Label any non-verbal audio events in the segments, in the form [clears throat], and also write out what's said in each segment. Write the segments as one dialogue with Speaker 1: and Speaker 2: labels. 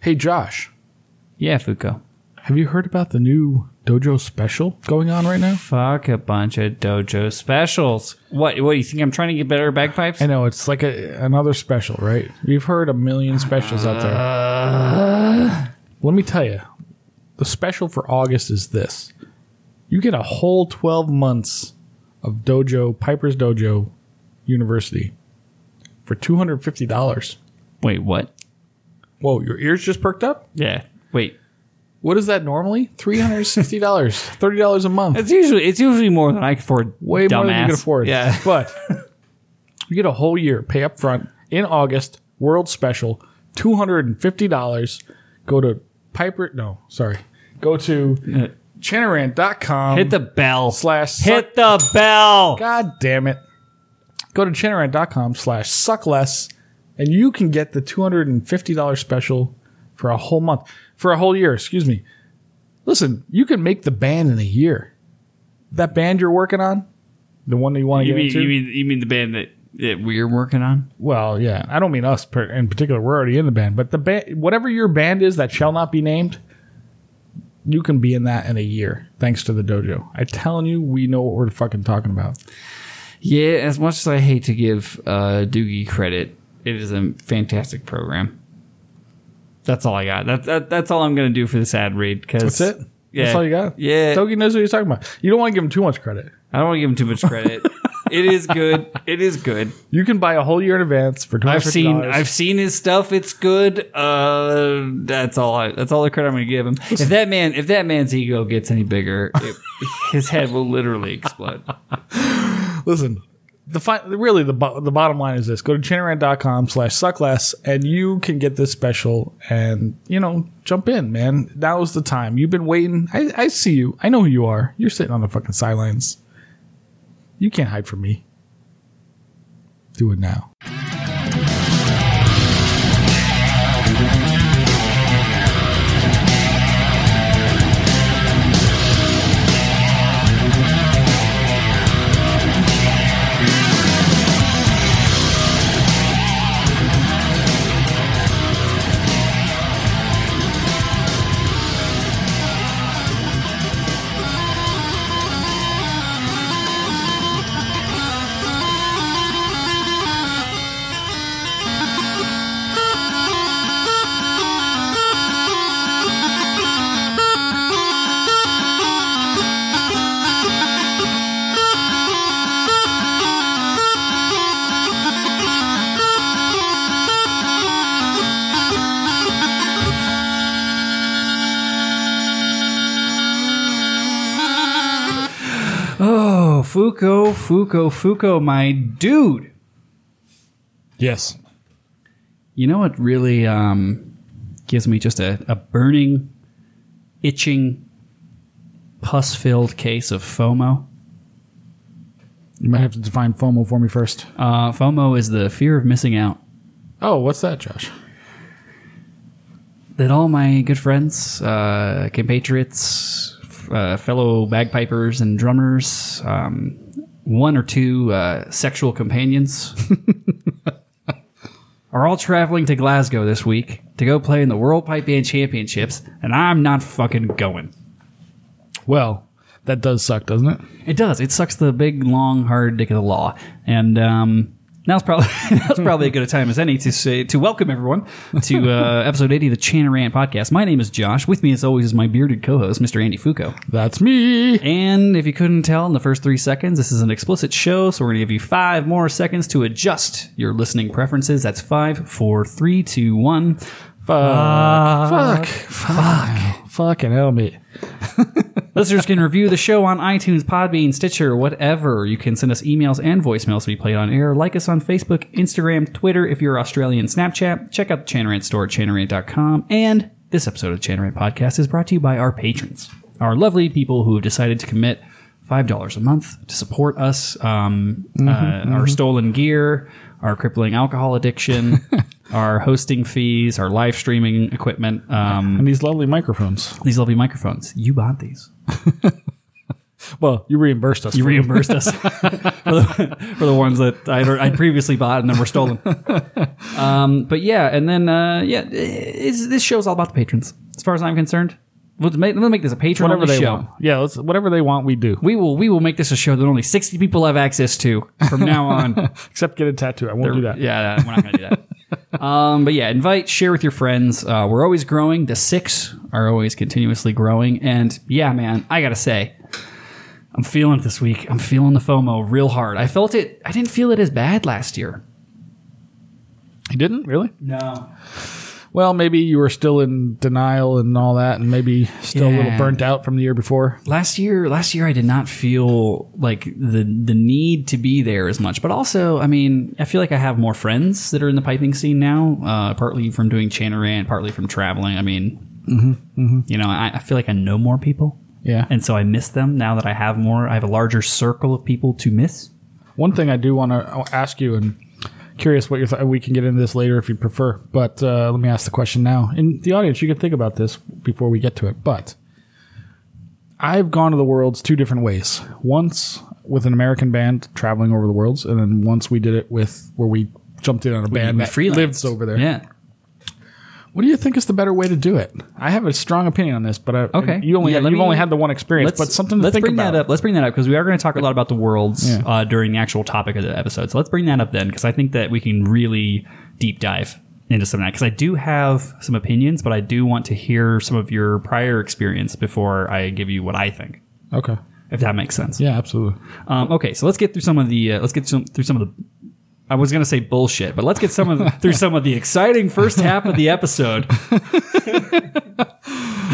Speaker 1: Hey, Josh,
Speaker 2: Yeah, Fuko.
Speaker 1: have you heard about the new dojo special going on right now?
Speaker 2: Fuck a bunch of dojo specials. What? What do you think? I'm trying to get better at bagpipes.
Speaker 1: I know it's like a, another special, right? We've heard a million specials out there. Uh. Let me tell you, the special for August is this: you get a whole twelve months of dojo Piper's Dojo University for two hundred fifty dollars.
Speaker 2: Wait, what?
Speaker 1: Whoa, your ears just perked up.
Speaker 2: Yeah. Wait.
Speaker 1: What is that normally? Three hundred sixty dollars, thirty dollars a month.
Speaker 2: It's usually it's usually more than I can afford.
Speaker 1: way more than you
Speaker 2: dumbass.
Speaker 1: can afford.
Speaker 2: Yeah.
Speaker 1: [laughs] But you get a whole year pay up front in August, world special, two hundred and fifty dollars. Go to Piper no, sorry. Go to Chenerant.com
Speaker 2: Hit the bell.
Speaker 1: slash suck-
Speaker 2: Hit the bell.
Speaker 1: God damn it. Go to Chenerant.com slash suck less and you can get the two hundred and fifty dollar special for a whole month. For a whole year, excuse me. Listen, you can make the band in a year. That band you're working on, the one that you want to
Speaker 2: You
Speaker 1: get
Speaker 2: mean
Speaker 1: into.
Speaker 2: you mean you mean the band that, that we're working on?
Speaker 1: Well, yeah, I don't mean us per- in particular. We're already in the band, but the band, whatever your band is that shall not be named, you can be in that in a year thanks to the dojo. I'm telling you, we know what we're fucking talking about.
Speaker 2: Yeah. As much as I hate to give uh, Doogie credit, it is a fantastic program. That's all I got. That, that that's all I'm gonna do for this ad read. Cause
Speaker 1: That's it.
Speaker 2: Yeah.
Speaker 1: That's all you got.
Speaker 2: Yeah.
Speaker 1: Togi knows what he's talking about. You don't want to give him too much credit.
Speaker 2: I don't want to give him too much [laughs] credit. it is good. It is good.
Speaker 1: You can buy a whole year in advance for.
Speaker 2: I've seen I've seen his stuff. It's good. Uh, that's all. I, that's all the credit I'm going to give him. If that man, if that man's ego gets any bigger, [laughs] it, his head will literally explode.
Speaker 1: [laughs] listen. The fi- really the bo- the bottom line is this: go to channerant.com slash suckless and you can get this special and you know jump in, man. Now is the time. You've been waiting. I, I see you. I know who you are. You're sitting on the fucking sidelines. You can't hide from me. Do it now.
Speaker 2: [laughs] Oh, Fuko, Fuko, Fuko, my dude.
Speaker 1: Yes.
Speaker 2: You know what really um, gives me just a, a burning, itching, pus-filled case of FOMO.
Speaker 1: You might have to define FOMO for me first.
Speaker 2: Uh, FOMO is the fear of missing out.
Speaker 1: Oh, what's that, Josh?
Speaker 2: that all my good friends, uh, compatriots, f- uh, fellow bagpipers and drummers, um, one or two uh, sexual companions, [laughs] are all traveling to Glasgow this week to go play in the World Pipe Band Championships, and I'm not fucking going.
Speaker 1: Well, that does suck, doesn't it?
Speaker 2: It does. It sucks the big, long, hard dick of the law. And um, now's probably [laughs] now's probably as good a time as any to say to welcome everyone to uh, episode eighty of the Chanarant podcast. My name is Josh. With me, as always, is my bearded co-host, Mr. Andy Foucault.
Speaker 1: That's me.
Speaker 2: And if you couldn't tell in the first three seconds, this is an explicit show, so we're going to give you five more seconds to adjust your listening preferences. That's five, four, three, two, one.
Speaker 1: Fuck. Fuck. Fucking hell, me.
Speaker 2: Listeners can review the show on iTunes, Podbean, Stitcher, whatever. You can send us emails and voicemails to be played on air. Like us on Facebook, Instagram, Twitter. If you're Australian, Snapchat. Check out the Chanarant store at chanarant.com. And this episode of Chanarant Podcast is brought to you by our patrons, our lovely people who have decided to commit $5 a month to support us, um, uh, our stolen gear, our crippling alcohol addiction, our hosting fees, our live streaming equipment. Um,
Speaker 1: And these lovely microphones.
Speaker 2: these lovely microphones. You bought these.
Speaker 1: Well, you reimbursed us.
Speaker 2: You
Speaker 1: for it. [laughs]
Speaker 2: reimbursed us for, the, for the ones that I'd, I'd previously bought and then
Speaker 1: [laughs]
Speaker 2: were stolen. Um, but yeah, and then uh, yeah, it's, this show's all about the patrons, as far as I'm concerned. Let's make, let's make this a patron
Speaker 1: whatever
Speaker 2: only
Speaker 1: they
Speaker 2: show.
Speaker 1: want. Yeah, let's, whatever they want, we do.
Speaker 2: We will we will make this a show that only 60 people have access to from now
Speaker 1: [laughs]
Speaker 2: on.
Speaker 1: Except get a tattoo. I won't do that.
Speaker 2: Yeah, we're not going to do
Speaker 1: [laughs]
Speaker 2: that. um, but yeah, invite, share with your friends. Uh, we're always growing. The six are always continuously growing. And yeah, man, I got to say, I'm feeling it this week. I'm feeling the FOMO real hard. I felt it. I didn't feel it as bad last year.
Speaker 1: You didn't really?
Speaker 2: No.
Speaker 1: Well, maybe you were still in denial and all that, and maybe still a little
Speaker 2: Yeah.
Speaker 1: burnt out from the year before.
Speaker 2: Last year, last year I did not feel like the the need to be there as much. But also, I mean, I feel like I have more friends that are in the piping scene now. Uh, partly from doing Chanarant, partly from traveling. I mean,
Speaker 1: Mm-hmm,
Speaker 2: you know, I, I feel like I know more people.
Speaker 1: Yeah.
Speaker 2: and so I miss them now that I have more. I have a larger circle of people to miss.
Speaker 1: One thing I do want to ask you, and curious what your th- we can get into this later if you prefer, but uh, let me ask the question now. In the audience, you can think about this before we get to it. But I've gone to the worlds two different ways. Once with an American band traveling over the worlds, and then once we did it with where we jumped in on a band that
Speaker 2: freelanced.
Speaker 1: lives over there.
Speaker 2: Yeah.
Speaker 1: What do you think is the better way to do it? I have a strong opinion on this, but I,
Speaker 2: Okay.
Speaker 1: you only
Speaker 2: Yeah, let
Speaker 1: you've
Speaker 2: me-
Speaker 1: only had the one experience, but something to
Speaker 2: let's
Speaker 1: think
Speaker 2: bring
Speaker 1: about.
Speaker 2: that up. Let's bring that up because we are going to talk a lot about the worlds
Speaker 1: Yeah.
Speaker 2: uh, during the actual topic of the episode. So let's bring that up then because I think that we can really deep dive into some of that because I do have some opinions, but I do want to hear some of your prior experience before I give you what I think.
Speaker 1: Okay.
Speaker 2: If that makes sense.
Speaker 1: Yeah, absolutely.
Speaker 2: Um, okay, so let's get through some of the uh, let's get some, through some of the. I was gonna say bullshit, but let's get some of the, through some of the exciting first half of
Speaker 1: [laughs]
Speaker 2: the episode.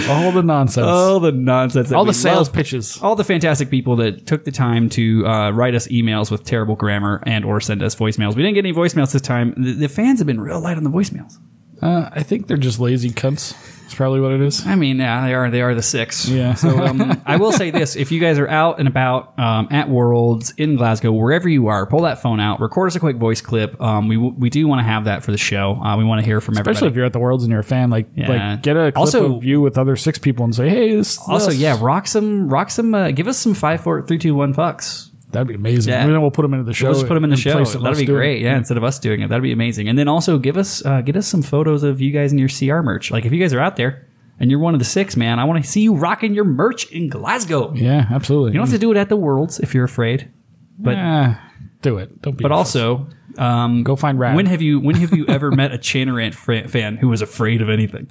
Speaker 1: All the nonsense.
Speaker 2: All the nonsense. That
Speaker 1: all
Speaker 2: Oh, we
Speaker 1: the sales
Speaker 2: love.
Speaker 1: pitches.
Speaker 2: All the fantastic people that took the time to uh, write us emails with terrible grammar and or send us voicemails. We didn't get any voicemails this time. The, the fans have been real light on the voicemails.
Speaker 1: Uh, I think they're just lazy cunts. That's probably what it is.
Speaker 2: I mean, yeah, they are. They are the six.
Speaker 1: Yeah.
Speaker 2: So um, I will say this: if you guys are out and about um, at Worlds in Glasgow, wherever you are, pull that phone out, record us a quick voice clip. Um, we w- we do want to have that for the show. Uh, we want to hear from
Speaker 1: [laughs] Especially if
Speaker 2: everybody.
Speaker 1: you're at the Worlds and you're a fan, like
Speaker 2: Yeah.
Speaker 1: like get a clip
Speaker 2: Also-
Speaker 1: of you with other six people and say, "Hey, this."
Speaker 2: Also,
Speaker 1: this.
Speaker 2: yeah, rock some, rock some. Uh, give us some five, four, three, two, one fucks.
Speaker 1: that'd be amazing.
Speaker 2: Yeah.
Speaker 1: And then we'll put them into the show.
Speaker 2: We'll just put them in the show.
Speaker 1: place it.
Speaker 2: That'd
Speaker 1: Let's
Speaker 2: be
Speaker 1: do it.
Speaker 2: great. Yeah, instead of us doing it, that'd be amazing. And then also give us, uh, get us some photos of you guys in your CR merch. Like if you guys are out there and you're one of the six, man, I want to see you rocking your merch in Glasgow.
Speaker 1: Yeah, absolutely.
Speaker 2: You don't have to do it at the Worlds if you're afraid. but-
Speaker 1: do it. Don't be.
Speaker 2: But also, um,
Speaker 1: go find Rad.
Speaker 2: When have you when have you ever met a Chanarant fra- fan who was afraid of anything?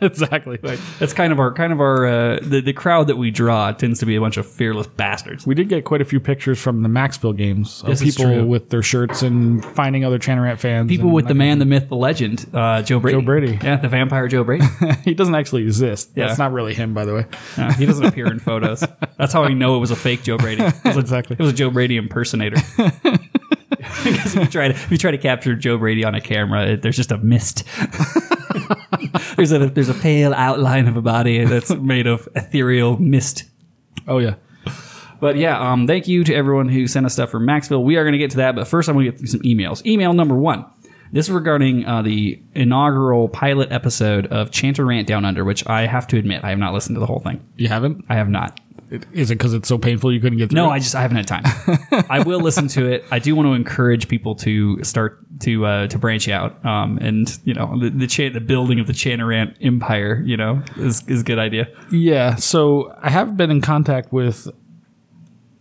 Speaker 1: [laughs] exactly. Like,
Speaker 2: That's kind of our kind of our uh, the the crowd that we draw tends to be a bunch of fearless bastards.
Speaker 1: we did get quite a few pictures from the Maxville games of
Speaker 2: This is
Speaker 1: people
Speaker 2: true.
Speaker 1: with their shirts and finding other Chanarant fans.
Speaker 2: People
Speaker 1: and
Speaker 2: with the
Speaker 1: like-
Speaker 2: man, the myth, the legend, uh, Joe Brady.
Speaker 1: Joe Brady.
Speaker 2: yeah, the vampire Joe Brady.
Speaker 1: [laughs] he doesn't actually exist. That's
Speaker 2: Yeah.
Speaker 1: not really him, by the way.
Speaker 2: Uh, [laughs] he doesn't appear in photos. That's how I know it was a fake Joe Brady. It was a,
Speaker 1: Exactly.
Speaker 2: It was a Joe Brady impersonator. [laughs] 'Cause if you try to if you try to capture Joe Brady on a camera, it, there's just a mist. [laughs] there's a there's a pale outline of a body that's made of ethereal mist.
Speaker 1: Oh yeah.
Speaker 2: But yeah, um, thank you to everyone who sent us stuff from Maxville. We are going to get to that, but first I'm going to get through some emails. Email number one. This is regarding uh, the inaugural pilot episode of Chanter Rant Down Under, which I have to admit I have not listened to the whole thing.
Speaker 1: You haven't?
Speaker 2: I have not.
Speaker 1: It, is it because it's so painful you couldn't get through?
Speaker 2: No,
Speaker 1: it?
Speaker 2: I just I haven't had time. I will listen to it. I do want to encourage people to start to uh, to branch out. Um, and you know the the, chan the building of the Chanarant Empire, you know, is is a good idea.
Speaker 1: Yeah, so I have been in contact with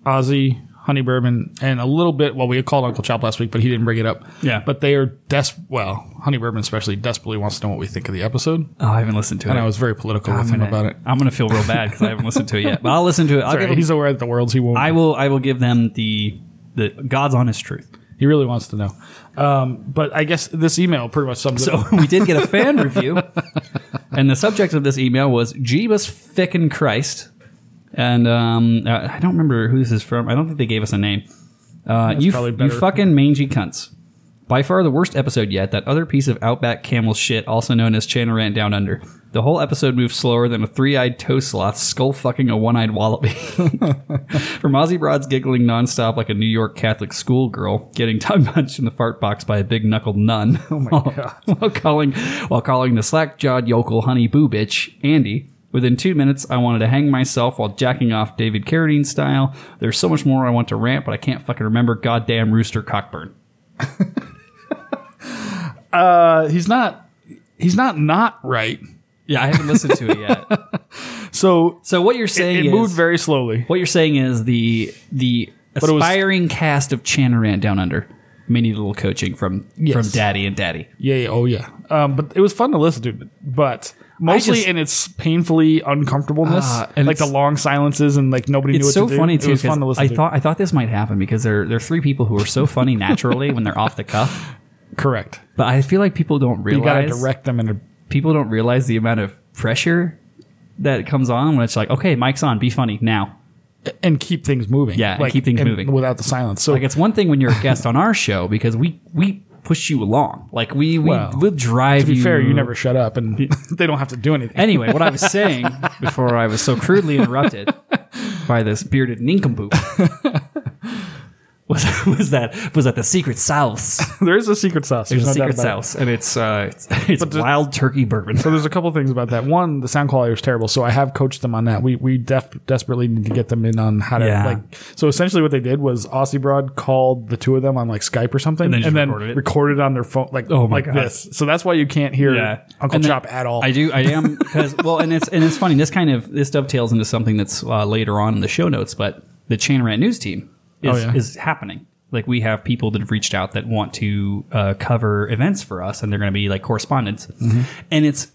Speaker 1: Ozzy, Honey Bourbon, and a little bit. Well, we called Uncle Chop last week, but he didn't bring it up.
Speaker 2: Yeah.
Speaker 1: but they are des. Well, Honey Bourbon especially desperately wants to know what we think of the episode,
Speaker 2: Oh, I haven't listened to
Speaker 1: and
Speaker 2: it.
Speaker 1: I was very political with him
Speaker 2: gonna-
Speaker 1: about it.
Speaker 2: I'm gonna feel real bad because I haven't listened to it yet. But I'll listen to it. I'll
Speaker 1: Sorry,
Speaker 2: give them,
Speaker 1: he's aware that the world's he won't.
Speaker 2: I will. I will give them the the God's honest truth.
Speaker 1: he really wants to know. Um, but I guess this email pretty much sums it
Speaker 2: So [laughs]
Speaker 1: up.
Speaker 2: we did get a
Speaker 1: [laughs]
Speaker 2: fan review, and the subject of this email was Jeebus Fickin' Christ. And um, uh, I don't remember who this is from. I don't think they gave us a name. Uh, you,
Speaker 1: probably
Speaker 2: f- you
Speaker 1: better.
Speaker 2: fucking mangy cunts. By far the worst episode yet, that other piece of Outback Camel shit, also known as Chanarant Down Under. The whole episode moves slower than a three eyed toe sloth skull fucking a one eyed wallaby. [laughs] From Aussie broads giggling nonstop like a New York Catholic schoolgirl, getting [laughs] tongue punched in the fart box by a big knuckled [laughs] nun. Oh my god! while calling, while calling the slack jawed yokel honey boo bitch Andy Within two minutes, I wanted to hang myself while jacking off David Carradine style. There's so much more I want to rant, but I can't fucking remember. Goddamn Rooster Cockburn.
Speaker 1: Uh, he's not. He's not not right.
Speaker 2: Yeah, I haven't listened to it yet.
Speaker 1: So
Speaker 2: [laughs] So what you're
Speaker 1: it
Speaker 2: saying is
Speaker 1: moved very slowly.
Speaker 2: what you're saying is the the
Speaker 1: it was-
Speaker 2: aspiring cast of Chanaran Down Under may need a little coaching from from Daddy and Daddy.
Speaker 1: Yeah, yeah, oh yeah. Um, but it was fun to listen to, but mostly
Speaker 2: just-
Speaker 1: in its painfully uncomfortableness,
Speaker 2: Ah, and
Speaker 1: like the
Speaker 2: it's-
Speaker 1: long silences and like nobody knew what
Speaker 2: It's so
Speaker 1: to do.
Speaker 2: funny too.
Speaker 1: It was fun to
Speaker 2: 'cause
Speaker 1: listen
Speaker 2: I
Speaker 1: to.
Speaker 2: thought I thought this might happen because there there are three people who are
Speaker 1: [laughs]
Speaker 2: so funny naturally when they're off the cuff,
Speaker 1: Correct.
Speaker 2: but I feel like people don't
Speaker 1: You got to
Speaker 2: realize
Speaker 1: direct them in a
Speaker 2: people don't realize the amount of pressure that comes on when it's like okay, mic's on, be funny now.
Speaker 1: and keep things moving.
Speaker 2: Yeah, and keep things moving.
Speaker 1: without the silence. So
Speaker 2: Like it's one thing when you're a guest on our show because we we push you along, like we we
Speaker 1: Well,
Speaker 2: will drive
Speaker 1: to be
Speaker 2: you.
Speaker 1: fair, you never shut up, and [laughs] they don't have to do anything.
Speaker 2: [laughs] Anyway, what I was saying before I was so crudely interrupted by this bearded nincompoop
Speaker 1: [laughs]
Speaker 2: [laughs] was was that was that the secret sauce.
Speaker 1: [laughs] there is a secret sauce.
Speaker 2: There's a
Speaker 1: no doubt
Speaker 2: secret
Speaker 1: about it.
Speaker 2: sauce, and it's uh, it's, it's
Speaker 1: the-
Speaker 2: wild turkey bourbon.
Speaker 1: So there's a couple things about that. One, the sound quality was terrible, so I have coached them on that. We we def- desperately need to get them in on how to
Speaker 2: Yeah.
Speaker 1: like. So essentially, what they did was Aussie Broad called the two of them on like Skype or something, and
Speaker 2: then
Speaker 1: then,
Speaker 2: just recorded it?
Speaker 1: recorded on their phone, like
Speaker 2: Oh my
Speaker 1: like
Speaker 2: God.
Speaker 1: this. So that's why you can't hear
Speaker 2: Yeah.
Speaker 1: Uncle
Speaker 2: And then
Speaker 1: Chop at all.
Speaker 2: I do. I
Speaker 1: [laughs]
Speaker 2: am because well, and it's and it's funny. This kind of this dovetails into something that's uh, later on in the show notes. But the Chain Rant News team is
Speaker 1: Oh, yeah.
Speaker 2: is happening. Like we have people that have reached out that want to uh, cover events for us, and they're going to be like correspondents.
Speaker 1: Mm-hmm.
Speaker 2: And it's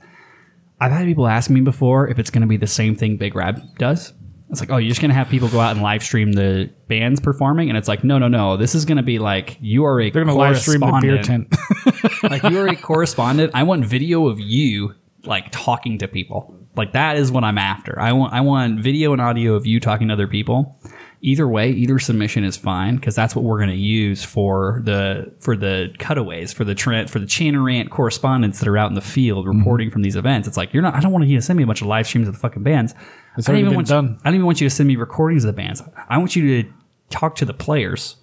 Speaker 2: I've had people ask me before if it's going to be the same thing Big Rab does. It's like, oh, you're just going to have people go out and live stream the bands performing, and it's like, no, no, no. This is going to be like you are a
Speaker 1: They're gonna live stream the beer
Speaker 2: correspondent
Speaker 1: tent. [laughs]
Speaker 2: like you're a correspondent. I want video of you like talking to people. Like that is what I'm after. I want I want video and audio of you talking to other people. Either way, either submission is fine because that's what we're going to use for the for the cutaways for the trend for the Chanarant correspondents that are out in the field
Speaker 1: Mm-hmm.
Speaker 2: reporting from these events. It's like you're not. I don't want you to send me a bunch of live streams of the fucking bands. I don't
Speaker 1: already
Speaker 2: even
Speaker 1: been
Speaker 2: want
Speaker 1: done.
Speaker 2: You, I don't even want you to send me recordings of the bands. I want you to talk to the players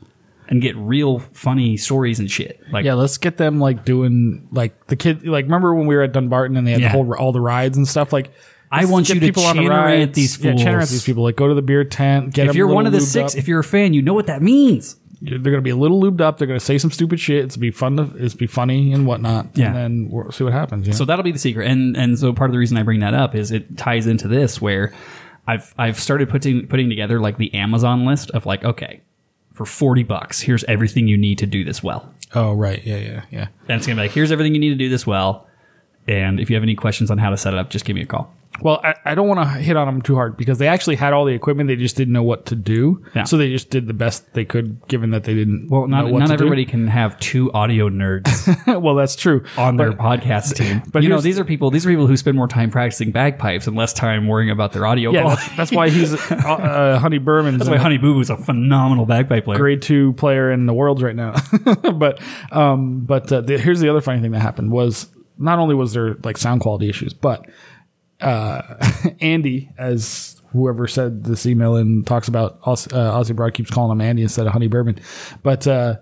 Speaker 2: and get real funny stories and shit. Like
Speaker 1: yeah, let's get them like doing like the kid. Like remember when we were at Dunbarton and they had
Speaker 2: Yeah.
Speaker 1: the whole all the rides and stuff. Like
Speaker 2: I
Speaker 1: let's
Speaker 2: want
Speaker 1: get
Speaker 2: you to Chanarant
Speaker 1: rides.
Speaker 2: these
Speaker 1: Yeah, Chanarant
Speaker 2: fools.
Speaker 1: these people. Like go to the beer tent. Get
Speaker 2: if
Speaker 1: them
Speaker 2: you're
Speaker 1: a little
Speaker 2: one of the
Speaker 1: lubed
Speaker 2: six,
Speaker 1: up.
Speaker 2: if you're a fan, you know what that means.
Speaker 1: they're gonna be a little lubed up. They're gonna say some stupid shit. It's be fun. To, it's be funny and whatnot.
Speaker 2: Yeah.
Speaker 1: And then we'll see what happens. Yeah.
Speaker 2: So that'll be the secret. And and so part of the reason I bring that up is it ties into this where I've I've started putting putting together like the Amazon list of like okay, for 40 bucks, here's everything you need to do this well.
Speaker 1: oh right. Yeah. Yeah. Yeah.
Speaker 2: And it's going to be like here's everything you need to do this well. And if you have any questions on how to set it up, just give me a call.
Speaker 1: Well, I, I don't want to hit on them too hard because they actually had all the equipment. They just didn't know what to do.
Speaker 2: Yeah.
Speaker 1: So they just did the best they could, given that they didn't.
Speaker 2: Well, not
Speaker 1: know what
Speaker 2: not
Speaker 1: to
Speaker 2: everybody can have two audio nerds
Speaker 1: [laughs] Do. [laughs] well, that's true.
Speaker 2: on their
Speaker 1: But-
Speaker 2: podcast team. But
Speaker 1: but
Speaker 2: you know,
Speaker 1: here's-
Speaker 2: these are people these are people who spend more time practicing bagpipes and less time worrying about their audio
Speaker 1: yeah,
Speaker 2: quality.
Speaker 1: that's, that's why
Speaker 2: [laughs]
Speaker 1: he's uh, uh, Honey Berman's
Speaker 2: That's why Honey Boo Boo's a phenomenal bagpipe player.
Speaker 1: grade two player in the world right now. [laughs] but um, but uh, the, here's the other funny thing that happened was not only was there like sound quality issues, but uh, [laughs] Andy, as whoever said this email and talks about Aus- uh, Aussie Broad keeps calling him Andy instead of Honey Bourbon, but. Uh,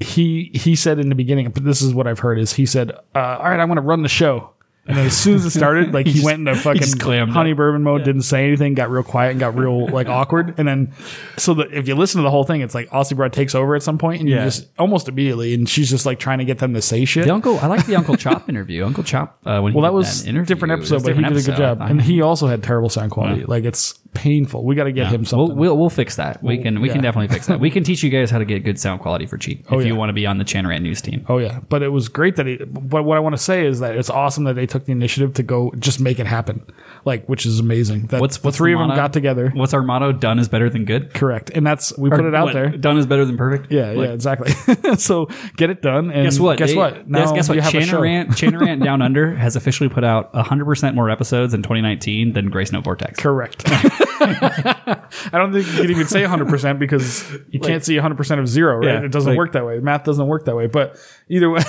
Speaker 1: he he said in the beginning, but this is what I've heard is he said, uh, "All right, I'm going to run the show." And then as soon as it started, like he,
Speaker 2: just- [laughs]
Speaker 1: went into
Speaker 2: just
Speaker 1: fucking
Speaker 2: clammed
Speaker 1: honey
Speaker 2: up.
Speaker 1: bourbon mode, didn't say anything, got real quiet and got real like awkward. And then, so that if you listen to the whole thing, it's like Aussie Broad takes over at some point, and
Speaker 2: Yeah.
Speaker 1: you just almost immediately, and she's just like trying to get them to say shit.
Speaker 2: The Uncle, I like the Uncle Chop interview. Uncle Chop, uh, when he
Speaker 1: Well,
Speaker 2: did
Speaker 1: that was
Speaker 2: interview,
Speaker 1: different
Speaker 2: it was
Speaker 1: episode, but he
Speaker 2: different
Speaker 1: did a good
Speaker 2: episode.
Speaker 1: job,
Speaker 2: I-
Speaker 1: and he also had terrible sound quality. Like it's painful. We got to get him something.
Speaker 2: We'll, we'll we'll fix that. We can we can
Speaker 1: yeah. Oh,
Speaker 2: definitely fix that. We can teach you guys how to get good sound quality for cheap if
Speaker 1: yeah.
Speaker 2: you want to be on the Chanarant news team.
Speaker 1: Oh yeah, but it was great that he. But what I want to say is that it's awesome that they took the initiative to go just make it happen, like which is amazing. That
Speaker 2: What's
Speaker 1: the
Speaker 2: what's
Speaker 1: three
Speaker 2: the
Speaker 1: of them
Speaker 2: motto?
Speaker 1: got together?
Speaker 2: What's our motto? Done is better than good.
Speaker 1: Correct, and that's we put
Speaker 2: Or
Speaker 1: it out
Speaker 2: what?
Speaker 1: there.
Speaker 2: Done is better than perfect.
Speaker 1: Yeah, yeah, exactly. [laughs] so get it done. And
Speaker 2: Guess what?
Speaker 1: Guess
Speaker 2: They-
Speaker 1: what?
Speaker 2: Guess, guess what?
Speaker 1: you have a show.
Speaker 2: Chanarant, Chanarant Down Under has officially put out 100% more episodes in 2019 than Grace Note Vortex.
Speaker 1: Correct. [laughs] I don't think you can even say 100% because you can't see 100% of zero, right?
Speaker 2: Yeah,
Speaker 1: it doesn't
Speaker 2: like-
Speaker 1: work that way. Math doesn't work that way. But either way,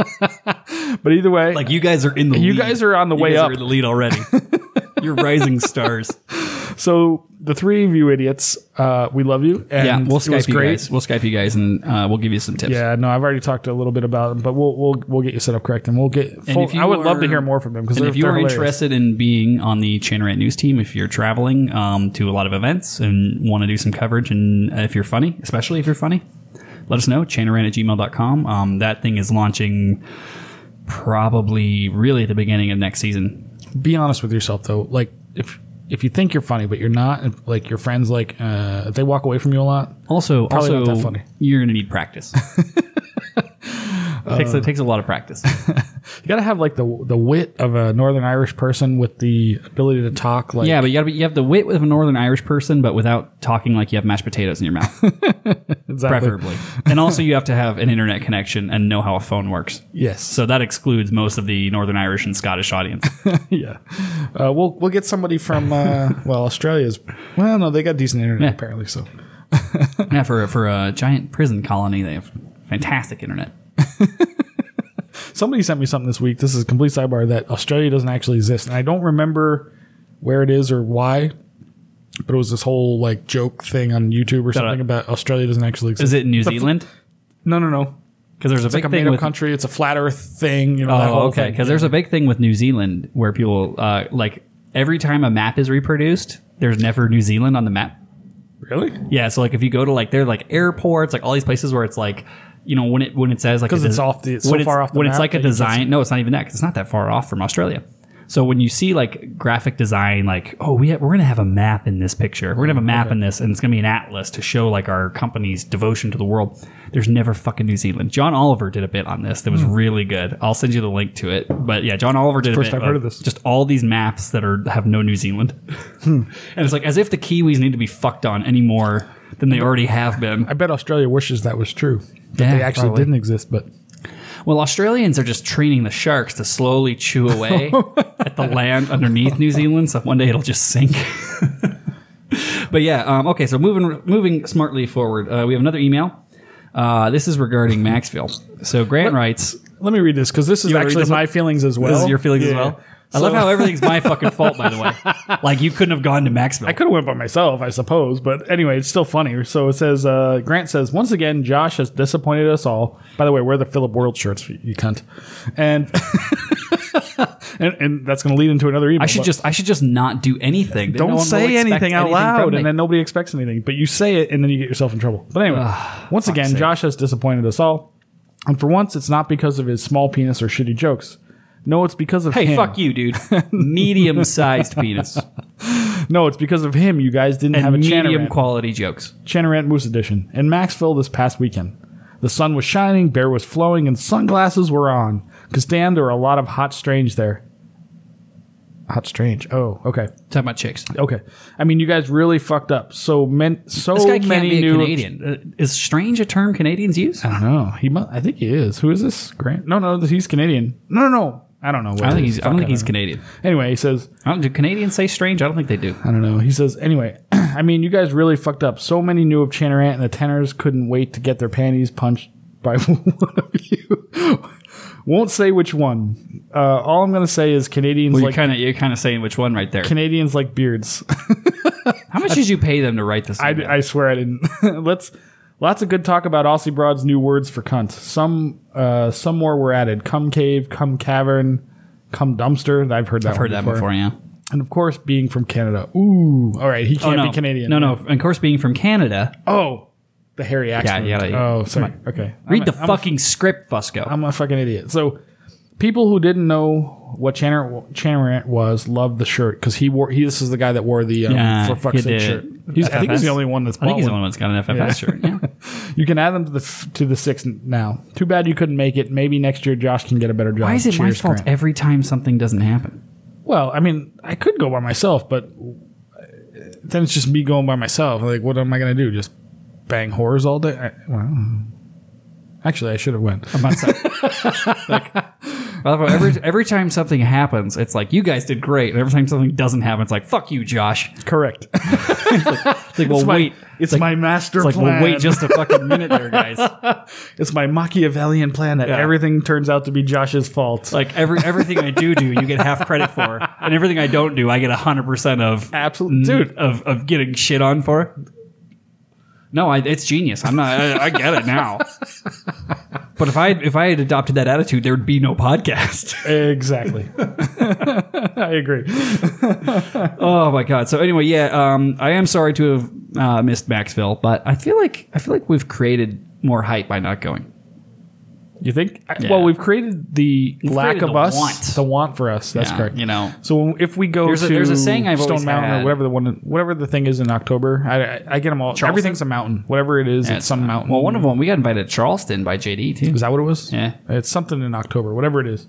Speaker 1: [laughs] but either way,
Speaker 2: Like you guys are in the
Speaker 1: You
Speaker 2: lead.
Speaker 1: guys are on the [laughs]
Speaker 2: You
Speaker 1: way
Speaker 2: guys
Speaker 1: up.
Speaker 2: are in the lead already. You're rising stars.
Speaker 1: so the three of you idiots, uh, we love you. And
Speaker 2: [laughs] yeah, we'll
Speaker 1: it was
Speaker 2: Skype you
Speaker 1: great.
Speaker 2: guys. We'll Skype you guys, and uh, we'll give you some tips.
Speaker 1: Yeah, no, I've already talked a little bit about them, but we'll we'll we'll get you set up correct, and we'll get. Full,
Speaker 2: if you
Speaker 1: I would love to
Speaker 2: are-
Speaker 1: hear more from them because
Speaker 2: And if you
Speaker 1: they're
Speaker 2: are
Speaker 1: hilarious.
Speaker 2: interested in being on the Chanrant news team, if you're traveling um, to a lot of events and want to do some coverage, and uh, if you're funny, especially if you're funny, let us know. Chanrant at gmail.com. Um, that thing is launching probably really at the beginning of next season.
Speaker 1: be honest with yourself though. Like if if you think you're funny but you're not, if, like your friends like uh, if they walk away from you a lot.
Speaker 2: Also,
Speaker 1: Probably not
Speaker 2: also,
Speaker 1: that funny.
Speaker 2: you're going to
Speaker 1: [laughs]
Speaker 2: need practice. takes, it takes a lot of practice.
Speaker 1: You got to have like the the wit of a Northern Irish person with the ability to talk. Like
Speaker 2: Yeah, but you gotta be, you have the wit of a Northern Irish person, but without talking like you have mashed potatoes in
Speaker 1: [laughs]
Speaker 2: your mouth,
Speaker 1: exactly.
Speaker 2: preferably. and also, you have to have an internet connection and know how a phone works.
Speaker 1: Yes. [laughs]
Speaker 2: So that excludes most of the Northern Irish and Scottish audience.
Speaker 1: yeah. Uh, we'll we'll get somebody from uh, well Australia's. Well, no, they got decent internet
Speaker 2: Yeah.
Speaker 1: apparently. So
Speaker 2: yeah, for for a giant prison colony, they have fantastic internet.
Speaker 1: somebody sent me something this week. This is a complete sidebar that Australia doesn't actually exist, and I don't remember where it is or why. But it was this whole like joke thing on YouTube or something
Speaker 2: up.
Speaker 1: about Australia doesn't actually exist.
Speaker 2: Is it New
Speaker 1: It's a fl-
Speaker 2: Zealand?
Speaker 1: No, no, no.
Speaker 2: Because there's a big
Speaker 1: Like a
Speaker 2: thing
Speaker 1: made up
Speaker 2: with
Speaker 1: country. It's a flat Earth thing. You know that
Speaker 2: oh,
Speaker 1: whole
Speaker 2: okay.
Speaker 1: thing.
Speaker 2: Because there's a big thing with New Zealand where people uh, like every time a map is reproduced, there's never New Zealand on the map.
Speaker 1: really
Speaker 2: Yeah, so like if you go to like they're like airports, like all these places where it's like you know when it when it says like
Speaker 1: 'Cause
Speaker 2: a des-
Speaker 1: it's off the- it's so
Speaker 2: when
Speaker 1: far off the
Speaker 2: when
Speaker 1: map
Speaker 2: it's like a
Speaker 1: that you just-
Speaker 2: design. No, it's not even that 'cause it's not that far off from Australia. So when you see like graphic design, like oh we have, we're gonna have a map in this picture, we're gonna have a map in this, and it's gonna be an atlas to show like our company's devotion to the world. There's never fucking New Zealand. John Oliver did a bit on this that was really good. I'll send you the link to it. But yeah, John Oliver did
Speaker 1: Hmm. First
Speaker 2: a bit
Speaker 1: I've heard of this.
Speaker 2: just all these maps that are have no New Zealand.
Speaker 1: Hmm.
Speaker 2: [laughs] And it's like as if the Kiwis need to be fucked on any more than they already have been.
Speaker 1: I bet Australia wishes that was true that
Speaker 2: Yeah,
Speaker 1: they actually
Speaker 2: probably.
Speaker 1: didn't exist, but
Speaker 2: Well, Australians are just training the sharks to slowly chew away
Speaker 1: [laughs]
Speaker 2: at the land underneath New Zealand, so one day it'll just sink. [laughs] but yeah, um, okay. So moving moving smartly forward, uh, we have another email. Uh, this is regarding Maxville. So Grant writes,
Speaker 1: let me read this because this is
Speaker 2: wanna read
Speaker 1: actually
Speaker 2: this
Speaker 1: my feelings as well.
Speaker 2: "This is your feelings as
Speaker 1: Yeah.
Speaker 2: well." I
Speaker 1: So-
Speaker 2: love how everything's my fucking fault, by the way.
Speaker 1: [laughs]
Speaker 2: Like you couldn't have gone to Maxville.
Speaker 1: I could have went by myself, I suppose, but anyway, it's still funny. So it says uh, Grant says once again, Josh has disappointed us all. By the way, wear the Philip World shirts, you cunt, and [laughs] and, and that's going to lead into another email.
Speaker 2: I should
Speaker 1: but-
Speaker 2: just I should just not do anything.
Speaker 1: don't say anything out loud and
Speaker 2: then.
Speaker 1: then nobody expects anything but you say it and then you get yourself in trouble but anyway once again josh has disappointed us all and for once it's not because of his small penis or shitty jokes no it's because of
Speaker 2: Hey,
Speaker 1: him.
Speaker 2: fuck
Speaker 1: [laughs]
Speaker 2: you, dude. medium sized penis.
Speaker 1: no it's because of him you guys didn't have a
Speaker 2: medium
Speaker 1: Chanarant,
Speaker 2: quality jokes.
Speaker 1: Chanarant moose edition in maxville this past weekend the sun was shining beer was flowing and sunglasses were on because damn there were a lot of hot strange there hot strange oh okay
Speaker 2: Talking about chicks.
Speaker 1: okay i mean you guys really fucked up so meant so
Speaker 2: This guy can't
Speaker 1: many
Speaker 2: be a
Speaker 1: new
Speaker 2: Canadian. Uh, is strange a term Canadians use?
Speaker 1: I don't know. He must, I think he is. Who is this? Grant? No, no, he's Canadian. No, no, no. I don't know. What
Speaker 2: I don't
Speaker 1: it
Speaker 2: think
Speaker 1: is.
Speaker 2: he's. I
Speaker 1: Fuck,
Speaker 2: don't think he's
Speaker 1: know.
Speaker 2: Canadian.
Speaker 1: Anyway, he says,
Speaker 2: I don't, do Canadians say strange? I don't think they do.
Speaker 1: I don't know. He says, anyway, [clears throat] I mean, you guys really fucked up. So many knew of Chanarant, and the tenors couldn't wait to get their panties punched by [laughs] one of you. Won't say which one. Uh, all I'm going to say is Canadians
Speaker 2: Well, you're
Speaker 1: like
Speaker 2: kind of you're kind of saying which one right there.
Speaker 1: Canadians like beards. [laughs]
Speaker 2: How much did you pay them to write this?
Speaker 1: I,
Speaker 2: email?
Speaker 1: I swear I didn't. [laughs] Let's lots of good talk about Aussie broad's new words for cunt. Some uh, some more were added. Cum cave, cum cavern, cum dumpster. I've heard that.
Speaker 2: I've heard that before. Yeah.
Speaker 1: And of course, being from Canada. Ooh, all right. He can't
Speaker 2: Oh, no.
Speaker 1: be Canadian.
Speaker 2: No, no. Of course, being from Canada,
Speaker 1: Oh, the hairy accent.
Speaker 2: yeah, like-
Speaker 1: oh,
Speaker 2: come
Speaker 1: sorry. Okay.
Speaker 2: read
Speaker 1: I'm
Speaker 2: the
Speaker 1: a, I'm a-
Speaker 2: fucking script, Fusco.
Speaker 1: I'm a fucking idiot. So people who didn't know what Chanarant, Chanarant was loved the shirt because he wore. He, this is the guy that wore the um,
Speaker 2: Yeah,
Speaker 1: for
Speaker 2: he
Speaker 1: fuck's sake
Speaker 2: did.
Speaker 1: shirt. He's, I think he's
Speaker 2: FFS.
Speaker 1: the only one that's.
Speaker 2: I think he's
Speaker 1: bought
Speaker 2: the
Speaker 1: one.
Speaker 2: only one that's got an FFS shirt.
Speaker 1: [laughs]
Speaker 2: Yeah.
Speaker 1: You can add them to the f- to the six n- now. Too bad you couldn't make it. Maybe next year Josh can get a better job.
Speaker 2: Why is it my
Speaker 1: Cheers,
Speaker 2: fault
Speaker 1: Grant.
Speaker 2: every time something doesn't happen?
Speaker 1: Well, I mean, I could go by myself, but uh, then it's just me going by myself. Like, what am I gonna do? Just bang whores all [laughs] day? I, well, actually, I should have went.
Speaker 2: I'm not sorry. I love how every
Speaker 1: [laughs]
Speaker 2: every time something happens, it's like you guys did great, and every time something doesn't happen, it's like fuck you, Josh.
Speaker 1: Correct.
Speaker 2: It's like, well,
Speaker 1: my-
Speaker 2: wait.
Speaker 1: it's
Speaker 2: like-
Speaker 1: my master
Speaker 2: It's like,
Speaker 1: plan.
Speaker 2: well, wait just a fucking minute
Speaker 1: [laughs]
Speaker 2: there, guys.
Speaker 1: it's my Machiavellian plan that
Speaker 2: Yeah.
Speaker 1: everything turns out to be Josh's fault.
Speaker 2: Like every everything I do do, you get half credit for, and everything I don't do, I get hundred percent of
Speaker 1: Absolutely, dude.
Speaker 2: of of getting shit on for. No, I, it's genius. I'm not. I, I get it now. But if I if I had adopted that attitude, there would be no podcast. [laughs]
Speaker 1: Exactly. [laughs] I agree.
Speaker 2: Oh my god. So anyway, yeah, um, I am sorry to have uh, missed Maxville, but I feel like I feel like we've created more hype by not going.
Speaker 1: You think? I-
Speaker 2: Yeah.
Speaker 1: Well, we've created the lack
Speaker 2: created
Speaker 1: of
Speaker 2: the
Speaker 1: us,
Speaker 2: want.
Speaker 1: the want for us. That's
Speaker 2: Yeah,
Speaker 1: correct.
Speaker 2: you know.
Speaker 1: So when- if we go
Speaker 2: There's a-
Speaker 1: to
Speaker 2: there's a saying I've
Speaker 1: Stone
Speaker 2: always
Speaker 1: Mountain
Speaker 2: had.
Speaker 1: or whatever the one, whatever the thing is in October, I, I, I get them all.
Speaker 2: Charleston?
Speaker 1: Everything's a mountain. Whatever it is, it's some mountain.
Speaker 2: uh, Well, one of them we got invited to Charleston by JD too.
Speaker 1: Is that what it was?
Speaker 2: Yeah.
Speaker 1: It's something in October, whatever it is.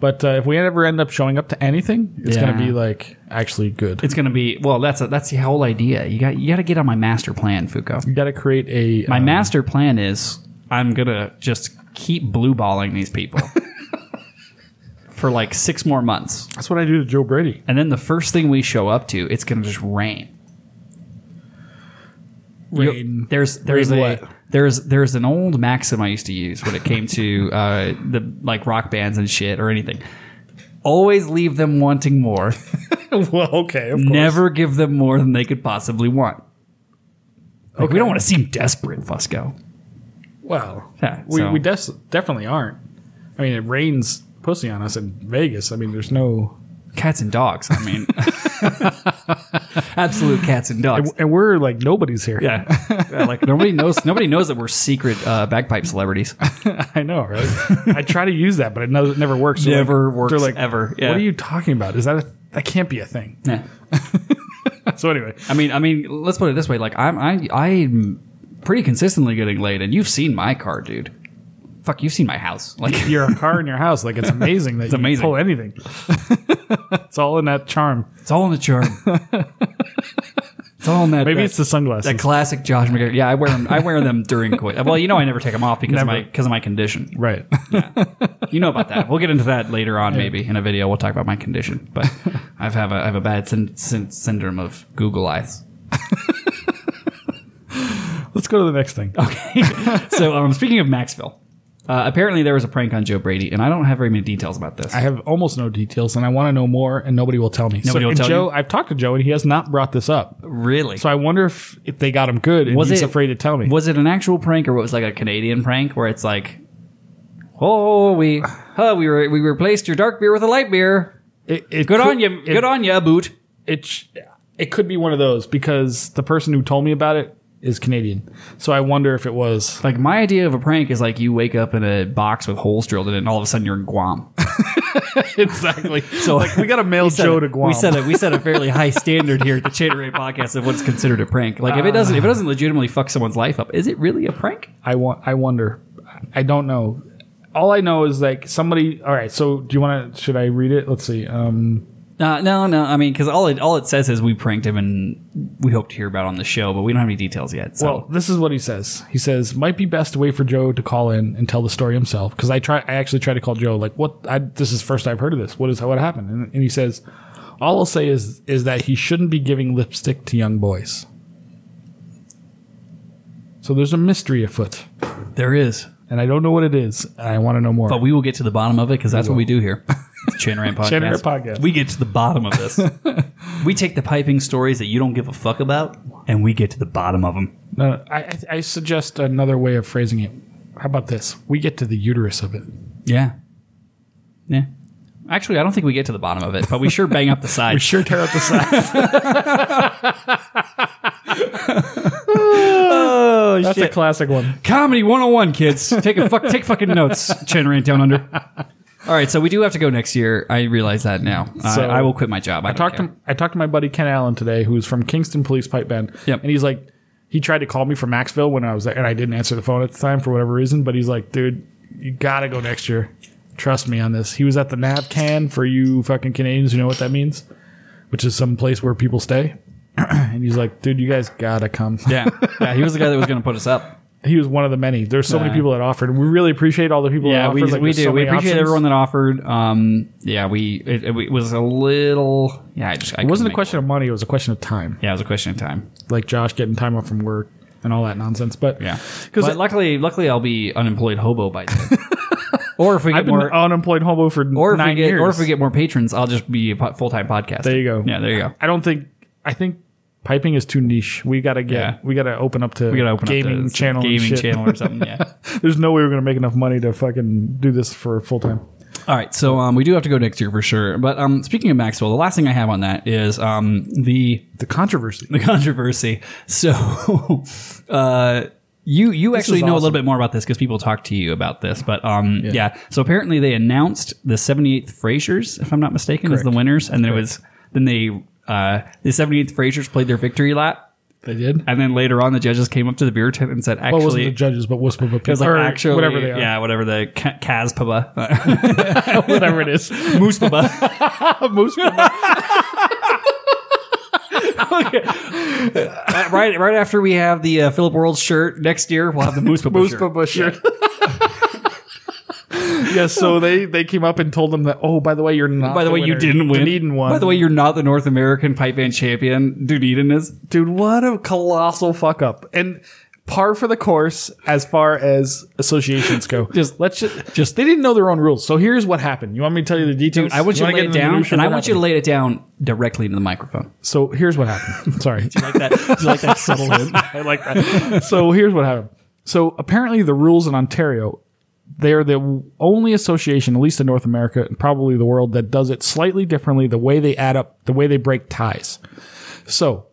Speaker 1: But uh, if we ever end up showing up to anything, it's
Speaker 2: Yeah.
Speaker 1: going to be like actually good.
Speaker 2: It's gonna be well. That's a, that's the whole idea. You got you got to get on my master plan, Foucault.
Speaker 1: you got to create a
Speaker 2: My
Speaker 1: um,
Speaker 2: master plan is I'm gonna just keep blue balling these
Speaker 1: [laughs]
Speaker 2: people for like six more months,
Speaker 1: That's what I do to Joe Brady.
Speaker 2: and then the first thing we show up to, it's gonna just rain. You- [laughs]
Speaker 1: Rain.
Speaker 2: there's there's
Speaker 1: Rain
Speaker 2: a
Speaker 1: what?
Speaker 2: there's there's an old maxim I used to use when it
Speaker 1: [laughs]
Speaker 2: came to uh, the like rock bands and shit or anything. Always leave them wanting more.
Speaker 1: well, okay. Of course.
Speaker 2: Never give them more than they could possibly want. Like, We don't want to seem desperate, Fusco.
Speaker 1: Well,
Speaker 2: Yeah,
Speaker 1: we,
Speaker 2: so-
Speaker 1: we des- definitely aren't. I mean, it rains pussy on us in Vegas. I mean, there's no.
Speaker 2: Cats and dogs. I [laughs] mean, absolute cats and dogs.
Speaker 1: And we're like, nobody's here.
Speaker 2: Yeah. Yeah, like nobody knows. Nobody knows that we're secret uh, bagpipe celebrities.
Speaker 1: [laughs] I know, right? I try to use that, but it no- it never works. They're
Speaker 2: Never works
Speaker 1: They're like,
Speaker 2: ever. Yeah.
Speaker 1: What are you talking about? Is that a. That can't be a thing.
Speaker 2: [laughs]
Speaker 1: [laughs]
Speaker 2: Yeah.
Speaker 1: So, anyway.
Speaker 2: I mean, I mean, let's put it this way. Like, I'm, I, I'm pretty consistently getting laid, and you've seen my car, dude. Fuck, you've seen my house. Like, [laughs]
Speaker 1: your car in your house. Like it's amazing that you
Speaker 2: amazing.
Speaker 1: pull
Speaker 2: [laughs]
Speaker 1: anything. it's all in that charm.
Speaker 2: it's all in the [laughs] charm. it's all in that.
Speaker 1: Maybe
Speaker 2: that-
Speaker 1: it's the sunglasses.
Speaker 2: that classic Josh McGregor. Yeah, I wear them. I wear
Speaker 1: [laughs]
Speaker 2: them during coit. Well, you know, I never take them off because of my
Speaker 1: Never.
Speaker 2: because of my condition.
Speaker 1: right. [laughs]
Speaker 2: You know about that. We'll get into that later on, maybe in a video. We'll talk about my condition.
Speaker 1: [laughs]
Speaker 2: But I've have a I have a bad syn- syn- syndrome of Google eyes.
Speaker 1: Let's go to the next thing.
Speaker 2: so um, speaking of Maxville, uh, apparently there was a prank on Joe Brady, and I don't have very many details about this.
Speaker 1: I have almost no details, and I want to know more, and nobody will tell me.
Speaker 2: Nobody will
Speaker 1: and
Speaker 2: tell
Speaker 1: Joe,
Speaker 2: you?
Speaker 1: I've talked to Joe, and he has not brought this up.
Speaker 2: really?
Speaker 1: So I wonder if, if they got him good, and
Speaker 2: Was
Speaker 1: he's
Speaker 2: it-
Speaker 1: afraid to tell me.
Speaker 2: was it an actual prank or what was like a Canadian prank where it's like, oh we huh, we were we replaced your dark beer with a light beer.
Speaker 1: It, it could-
Speaker 2: Good on you.
Speaker 1: It,
Speaker 2: Good on you, boot.
Speaker 1: It, sh- it could be one of those because the person who told me about it is Canadian. So I wonder if it
Speaker 2: [laughs]
Speaker 1: was. [laughs]
Speaker 2: Like my idea of a prank is like you wake up in a box with holes drilled in it, and all of a sudden you're in Guam.
Speaker 1: exactly.
Speaker 2: So
Speaker 1: like, we got to mail Joe to Guam.
Speaker 2: [laughs] We set a we set a fairly high standard here at the Chain Ray Podcast of what's considered a prank. Like if it doesn't if it doesn't legitimately fuck someone's life up, is it really a prank?
Speaker 1: I want. I wonder. I don't know. All I know is like somebody. All right. So do you want to? Should I read it? Let's see. Um,
Speaker 2: Uh, no, no. I mean, because all it all it says is we pranked him and we hope to hear about it on the show, but we don't have any details yet. So.
Speaker 1: well, Oh, this is what he says. He says might be best to wait for Joe to call in and tell the story himself because I try. I actually try to call Joe. Like what? I, this is first I've heard of this. What is what happened? And, and he says, all I'll say is is that he shouldn't be giving lipstick to young boys. So there's a mystery afoot,
Speaker 2: there is,
Speaker 1: and I don't know what it is. And I want to know more.
Speaker 2: but we will get to the bottom of it because that's what we do
Speaker 1: [laughs]
Speaker 2: here. It's Chain Ray Podcast.
Speaker 1: Chain Ray Podcast.
Speaker 2: We get to the bottom of
Speaker 1: [laughs]
Speaker 2: this. we take the piping stories that you don't give a fuck about, and we get to the bottom of them.
Speaker 1: No, no, I, I- I suggest another way of phrasing it. How about this? We get to the uterus of it.
Speaker 2: Yeah. Yeah. Actually, I don't think we get to the bottom of it, but we sure bang up [laughs] the sides.
Speaker 1: Sure, tear up the [laughs] side.
Speaker 2: Oh,
Speaker 1: That's a classic one.
Speaker 2: Comedy 101, kids. Take a fuck, take fucking notes. Chen Rant Down Under. All right, so we do have to go next year. I realize that now.
Speaker 1: So-
Speaker 2: I, I will quit my job. I,
Speaker 1: Talked
Speaker 2: [laughs] care.
Speaker 1: to I talked to my buddy Ken Allen today, who's from Kingston Police Pipe Bend,
Speaker 2: Yep.
Speaker 1: and he's like, he tried to call me from Maxville when I was there, and I didn't answer the phone at the time for whatever reason. But he's like, dude, you gotta go next year. Trust me on this. He was at the Nav Can for you fucking Canadians who know what that means, which is some place where [clears throat] people stay. and he's like, dude, you guys gotta come.
Speaker 2: Yeah, yeah. He was the guy that was going to put us up.
Speaker 1: he was one of the many. There's so many
Speaker 2: Yeah.
Speaker 1: people that offered. We really appreciate all the people. that
Speaker 2: yeah, we,
Speaker 1: offered. Like,
Speaker 2: we
Speaker 1: there's
Speaker 2: do.
Speaker 1: so
Speaker 2: we
Speaker 1: many
Speaker 2: appreciate
Speaker 1: options.
Speaker 2: everyone that offered. Um, yeah, we it, it was a little. Yeah, I just I
Speaker 1: It wasn't a question of money. It was a question of time.
Speaker 2: Yeah, it was a question of time.
Speaker 1: Like Josh getting time off from work and all that nonsense. But
Speaker 2: Yeah,
Speaker 1: because
Speaker 2: because luckily, luckily, I'll be unemployed hobo by [laughs] then. or if we get
Speaker 1: I've been
Speaker 2: more,
Speaker 1: unemployed hobo for
Speaker 2: or if we
Speaker 1: nine
Speaker 2: get,
Speaker 1: years.
Speaker 2: or if we get more patrons, I'll just be a full time podcast.
Speaker 1: there you go.
Speaker 2: Yeah, there you go.
Speaker 1: I don't think. I think piping is too niche. We gotta get.
Speaker 2: Yeah.
Speaker 1: We gotta open up to.
Speaker 2: We gotta open
Speaker 1: gaming
Speaker 2: up to
Speaker 1: channel. and
Speaker 2: gaming
Speaker 1: shit.
Speaker 2: channel or something.
Speaker 1: [laughs]
Speaker 2: Yeah.
Speaker 1: There's no way we're gonna make enough money to fucking do this for full time.
Speaker 2: All right, so um, we do have to go next year for sure. But um, speaking of Maxwell, the last thing I have on that is um, the
Speaker 1: The controversy.
Speaker 2: the [laughs] controversy. So, [laughs] uh, you you actually
Speaker 1: is
Speaker 2: know a little
Speaker 1: awesome.
Speaker 2: bit more about this because people talk to you about this. But um, yeah. So apparently they announced the 78th Frasers, if I'm not mistaken, as the winners, and then it was then they uh, the 78th Frasers played their victory lap,
Speaker 1: They did.
Speaker 2: and then later on the judges came up to the beer tent and said,
Speaker 1: Well, it wasn't
Speaker 2: actually.
Speaker 1: the judges, but Wisp of a
Speaker 2: it was like
Speaker 1: or
Speaker 2: actually,
Speaker 1: whatever they are,
Speaker 2: yeah, whatever the ca- Kaz [laughs] Paba,
Speaker 1: [laughs] whatever it is. [laughs]
Speaker 2: Moose Paba.
Speaker 1: Most
Speaker 2: [laughs] Uh, right, right after we have the uh, Philip World shirt next year, we'll have the Moose Papa
Speaker 1: Moose
Speaker 2: shirt.
Speaker 1: Papa [laughs] shirt. yes, so they they came up and told them that. Oh, by the way, you're not.
Speaker 2: By the way, you
Speaker 1: winner.
Speaker 2: didn't win.
Speaker 1: Dunedin won.
Speaker 2: By the way, you're not the North American pipe band champion. Dunedin is.
Speaker 1: dude, what a colossal fuck up and par for the course as far as associations go.
Speaker 2: Just-
Speaker 1: let's [laughs] just, just they didn't know their own rules. So here's what happened. You want me to tell you the details?
Speaker 2: I want you,
Speaker 1: wanna
Speaker 2: to lay
Speaker 1: get
Speaker 2: it
Speaker 1: into the
Speaker 2: down,
Speaker 1: minutia
Speaker 2: and
Speaker 1: of
Speaker 2: I
Speaker 1: what
Speaker 2: want you to
Speaker 1: happened?
Speaker 2: lay it down directly into the microphone.
Speaker 1: So here's what happened. [laughs] Sorry.
Speaker 2: Like that, do you [laughs] like that subtle hint? [laughs]
Speaker 1: I like that. [laughs] so here's what happened. So apparently the rules in Ontario, they're the only association, at least in North America and probably the world, that does it slightly differently. The way they add up, the way they break ties. So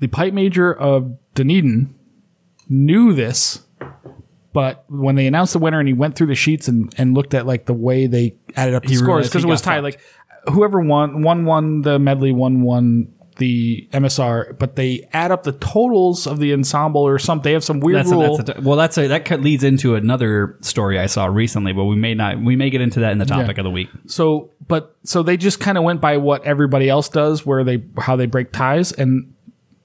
Speaker 1: the pipe major of Dunedin knew this, but when they announced the winner and he went through the sheets and, and looked at like the way they added up the scores
Speaker 2: realized
Speaker 1: because
Speaker 2: he
Speaker 1: it was
Speaker 2: got
Speaker 1: tied. Like whoever won, one won the medley, one won the MSR, but they add up the totals of the ensemble or something. They have some weird
Speaker 2: That's a,
Speaker 1: rule.
Speaker 2: that's a, well, that's a, that cut- leads into another story I saw recently, but we may not. We may get into that in the topic of the week.
Speaker 1: So, but so they just kind of went by what everybody else does, where they how they break ties, and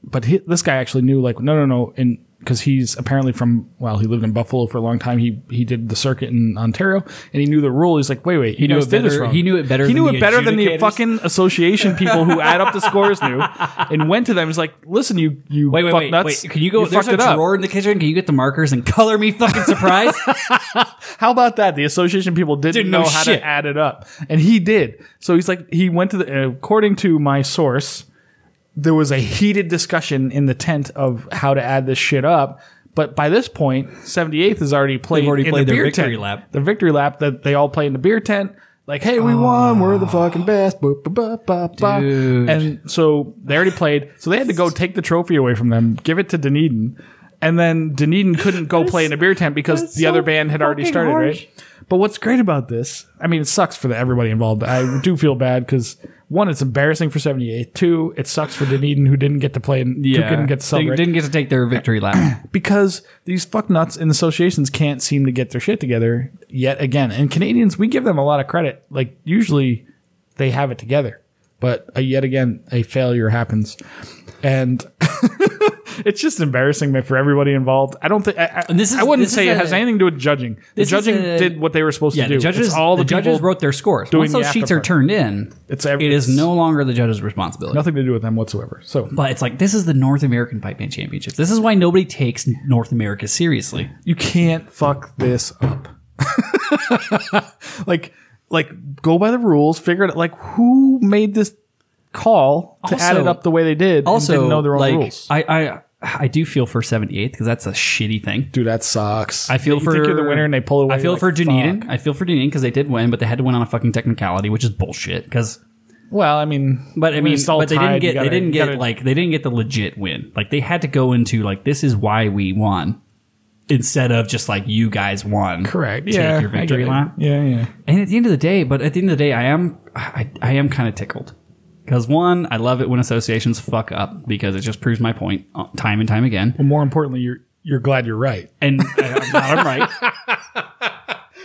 Speaker 1: but he, this guy actually knew, like, no, no, no, and because he's apparently from well, he lived in Buffalo for a long time. He he did the circuit in Ontario, and he knew the rule. He's like, wait, wait, he
Speaker 2: knew it
Speaker 1: did this
Speaker 2: better-
Speaker 1: wrong.
Speaker 2: he knew it better
Speaker 1: He
Speaker 2: than
Speaker 1: knew
Speaker 2: the
Speaker 1: it better than the
Speaker 2: adjudicators.
Speaker 1: fucking association people who add up the scores knew, and went to them. He's like, listen, you you
Speaker 2: Wait, wait,
Speaker 1: fuck
Speaker 2: wait,
Speaker 1: nuts.
Speaker 2: wait. Can you go? there's
Speaker 1: fucked
Speaker 2: a
Speaker 1: it up.
Speaker 2: drawer in the kitchen. Can you get the markers and color me
Speaker 1: [laughs]
Speaker 2: fucking surprise?
Speaker 1: How about that? The association people didn't,
Speaker 2: Didn't
Speaker 1: know,
Speaker 2: know
Speaker 1: how
Speaker 2: shit.
Speaker 1: to add it up, and he did. So he's like, he went to the. According to my source, there was a heated discussion in the tent of how to add this shit up. But by this point, 78th has already played.
Speaker 2: already
Speaker 1: in
Speaker 2: played
Speaker 1: the
Speaker 2: their
Speaker 1: beer
Speaker 2: victory
Speaker 1: tent.
Speaker 2: lap.
Speaker 1: The victory lap that they all play in the beer tent. Like, hey, we won. We're the fucking best. Boop, boop, boop, boop, boop.
Speaker 2: Dude.
Speaker 1: And so they already played. So they had to go take the trophy away from them, give it to Dunedin. And then Dunedin couldn't go play in a beer tent because the
Speaker 2: so
Speaker 1: other band had already
Speaker 2: fucking
Speaker 1: started,
Speaker 2: harsh.
Speaker 1: right? But what's great about this, I mean, it sucks for the, everybody involved. I do feel bad because one, it's embarrassing for 78. Two, it sucks for Dunedin who didn't get to play and who couldn't get to
Speaker 2: They
Speaker 1: celebrate
Speaker 2: didn't get to take their victory lap.
Speaker 1: because these fucknuts and associations can't seem to get their shit together yet again. And Canadians, we give them a lot of credit. Like usually, they have it together, but uh, yet again, a failure happens, and [laughs] it's just embarrassing man, for everybody involved. I don't think I, I,
Speaker 2: And this is-
Speaker 1: I wouldn't
Speaker 2: this is
Speaker 1: say it
Speaker 2: a-
Speaker 1: has anything to do with judging. The
Speaker 2: this is
Speaker 1: judging
Speaker 2: a-
Speaker 1: did what they were supposed
Speaker 2: [clears throat] Yeah,
Speaker 1: to do.
Speaker 2: the judges.
Speaker 1: it's all the,
Speaker 2: judges
Speaker 1: people-
Speaker 2: wrote their scores.
Speaker 1: doing
Speaker 2: Once those
Speaker 1: the
Speaker 2: sheets
Speaker 1: after
Speaker 2: are
Speaker 1: part.
Speaker 2: turned in,
Speaker 1: It's every-
Speaker 2: it is no longer the judge's responsibility.
Speaker 1: nothing to do with them whatsoever. So
Speaker 2: But it's like this is the North American Pipe Band Championships. This is why nobody takes North America seriously.
Speaker 1: you can't fuck this up. [laughs] like, like go by the rules. Figure it. out. Like, who made this call to add
Speaker 2: Also-
Speaker 1: it up the way they did?
Speaker 2: Also,
Speaker 1: and didn't know their own
Speaker 2: like
Speaker 1: rules.
Speaker 2: I, I, I do feel for 78th because that's a shitty thing.
Speaker 1: Dude, that sucks.
Speaker 2: I feel
Speaker 1: you
Speaker 2: for
Speaker 1: think you're the winner, and they pull away.
Speaker 2: I feel
Speaker 1: like,
Speaker 2: for Dunedin.
Speaker 1: fuck.
Speaker 2: I feel for Dunedin because they did win, but they had to win on a fucking technicality, which is bullshit. Because
Speaker 1: Well, I mean,
Speaker 2: But I
Speaker 1: when
Speaker 2: mean,
Speaker 1: it's all
Speaker 2: but they
Speaker 1: tied,
Speaker 2: didn't
Speaker 1: you
Speaker 2: get
Speaker 1: gotta-
Speaker 2: they didn't
Speaker 1: you
Speaker 2: get
Speaker 1: gotta-
Speaker 2: like they didn't get the legit win. Like they had to go into like this is why we won instead of just like you guys won.
Speaker 1: correct.
Speaker 2: Take
Speaker 1: yeah,
Speaker 2: your
Speaker 1: I get
Speaker 2: victory
Speaker 1: it.
Speaker 2: lap.
Speaker 1: Yeah, yeah.
Speaker 2: And at the end of the day, but at the end of the day, I am I, I am kind of tickled because one, I love it when associations fuck up because it just proves my point uh, time and time again.
Speaker 1: But more importantly, you're you're glad you're right.
Speaker 2: And [laughs] I, I'm, not, I'm right.
Speaker 1: [laughs]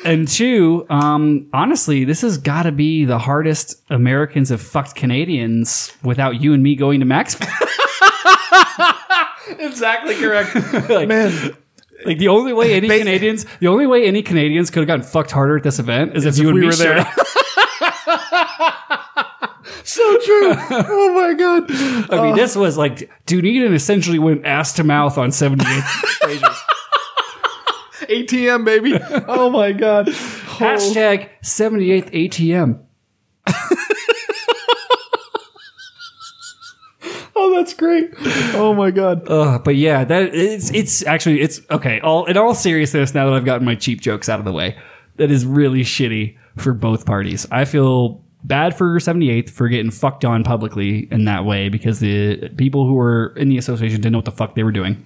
Speaker 2: And two, um, honestly, this has got to be the hardest Americans have fucked Canadians without you and me going to Maxville. [laughs]
Speaker 1: Exactly correct. [laughs] Man,
Speaker 2: Like the only way any
Speaker 1: They-
Speaker 2: Canadians, the only way any Canadians could have gotten fucked harder at this event is if you
Speaker 1: if
Speaker 2: and
Speaker 1: we
Speaker 2: me
Speaker 1: were there.
Speaker 2: showed
Speaker 1: [laughs]
Speaker 2: up.
Speaker 1: so [laughs] true. Oh my god.
Speaker 2: I mean, this was like dude Dunedin essentially went ass to mouth on 78
Speaker 1: [laughs]
Speaker 2: pages.
Speaker 1: ATM baby. Oh my god. Oh.
Speaker 2: Hashtag 78th ATM.
Speaker 1: Oh, that's great. Oh my god.
Speaker 2: Ugh, but yeah, that it's it's actually it's okay. All in all seriousness, now that I've gotten my cheap jokes out of the way, that is really shitty for both parties. I feel bad for 78th for getting fucked on publicly in that way because the people who were in the association didn't know what the fuck they were doing,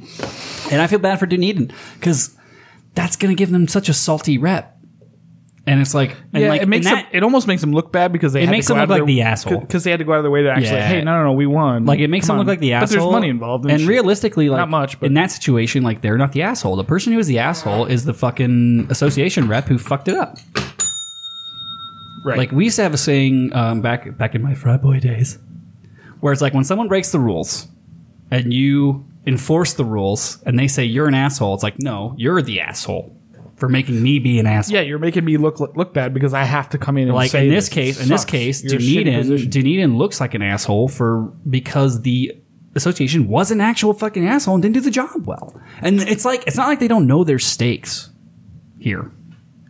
Speaker 2: and I feel bad for Dunedin because that's gonna give them such a salty rep. And it's like, and
Speaker 1: yeah,
Speaker 2: like,
Speaker 1: it makes
Speaker 2: and
Speaker 1: them, it almost makes them look bad because they it
Speaker 3: makes them look like the asshole.
Speaker 1: because they had to go out of their way to actually
Speaker 2: Yeah.
Speaker 1: hey no no no we won
Speaker 2: Like it makes
Speaker 1: Come
Speaker 2: them look
Speaker 1: on.
Speaker 2: like the
Speaker 1: but
Speaker 2: asshole.
Speaker 1: there's money involved
Speaker 2: and
Speaker 1: shit.
Speaker 2: realistically, like
Speaker 1: Not much, but-
Speaker 2: in that situation, like they're not the asshole. The person who is the asshole is the fucking association rep who fucked it up.
Speaker 1: right.
Speaker 2: Like we used to have a saying um, back back in my frat boy days, where it's like when someone breaks the rules, and you enforce the rules, and they say you're an asshole. It's like no, you're the asshole for making me be an asshole.
Speaker 1: yeah, you're making me look look bad because I have to come in and
Speaker 2: like
Speaker 1: say
Speaker 2: in this
Speaker 1: it
Speaker 2: case, in this
Speaker 1: sucks.
Speaker 2: case,
Speaker 1: You're in a shitty
Speaker 2: Dunedin,
Speaker 1: position.
Speaker 2: Dunedin looks like an asshole for because the association was an actual fucking asshole and didn't do the job well. And it's like it's not like they don't know their stakes here.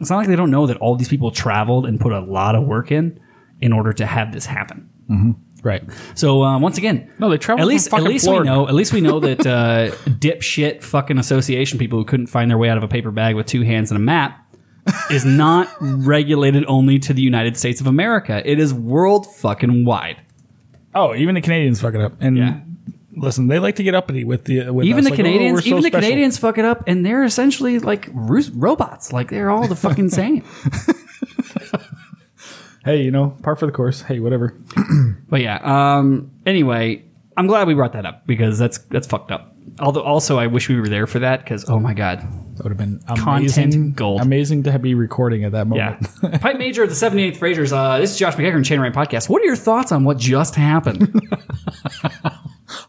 Speaker 2: It's not like they don't know that all these people traveled and put a lot of work in in order to have this happen.
Speaker 1: Mm-hmm. right?
Speaker 2: So uh, once again,
Speaker 1: No, they traveled
Speaker 2: At
Speaker 1: from
Speaker 2: least, at
Speaker 1: fucking
Speaker 2: least we
Speaker 1: Florida.
Speaker 2: know. At least we
Speaker 1: [laughs]
Speaker 2: know that uh, dipshit fucking association people who couldn't find their way out of a paper bag with two hands and a map is not regulated only to the United States of America. It is world fucking wide.
Speaker 1: Oh, even the Canadians fuck it up. And
Speaker 2: Yeah.
Speaker 1: listen, they like to get uppity with the with
Speaker 2: Even
Speaker 1: us,
Speaker 2: the
Speaker 1: like, oh,
Speaker 2: Canadians,
Speaker 1: we're so
Speaker 2: even the
Speaker 1: special.
Speaker 2: Canadians fuck it up, and they're essentially like roo- robots. Like they're all the fucking same.
Speaker 1: Hey, you know, par for the course. Hey, whatever.
Speaker 2: But yeah. Um. Anyway, I'm glad we brought that up because that's that's fucked up. Although, also, I wish we were there for that because oh my god,
Speaker 1: That would have been amazing,
Speaker 2: Content gold.
Speaker 1: Amazing to be recording at that
Speaker 2: Yeah.
Speaker 1: moment. [laughs]
Speaker 2: [laughs] Pipe Major of the 78th Frasers. Uh, this is Josh McEachern, Chain Rank Podcast. What are your thoughts on what just happened?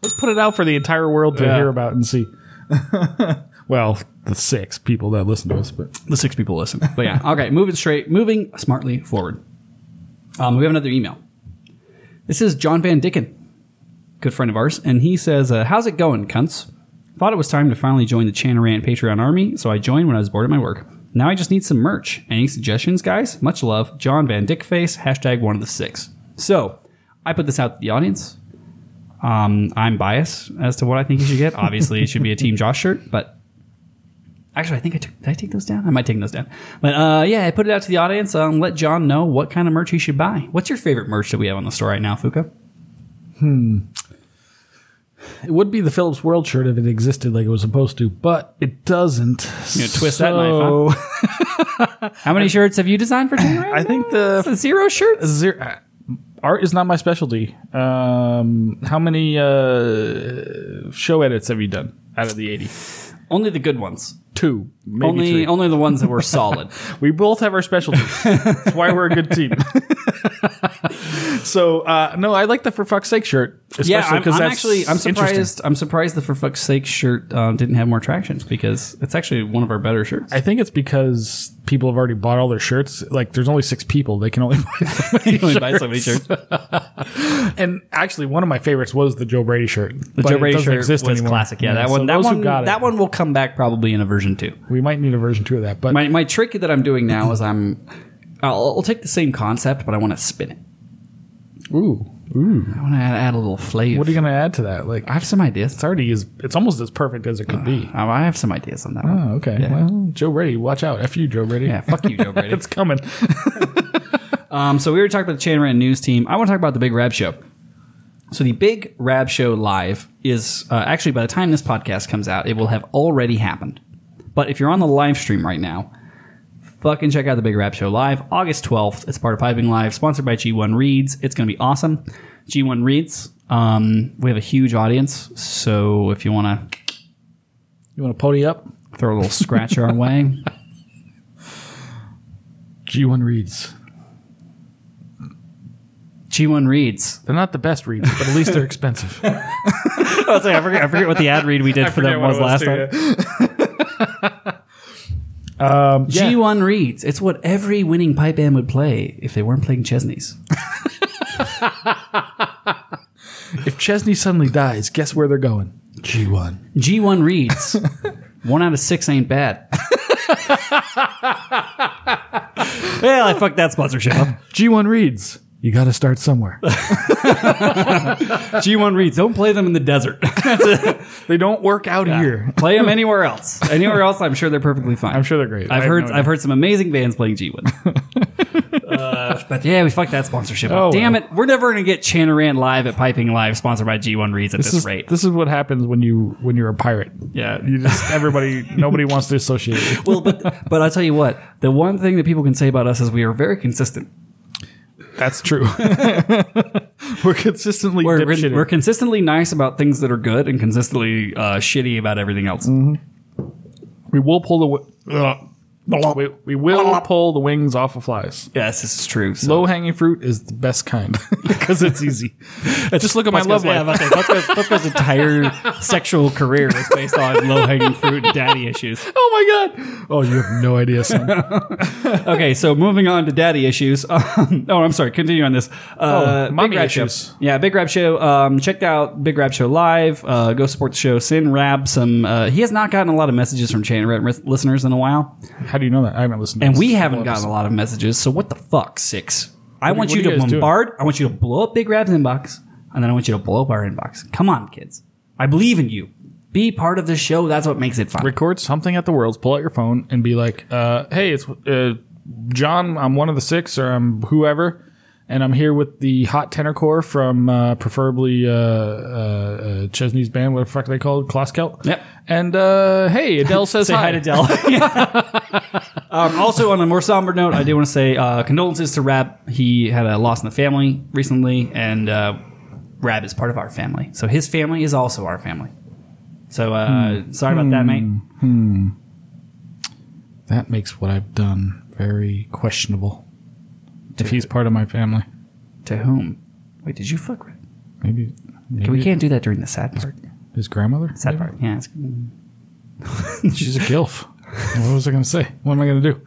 Speaker 1: Let's put it out for the entire world to
Speaker 2: Yeah.
Speaker 1: hear about and [laughs] see. well, the six people that listen to us, but
Speaker 2: the six people listen. But yeah, okay, moving straight, moving smartly forward. Um, we have another email. This is John Van Dicken, good friend of ours, and he says, uh, How's it going, cunts? Thought it was time to finally join the Chanarant Patreon army, so I joined when I was bored at my work. Now I just need some merch. Any suggestions, guys? Much love, John Van Dickface, hashtag one of the six. So, I put this out to the audience. Um, I'm biased as to what I think you should get. Obviously, it should be a Team Josh shirt, but Actually, I think I took. Did I take those down? I might take those down. But uh, yeah, I put it out to the audience. Um, let John know what kind of merch he should buy. What's your favorite merch that we have on the store right now, Fuka?
Speaker 1: it would be the Phillips World shirt if it existed like it was supposed to, but it doesn't.
Speaker 2: You gonna twist that knife,
Speaker 1: huh?
Speaker 2: How many shirts have you designed for January?
Speaker 1: I think the
Speaker 2: zero
Speaker 1: [laughs]
Speaker 2: shirts.
Speaker 1: zero, uh, art is not my specialty. Um, how many uh, show edits have you done out of the eighty?
Speaker 2: Only the good ones.
Speaker 1: Two, maybe
Speaker 2: Only
Speaker 1: three.
Speaker 2: only the ones that were [laughs] solid.
Speaker 1: We both have our specialties. That's why we're a good team. [laughs] so uh, no, I like the for fuck's sake shirt. Especially
Speaker 2: yeah, I'm,
Speaker 1: 'cause
Speaker 2: I'm
Speaker 1: that's
Speaker 2: actually I'm
Speaker 1: interesting.
Speaker 2: surprised. I'm surprised the for fuck's sake shirt um, didn't have more traction because it's actually one of our better shirts.
Speaker 1: I think it's because people have already bought all their shirts. Like, there's only six people; they can only [laughs] buy.
Speaker 2: [laughs]
Speaker 1: so many
Speaker 2: only buy so many shirts.
Speaker 1: and actually, one of my favorites was the Joe Brady shirt.
Speaker 2: The Joe Brady
Speaker 1: doesn't
Speaker 2: shirt
Speaker 1: exist
Speaker 2: was
Speaker 1: anymore.
Speaker 2: classic. Yeah, that
Speaker 1: so
Speaker 2: one. that
Speaker 1: those who
Speaker 2: one.
Speaker 1: got it,
Speaker 2: That one will come back probably in a version two.
Speaker 1: We might need a version two of that, but
Speaker 2: my, my trick that I'm doing now is I'm I'll, I'll take the same concept, but I want to spin it.
Speaker 1: ooh, ooh,
Speaker 2: I want to add, add a little flavor.
Speaker 1: what are you gonna add to that? Like,
Speaker 2: I have some ideas.
Speaker 1: it's already as it's almost as perfect as it could
Speaker 2: [sighs]
Speaker 1: be.
Speaker 2: Um, I have some ideas on that one.
Speaker 1: Oh, okay.
Speaker 2: Yeah.
Speaker 1: Well, Joe Brady, watch out! F you, Joe Brady.
Speaker 2: Yeah,
Speaker 1: [laughs]
Speaker 2: fuck you, Joe Brady.
Speaker 1: it's coming.
Speaker 2: um, so we were talking about the Chan Rant News team. I want to talk about the Big Rab Show. So the Big Rab Show live is uh, actually by the time this podcast comes out, it will have already happened. But if you're on the live stream right now, fucking check out the Big Rab Show live August 12th. It's part of Piping Live, sponsored by G1 Reads. It's going to be awesome. G1 Reads. Um, we have a huge audience, so if you want to
Speaker 1: you want to pony up?
Speaker 2: throw a little scratch [laughs] our way,
Speaker 1: G1 reads.
Speaker 2: G1 Reads.
Speaker 1: They're not the best reads, but at least they're [laughs] expensive.
Speaker 2: I forget, what the ad read we did for
Speaker 1: forget
Speaker 2: them
Speaker 1: what
Speaker 2: was
Speaker 1: it was
Speaker 2: last
Speaker 1: too,
Speaker 2: time.
Speaker 1: Um, yeah. [laughs]
Speaker 2: G1 reads, it's what every winning pipe band would play if they weren't playing Chesney's.
Speaker 1: If Chesney suddenly dies, guess where they're going? G1. [laughs]
Speaker 2: G1 reads, one out of six ain't bad. well, I fucked that sponsorship up.
Speaker 1: G1 reads, you got to start somewhere.
Speaker 2: G1 reads, don't play them in the desert. [laughs] That's it.
Speaker 1: [laughs] they don't work out here.
Speaker 2: Play them anywhere else. Anywhere else, I'm sure they're perfectly fine.
Speaker 1: I'm sure they're great. I
Speaker 2: I've
Speaker 1: have
Speaker 2: heard
Speaker 1: no
Speaker 2: I've heard some amazing bands
Speaker 1: [laughs]
Speaker 2: playing G1. uh, but yeah, we fucked that sponsorship up.
Speaker 1: Oh,
Speaker 2: Damn
Speaker 1: well.
Speaker 2: it. We're never going to get Chanaran live at Piping Live sponsored by G1 Reads at this,
Speaker 1: this is,
Speaker 2: rate.
Speaker 1: this is what happens when you when you're a pirate.
Speaker 2: yeah.
Speaker 1: You just everybody [laughs] nobody wants to associate. with you.
Speaker 2: well, but, but I'll tell you what, the one thing that people can say about us is we are very consistent.
Speaker 1: That's true. [laughs] we're consistently
Speaker 2: We're,
Speaker 1: dipshitting.
Speaker 2: we're consistently nice about things that are good and consistently uh, shitty about everything else.
Speaker 1: Mm-hmm. we will pull the wi- Ugh. we, we will pull the wings off of flies.
Speaker 2: Yes, this is true. So.
Speaker 1: Low hanging fruit is the best kind because it's
Speaker 2: [laughs]
Speaker 1: easy. [laughs] Just look at my love life.
Speaker 2: entire sexual career is based on low hanging fruit and daddy issues.
Speaker 1: [laughs] Oh my god! Oh, you have no idea, son. [laughs]
Speaker 2: Okay, so moving on to daddy issues. [laughs] Um, oh, I'm sorry. Continue on this. Uh,
Speaker 1: Oh, mommy
Speaker 2: Big Rab
Speaker 1: issues.
Speaker 2: Show. Yeah, Big Rab Show. Um, checked out Big Rab Show live. Uh, go support the show. Send Rab some. Uh, he has not gotten a lot of messages from Channel Red ris- listeners in a while,
Speaker 1: How do you know that? I haven't listened. to
Speaker 2: and
Speaker 1: this
Speaker 2: we
Speaker 1: whole
Speaker 2: haven't
Speaker 1: episode.
Speaker 2: gotten a lot of messages. So what the fuck, six? I want
Speaker 1: what
Speaker 2: you
Speaker 1: are
Speaker 2: to
Speaker 1: you guys doing?
Speaker 2: bombard. I want you to blow up Big Rab's inbox, and then I want you to blow up our inbox. Come on, kids. I believe in you. Be part of the show. That's what makes it fun.
Speaker 1: record something at the worlds pull out your phone and be like uh, hey it's uh, john i'm one of the six or i'm whoever and i'm here with the hot tenor core from uh, preferably uh, uh, uh, chesney's band what the fuck are they called Kloskelt.
Speaker 2: Yep.
Speaker 1: and uh, hey [laughs] adele says
Speaker 2: Say hi to [laughs] Dell. um, also, on a more somber note, I do want to say uh, condolences to Rab. He had a loss in the family recently, and uh, Rab is part of our family. So his family is also our family. So uh, sorry about that, mate.
Speaker 1: that makes what i've done very questionable if he's part of my family
Speaker 2: To whom? Wait, did you fuck Rab?
Speaker 1: maybe, maybe
Speaker 2: We can't do that during the sad part.
Speaker 1: his grandmother
Speaker 2: Sad part. Yeah. It's,
Speaker 1: she's a gilf what was i going to say what am i going to do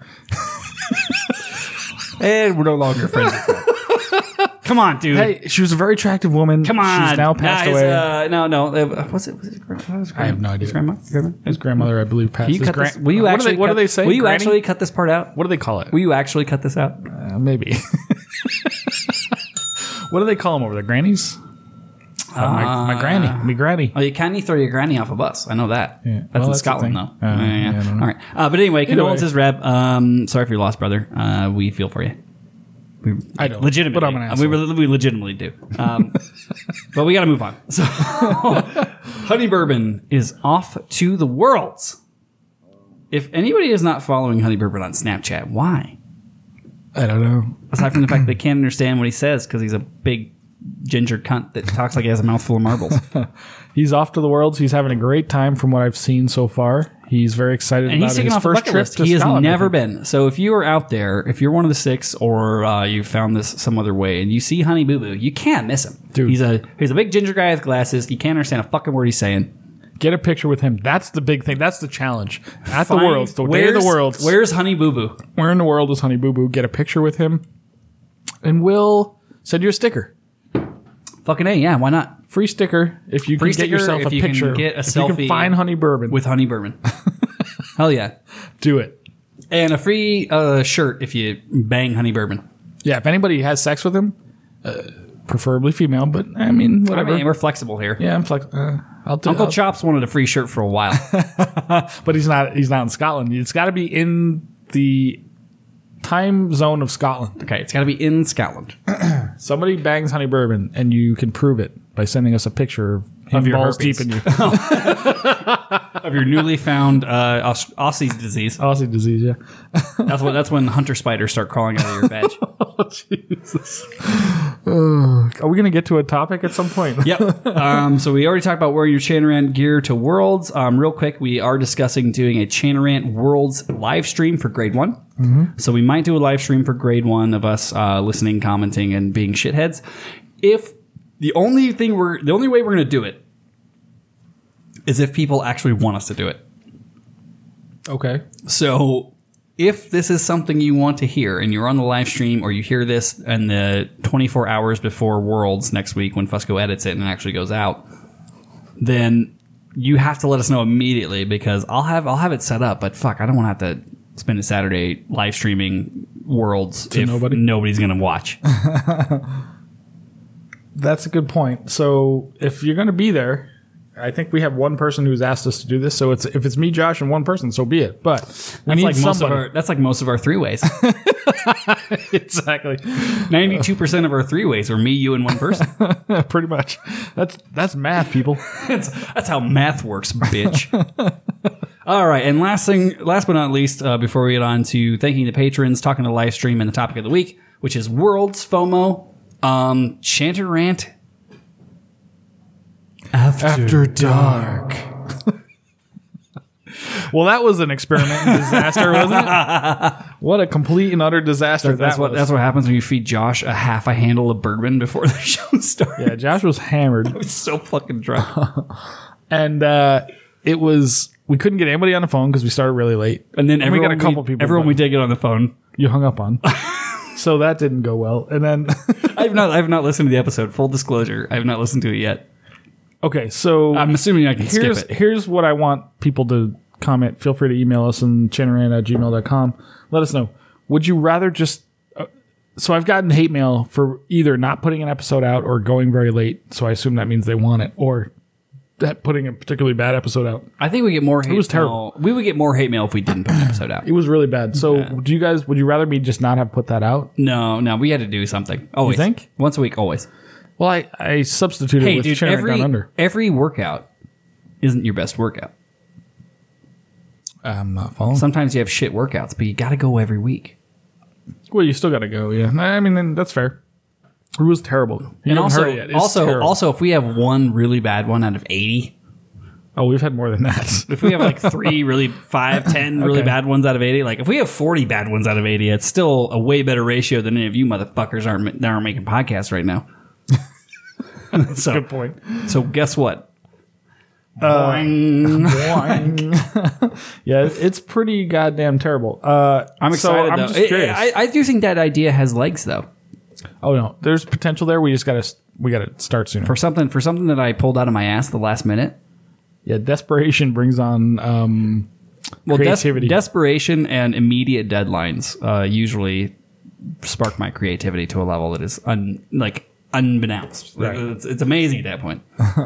Speaker 2: and we're no longer friends. with [laughs] Rab. Come on, dude.
Speaker 1: hey she was a very attractive woman
Speaker 2: Come on.
Speaker 1: she's now passed
Speaker 2: Guys,
Speaker 1: away
Speaker 2: Uh, no, no. Uh, was it? Was it? grandma? Was it grandma?
Speaker 1: I have no idea.
Speaker 2: His grandma. Grandma.
Speaker 1: His grandmother, I believe, passed.
Speaker 2: Will you
Speaker 1: his
Speaker 2: cut
Speaker 1: gran-
Speaker 2: this? Will you
Speaker 1: what
Speaker 2: actually?
Speaker 1: Do they, what
Speaker 2: cut,
Speaker 1: do they say?
Speaker 2: Will you
Speaker 1: Granny?
Speaker 2: actually cut this part out?
Speaker 1: What do they call it?
Speaker 2: Will you actually cut this out?
Speaker 1: Uh, maybe. [laughs] what do they call them over there? Grannies. Uh, my, my granny. My granny.
Speaker 2: Oh, you can't throw your granny off a bus. I know that.
Speaker 1: Yeah. Well,
Speaker 2: That's in
Speaker 1: that's the
Speaker 2: Scotland,
Speaker 1: thing.
Speaker 2: though.
Speaker 1: Uh,
Speaker 2: Yeah, yeah,
Speaker 1: yeah,
Speaker 2: yeah.
Speaker 1: I don't know.
Speaker 2: All right. Uh, but anyway, condolences,
Speaker 1: way.
Speaker 2: Reb. Um, sorry for your loss, brother. Uh, we feel for you. We
Speaker 1: I don't.
Speaker 2: legitimately,
Speaker 1: But I'm an
Speaker 2: Uh, we,
Speaker 1: asshole.
Speaker 2: re- we legitimately do. Um, [laughs] but we got to move on. [laughs] So, Honey Bourbon is off to the worlds. If anybody is not following Honey Bourbon on Snapchat, why?
Speaker 1: I don't know.
Speaker 2: aside from
Speaker 1: [clears throat]
Speaker 2: the fact they can't understand what he says because he's a big ginger cunt that talks like he has a mouthful of
Speaker 1: [laughs]
Speaker 2: marbles.
Speaker 1: He's off to the worlds. He's having a great time from what I've seen so far. He's very excited
Speaker 2: and
Speaker 1: about
Speaker 2: he's taking
Speaker 1: his
Speaker 2: off a
Speaker 1: first
Speaker 2: bucket
Speaker 1: trip
Speaker 2: list.
Speaker 1: to
Speaker 2: He has
Speaker 1: Scotland, I
Speaker 2: never
Speaker 1: think.
Speaker 2: been. So if you are out there, if you're one of the six, or uh, you found this some other way, and you see Honey Boo Boo, you can't miss him.
Speaker 1: Dude.
Speaker 2: he's a he's a big ginger guy with glasses. You can't understand a fucking word he's saying.
Speaker 1: Get a picture with him. That's the big thing. That's the challenge. At the
Speaker 2: Find-
Speaker 1: worlds, the day of the
Speaker 2: where's-
Speaker 1: worlds.
Speaker 2: Where's Honey Boo Boo?
Speaker 1: where in the world is Honey Boo Boo? Get a picture with him, and we'll send you a sticker.
Speaker 2: Fucking a yeah. Why not
Speaker 1: Free sticker if you
Speaker 2: Free
Speaker 1: can
Speaker 2: sticker
Speaker 1: get yourself
Speaker 2: if
Speaker 1: a
Speaker 2: you can
Speaker 1: picture.
Speaker 2: get a
Speaker 1: if you
Speaker 2: selfie
Speaker 1: can find Honey Bourbon,
Speaker 2: with
Speaker 1: [laughs]
Speaker 2: Honey Bourbon? Hell yeah,
Speaker 1: do it.
Speaker 2: and a free uh, shirt if you bang Honey Bourbon.
Speaker 1: Yeah, if anybody has sex with him, uh, preferably female, but I mean, whatever.
Speaker 2: I mean, we're flexible here.
Speaker 1: yeah, I'm flex. Uh, I'll do.
Speaker 2: Uncle
Speaker 1: I'll-
Speaker 2: Chops wanted a free shirt for a while.
Speaker 1: but he's not. He's not in Scotland. It's got to be in the time zone of Scotland.
Speaker 2: okay, it's got to be in Scotland.
Speaker 1: Somebody bangs honey bourbon, and you can prove it by sending us a picture of him
Speaker 2: your
Speaker 1: balls
Speaker 2: herpes.
Speaker 1: deep [laughs] in you.
Speaker 2: Of your newly found uh, Aus- Aussie's disease.
Speaker 1: Aussie disease. Yeah.
Speaker 2: That's what. That's when hunter spiders start crawling out of your veg.
Speaker 1: Oh, [laughs] Jesus. Ugh. are we gonna get to a topic at some point?
Speaker 2: yep. Um, so we already talked about wearing your Chanarant gear to Worlds. Um, real quick, we are discussing doing a Chanarant Worlds live stream for Grade One. So we might do a live stream for Grade One of us uh, listening, commenting, and being shitheads. If the only thing we're the only way we're going to do it is if people actually want us to do it.
Speaker 1: Okay.
Speaker 2: So if this is something you want to hear and you're on the live stream or you hear this in the 24 hours before Worlds next week when Fusco edits it and it actually goes out, then you have to let us know immediately because I'll have I'll have it set up, but fuck, I don't want to have to spend a Saturday live streaming Worlds to if
Speaker 1: nobody?
Speaker 2: nobody's going to
Speaker 1: [laughs]
Speaker 2: watch.
Speaker 1: That's a good point. So if you're going to be there, I think we have one person who's asked us to do this. So it's if it's me, Josh, and one person, so be it. But we
Speaker 2: That's
Speaker 1: need
Speaker 2: like most of
Speaker 1: somebody.
Speaker 2: our that's like most of our
Speaker 1: [laughs]
Speaker 2: three ways.
Speaker 1: exactly,
Speaker 2: Ninety two percent of our three ways are me, you, and one person.
Speaker 1: [laughs] pretty much. That's that's math, people.
Speaker 2: that's, that's how math
Speaker 1: [laughs]
Speaker 2: works, bitch. All right, and last thing, last but not least, uh, before we get on to thanking the patrons, talking to live stream, and the topic of the week, which is Worlds FOMO, um, Chanter Rant.
Speaker 1: After dark. [laughs] well, that was an experiment in disaster, wasn't it? [laughs] What a complete and utter disaster
Speaker 2: That's
Speaker 1: that
Speaker 2: what
Speaker 1: was.
Speaker 2: that's what happens when you feed Josh a half a handle of Birdman before the [laughs] show starts.
Speaker 1: yeah, Josh was hammered.
Speaker 2: He's so fucking drunk.
Speaker 1: and uh, it was we couldn't get anybody on the phone because we started really late.
Speaker 2: [laughs] And then everyone
Speaker 1: got a couple people,
Speaker 2: Everyone
Speaker 1: but-
Speaker 2: we did get on the phone.
Speaker 1: You hung up
Speaker 2: [laughs]
Speaker 1: on, so that didn't go well. And then [laughs]
Speaker 2: I've not I've not listened to the episode. Full disclosure, I've not listened to it yet.
Speaker 1: okay, so
Speaker 2: I'm assuming I can
Speaker 1: here's
Speaker 2: skip it.
Speaker 1: here's what I want people to comment. Feel free to email us on chanaran at gmail.com. Let us know. Would you rather just uh, so I've gotten hate mail for either not putting an episode out or going very late. So I assume that means they want it or that putting a particularly bad episode out.
Speaker 2: I think we get more hate
Speaker 1: was
Speaker 2: mail.
Speaker 1: terrible.
Speaker 2: We would get more hate mail if we didn't put an episode out.
Speaker 1: It was really bad. So do you guys would you rather me just not have put that out?
Speaker 2: No, no, we had to do something. Always.
Speaker 1: think?
Speaker 2: Once a week, always.
Speaker 1: Well, I, I substituted
Speaker 2: Hey,
Speaker 1: with
Speaker 2: dude,
Speaker 1: Chanaran
Speaker 2: every,
Speaker 1: down under.
Speaker 2: every workout isn't your best workout.
Speaker 1: I'm not following.
Speaker 2: Sometimes you have shit workouts, but you got to go every week.
Speaker 1: Well, you still got to go. Yeah, I mean then that's fair. It was terrible. You
Speaker 2: And
Speaker 1: haven't
Speaker 2: also,
Speaker 1: heard it yet. It's
Speaker 2: also,
Speaker 1: terrible.
Speaker 2: also, if we have one really bad one out of 80,
Speaker 1: oh, we've had more than that.
Speaker 2: [laughs] if we have
Speaker 1: [laughs]
Speaker 2: like three really, five, ten really
Speaker 1: Okay.
Speaker 2: bad ones out of 80, like if we have 40 bad ones out of 80, it's still a way better ratio than any of you motherfuckers aren't, that aren't making podcasts
Speaker 1: [laughs]
Speaker 2: right now. [laughs] so,
Speaker 1: Good point.
Speaker 2: so guess what?
Speaker 1: [laughs] yeah, it's pretty goddamn terrible. Uh,
Speaker 2: I'm excited
Speaker 1: So I'm
Speaker 2: though.
Speaker 1: just
Speaker 2: It-
Speaker 1: curious.
Speaker 2: I, I do think that idea has legs though.
Speaker 1: oh no, there's potential there. We just gotta we gotta start sooner.
Speaker 2: For something for something that I pulled out of my ass the last minute.
Speaker 1: yeah, desperation brings on um,
Speaker 2: Well, des-
Speaker 1: creativity.
Speaker 2: desperation, and immediate deadlines uh, usually spark my creativity to a level that is un- like unbeknownst. Like,
Speaker 1: Right.
Speaker 2: It's, it's amazing at that point.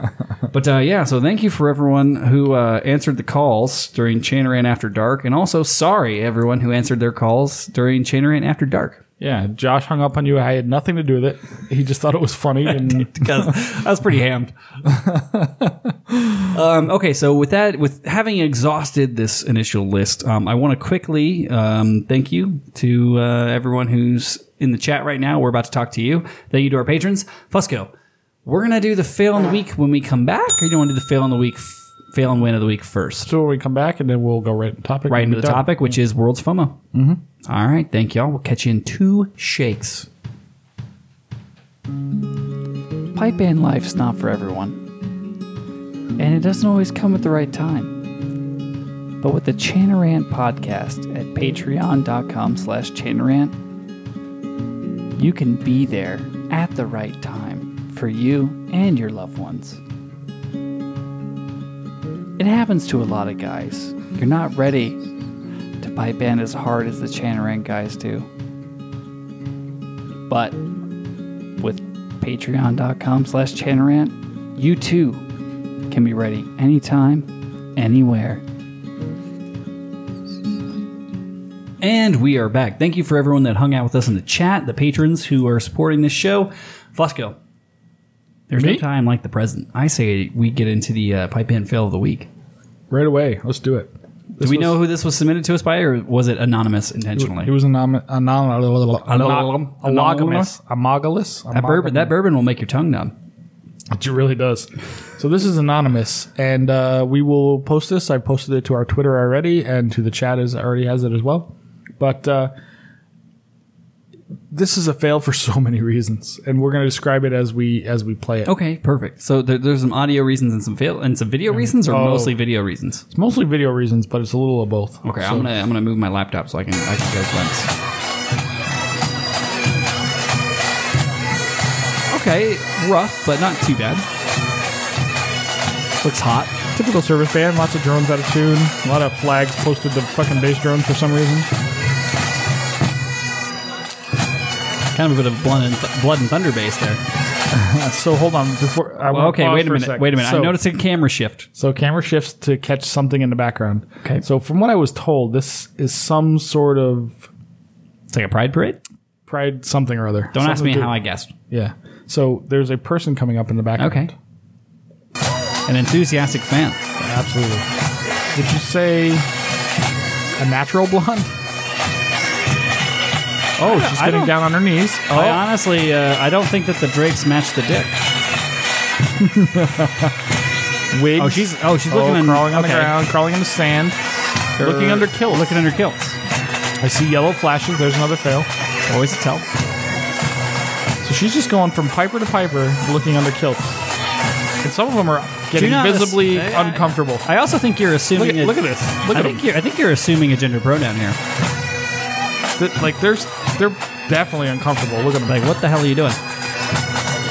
Speaker 2: [laughs] but uh, yeah, so thank you for everyone who uh, answered the calls during Chanaran After Dark, and also sorry everyone who answered their calls during Chanaran After Dark.
Speaker 1: yeah, Josh hung up on you. I had nothing to do with it. He just thought it was
Speaker 2: [laughs]
Speaker 1: funny. And
Speaker 2: because I was pretty hammed. um, okay, so with that, with having exhausted this initial list, um, I want to quickly um, thank you to uh, everyone who's in the chat right now. We're about to talk to you. Thank you to our patrons. Fusco, we're gonna do the fail in the week when we come back, or you want to do the fail in the week, f- fail and win of the week first
Speaker 1: so when we come back, and then we'll go right into topic.
Speaker 2: right
Speaker 1: and
Speaker 2: into
Speaker 1: be
Speaker 2: the
Speaker 1: done.
Speaker 2: topic, which is World's FOMO. Mm-hmm. right, thank y'all. We'll catch you in two shakes. Pipe band life's not for everyone, and it doesn't always come at the right time. But with the Chanarant podcast at patreon.com slash Chanarant, you can be there at the right time for you and your loved ones. It happens to a lot of guys. You're not ready to pipe in as hard as the Chanaran guys do. But with patreon.com slash Chanarant, you too can be ready anytime, anywhere. And we are back. Thank you for everyone that hung out with us in the chat, the patrons who are supporting this show. Fusco, there's
Speaker 1: Me?
Speaker 2: no time like the present. I say we get into the uh, pipe in fail of the week.
Speaker 1: right away. Let's do it.
Speaker 2: Do we know who this was submitted to us by, or was it anonymous intentionally?
Speaker 1: It was anom- anom-
Speaker 2: Anom-
Speaker 1: anomalous. Amogalous.
Speaker 2: that bourbon. That bourbon will make your tongue numb.
Speaker 1: It really does. So this is anonymous, and uh, we will post this. I posted it to our Twitter already, and to the chat is already has it as well. But uh, this is a fail for [laughs] so many reasons, and we're going to describe it as we as we play it.
Speaker 2: Okay, Mm-hmm. perfect. So there, there's some audio reasons and some fail and some video reasons, or
Speaker 1: oh.
Speaker 2: mostly video reasons.
Speaker 1: It's mostly video reasons, but it's a little of both.
Speaker 2: Okay,
Speaker 1: So-
Speaker 2: I'm gonna I'm gonna move my laptop so I can I can go glimpse. Okay, rough but not too bad. Looks hot.
Speaker 1: Typical service band, lots of drones out of tune, a lot of flags posted to fucking bass drone for some reason.
Speaker 2: Kind of a bit of blood and th- blood and thunder bass there.
Speaker 1: Uh, So hold on before. I
Speaker 2: Well,
Speaker 1: wanna
Speaker 2: okay,
Speaker 1: pause
Speaker 2: wait a
Speaker 1: for
Speaker 2: minute.
Speaker 1: sec.
Speaker 2: wait a minute.
Speaker 1: So,
Speaker 2: I'm noticing a camera shift.
Speaker 1: So camera shifts to catch something in the background.
Speaker 2: Okay.
Speaker 1: So from what I was told, this is some sort of
Speaker 2: It's like a pride parade.
Speaker 1: pride something or other.
Speaker 2: Don't ask
Speaker 1: Something
Speaker 2: me
Speaker 1: to-
Speaker 2: how I guessed.
Speaker 1: Yeah. So there's a person coming up in the background.
Speaker 2: Okay. An enthusiastic fan.
Speaker 1: Absolutely. Would you say a natural blonde? Oh, she's
Speaker 2: I
Speaker 1: getting
Speaker 2: don't-
Speaker 1: down on her knees. Oh,
Speaker 2: I honestly, uh, I don't think that the Drakes match the dick.
Speaker 1: wigs.
Speaker 2: Oh, she's oh she's
Speaker 1: Oh,
Speaker 2: looking in-
Speaker 1: crawling on
Speaker 2: okay.
Speaker 1: the ground, crawling in the sand, looking under kilts.
Speaker 2: looking under kilts.
Speaker 1: I see yellow flashes. There's another fail.
Speaker 2: Always a tell.
Speaker 1: So she's just going from piper to piper, looking under kilts, and some of them are getting
Speaker 2: not-
Speaker 1: visibly
Speaker 2: I- I-
Speaker 1: uncomfortable.
Speaker 2: I also think you're assuming.
Speaker 1: Look at-
Speaker 2: a-
Speaker 1: look at this. Look
Speaker 2: I
Speaker 1: at
Speaker 2: think
Speaker 1: him.
Speaker 2: you're. I think you're assuming a gender pronoun here.
Speaker 1: Th- like there's, they're definitely uncomfortable. Look at them.
Speaker 2: Like, what the hell are you doing?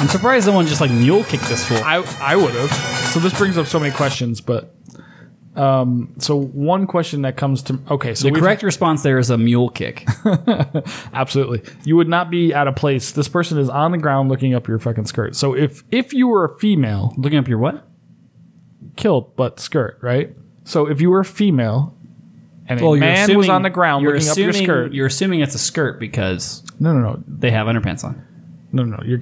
Speaker 2: I'm surprised no one just like mule kicked this fool.
Speaker 1: I I would have. So this brings up so many questions, but um, so one question that comes to okay, so
Speaker 2: the
Speaker 1: we've-
Speaker 2: correct response there is a mule
Speaker 1: [laughs]
Speaker 2: kick.
Speaker 1: absolutely, you would not be out of place. This person is on the ground looking up your fucking skirt. So if if you were a female,
Speaker 2: Looking up your what?
Speaker 1: kilt but skirt, right? So if you were a female. And a
Speaker 2: Well, you're
Speaker 1: man was
Speaker 2: assuming-
Speaker 1: on the ground
Speaker 2: you're
Speaker 1: looking up your
Speaker 2: assuming-
Speaker 1: skirt.
Speaker 2: You're assuming it's a skirt because
Speaker 1: No, no, no,
Speaker 2: they have underpants on.
Speaker 1: no, no. no. You're,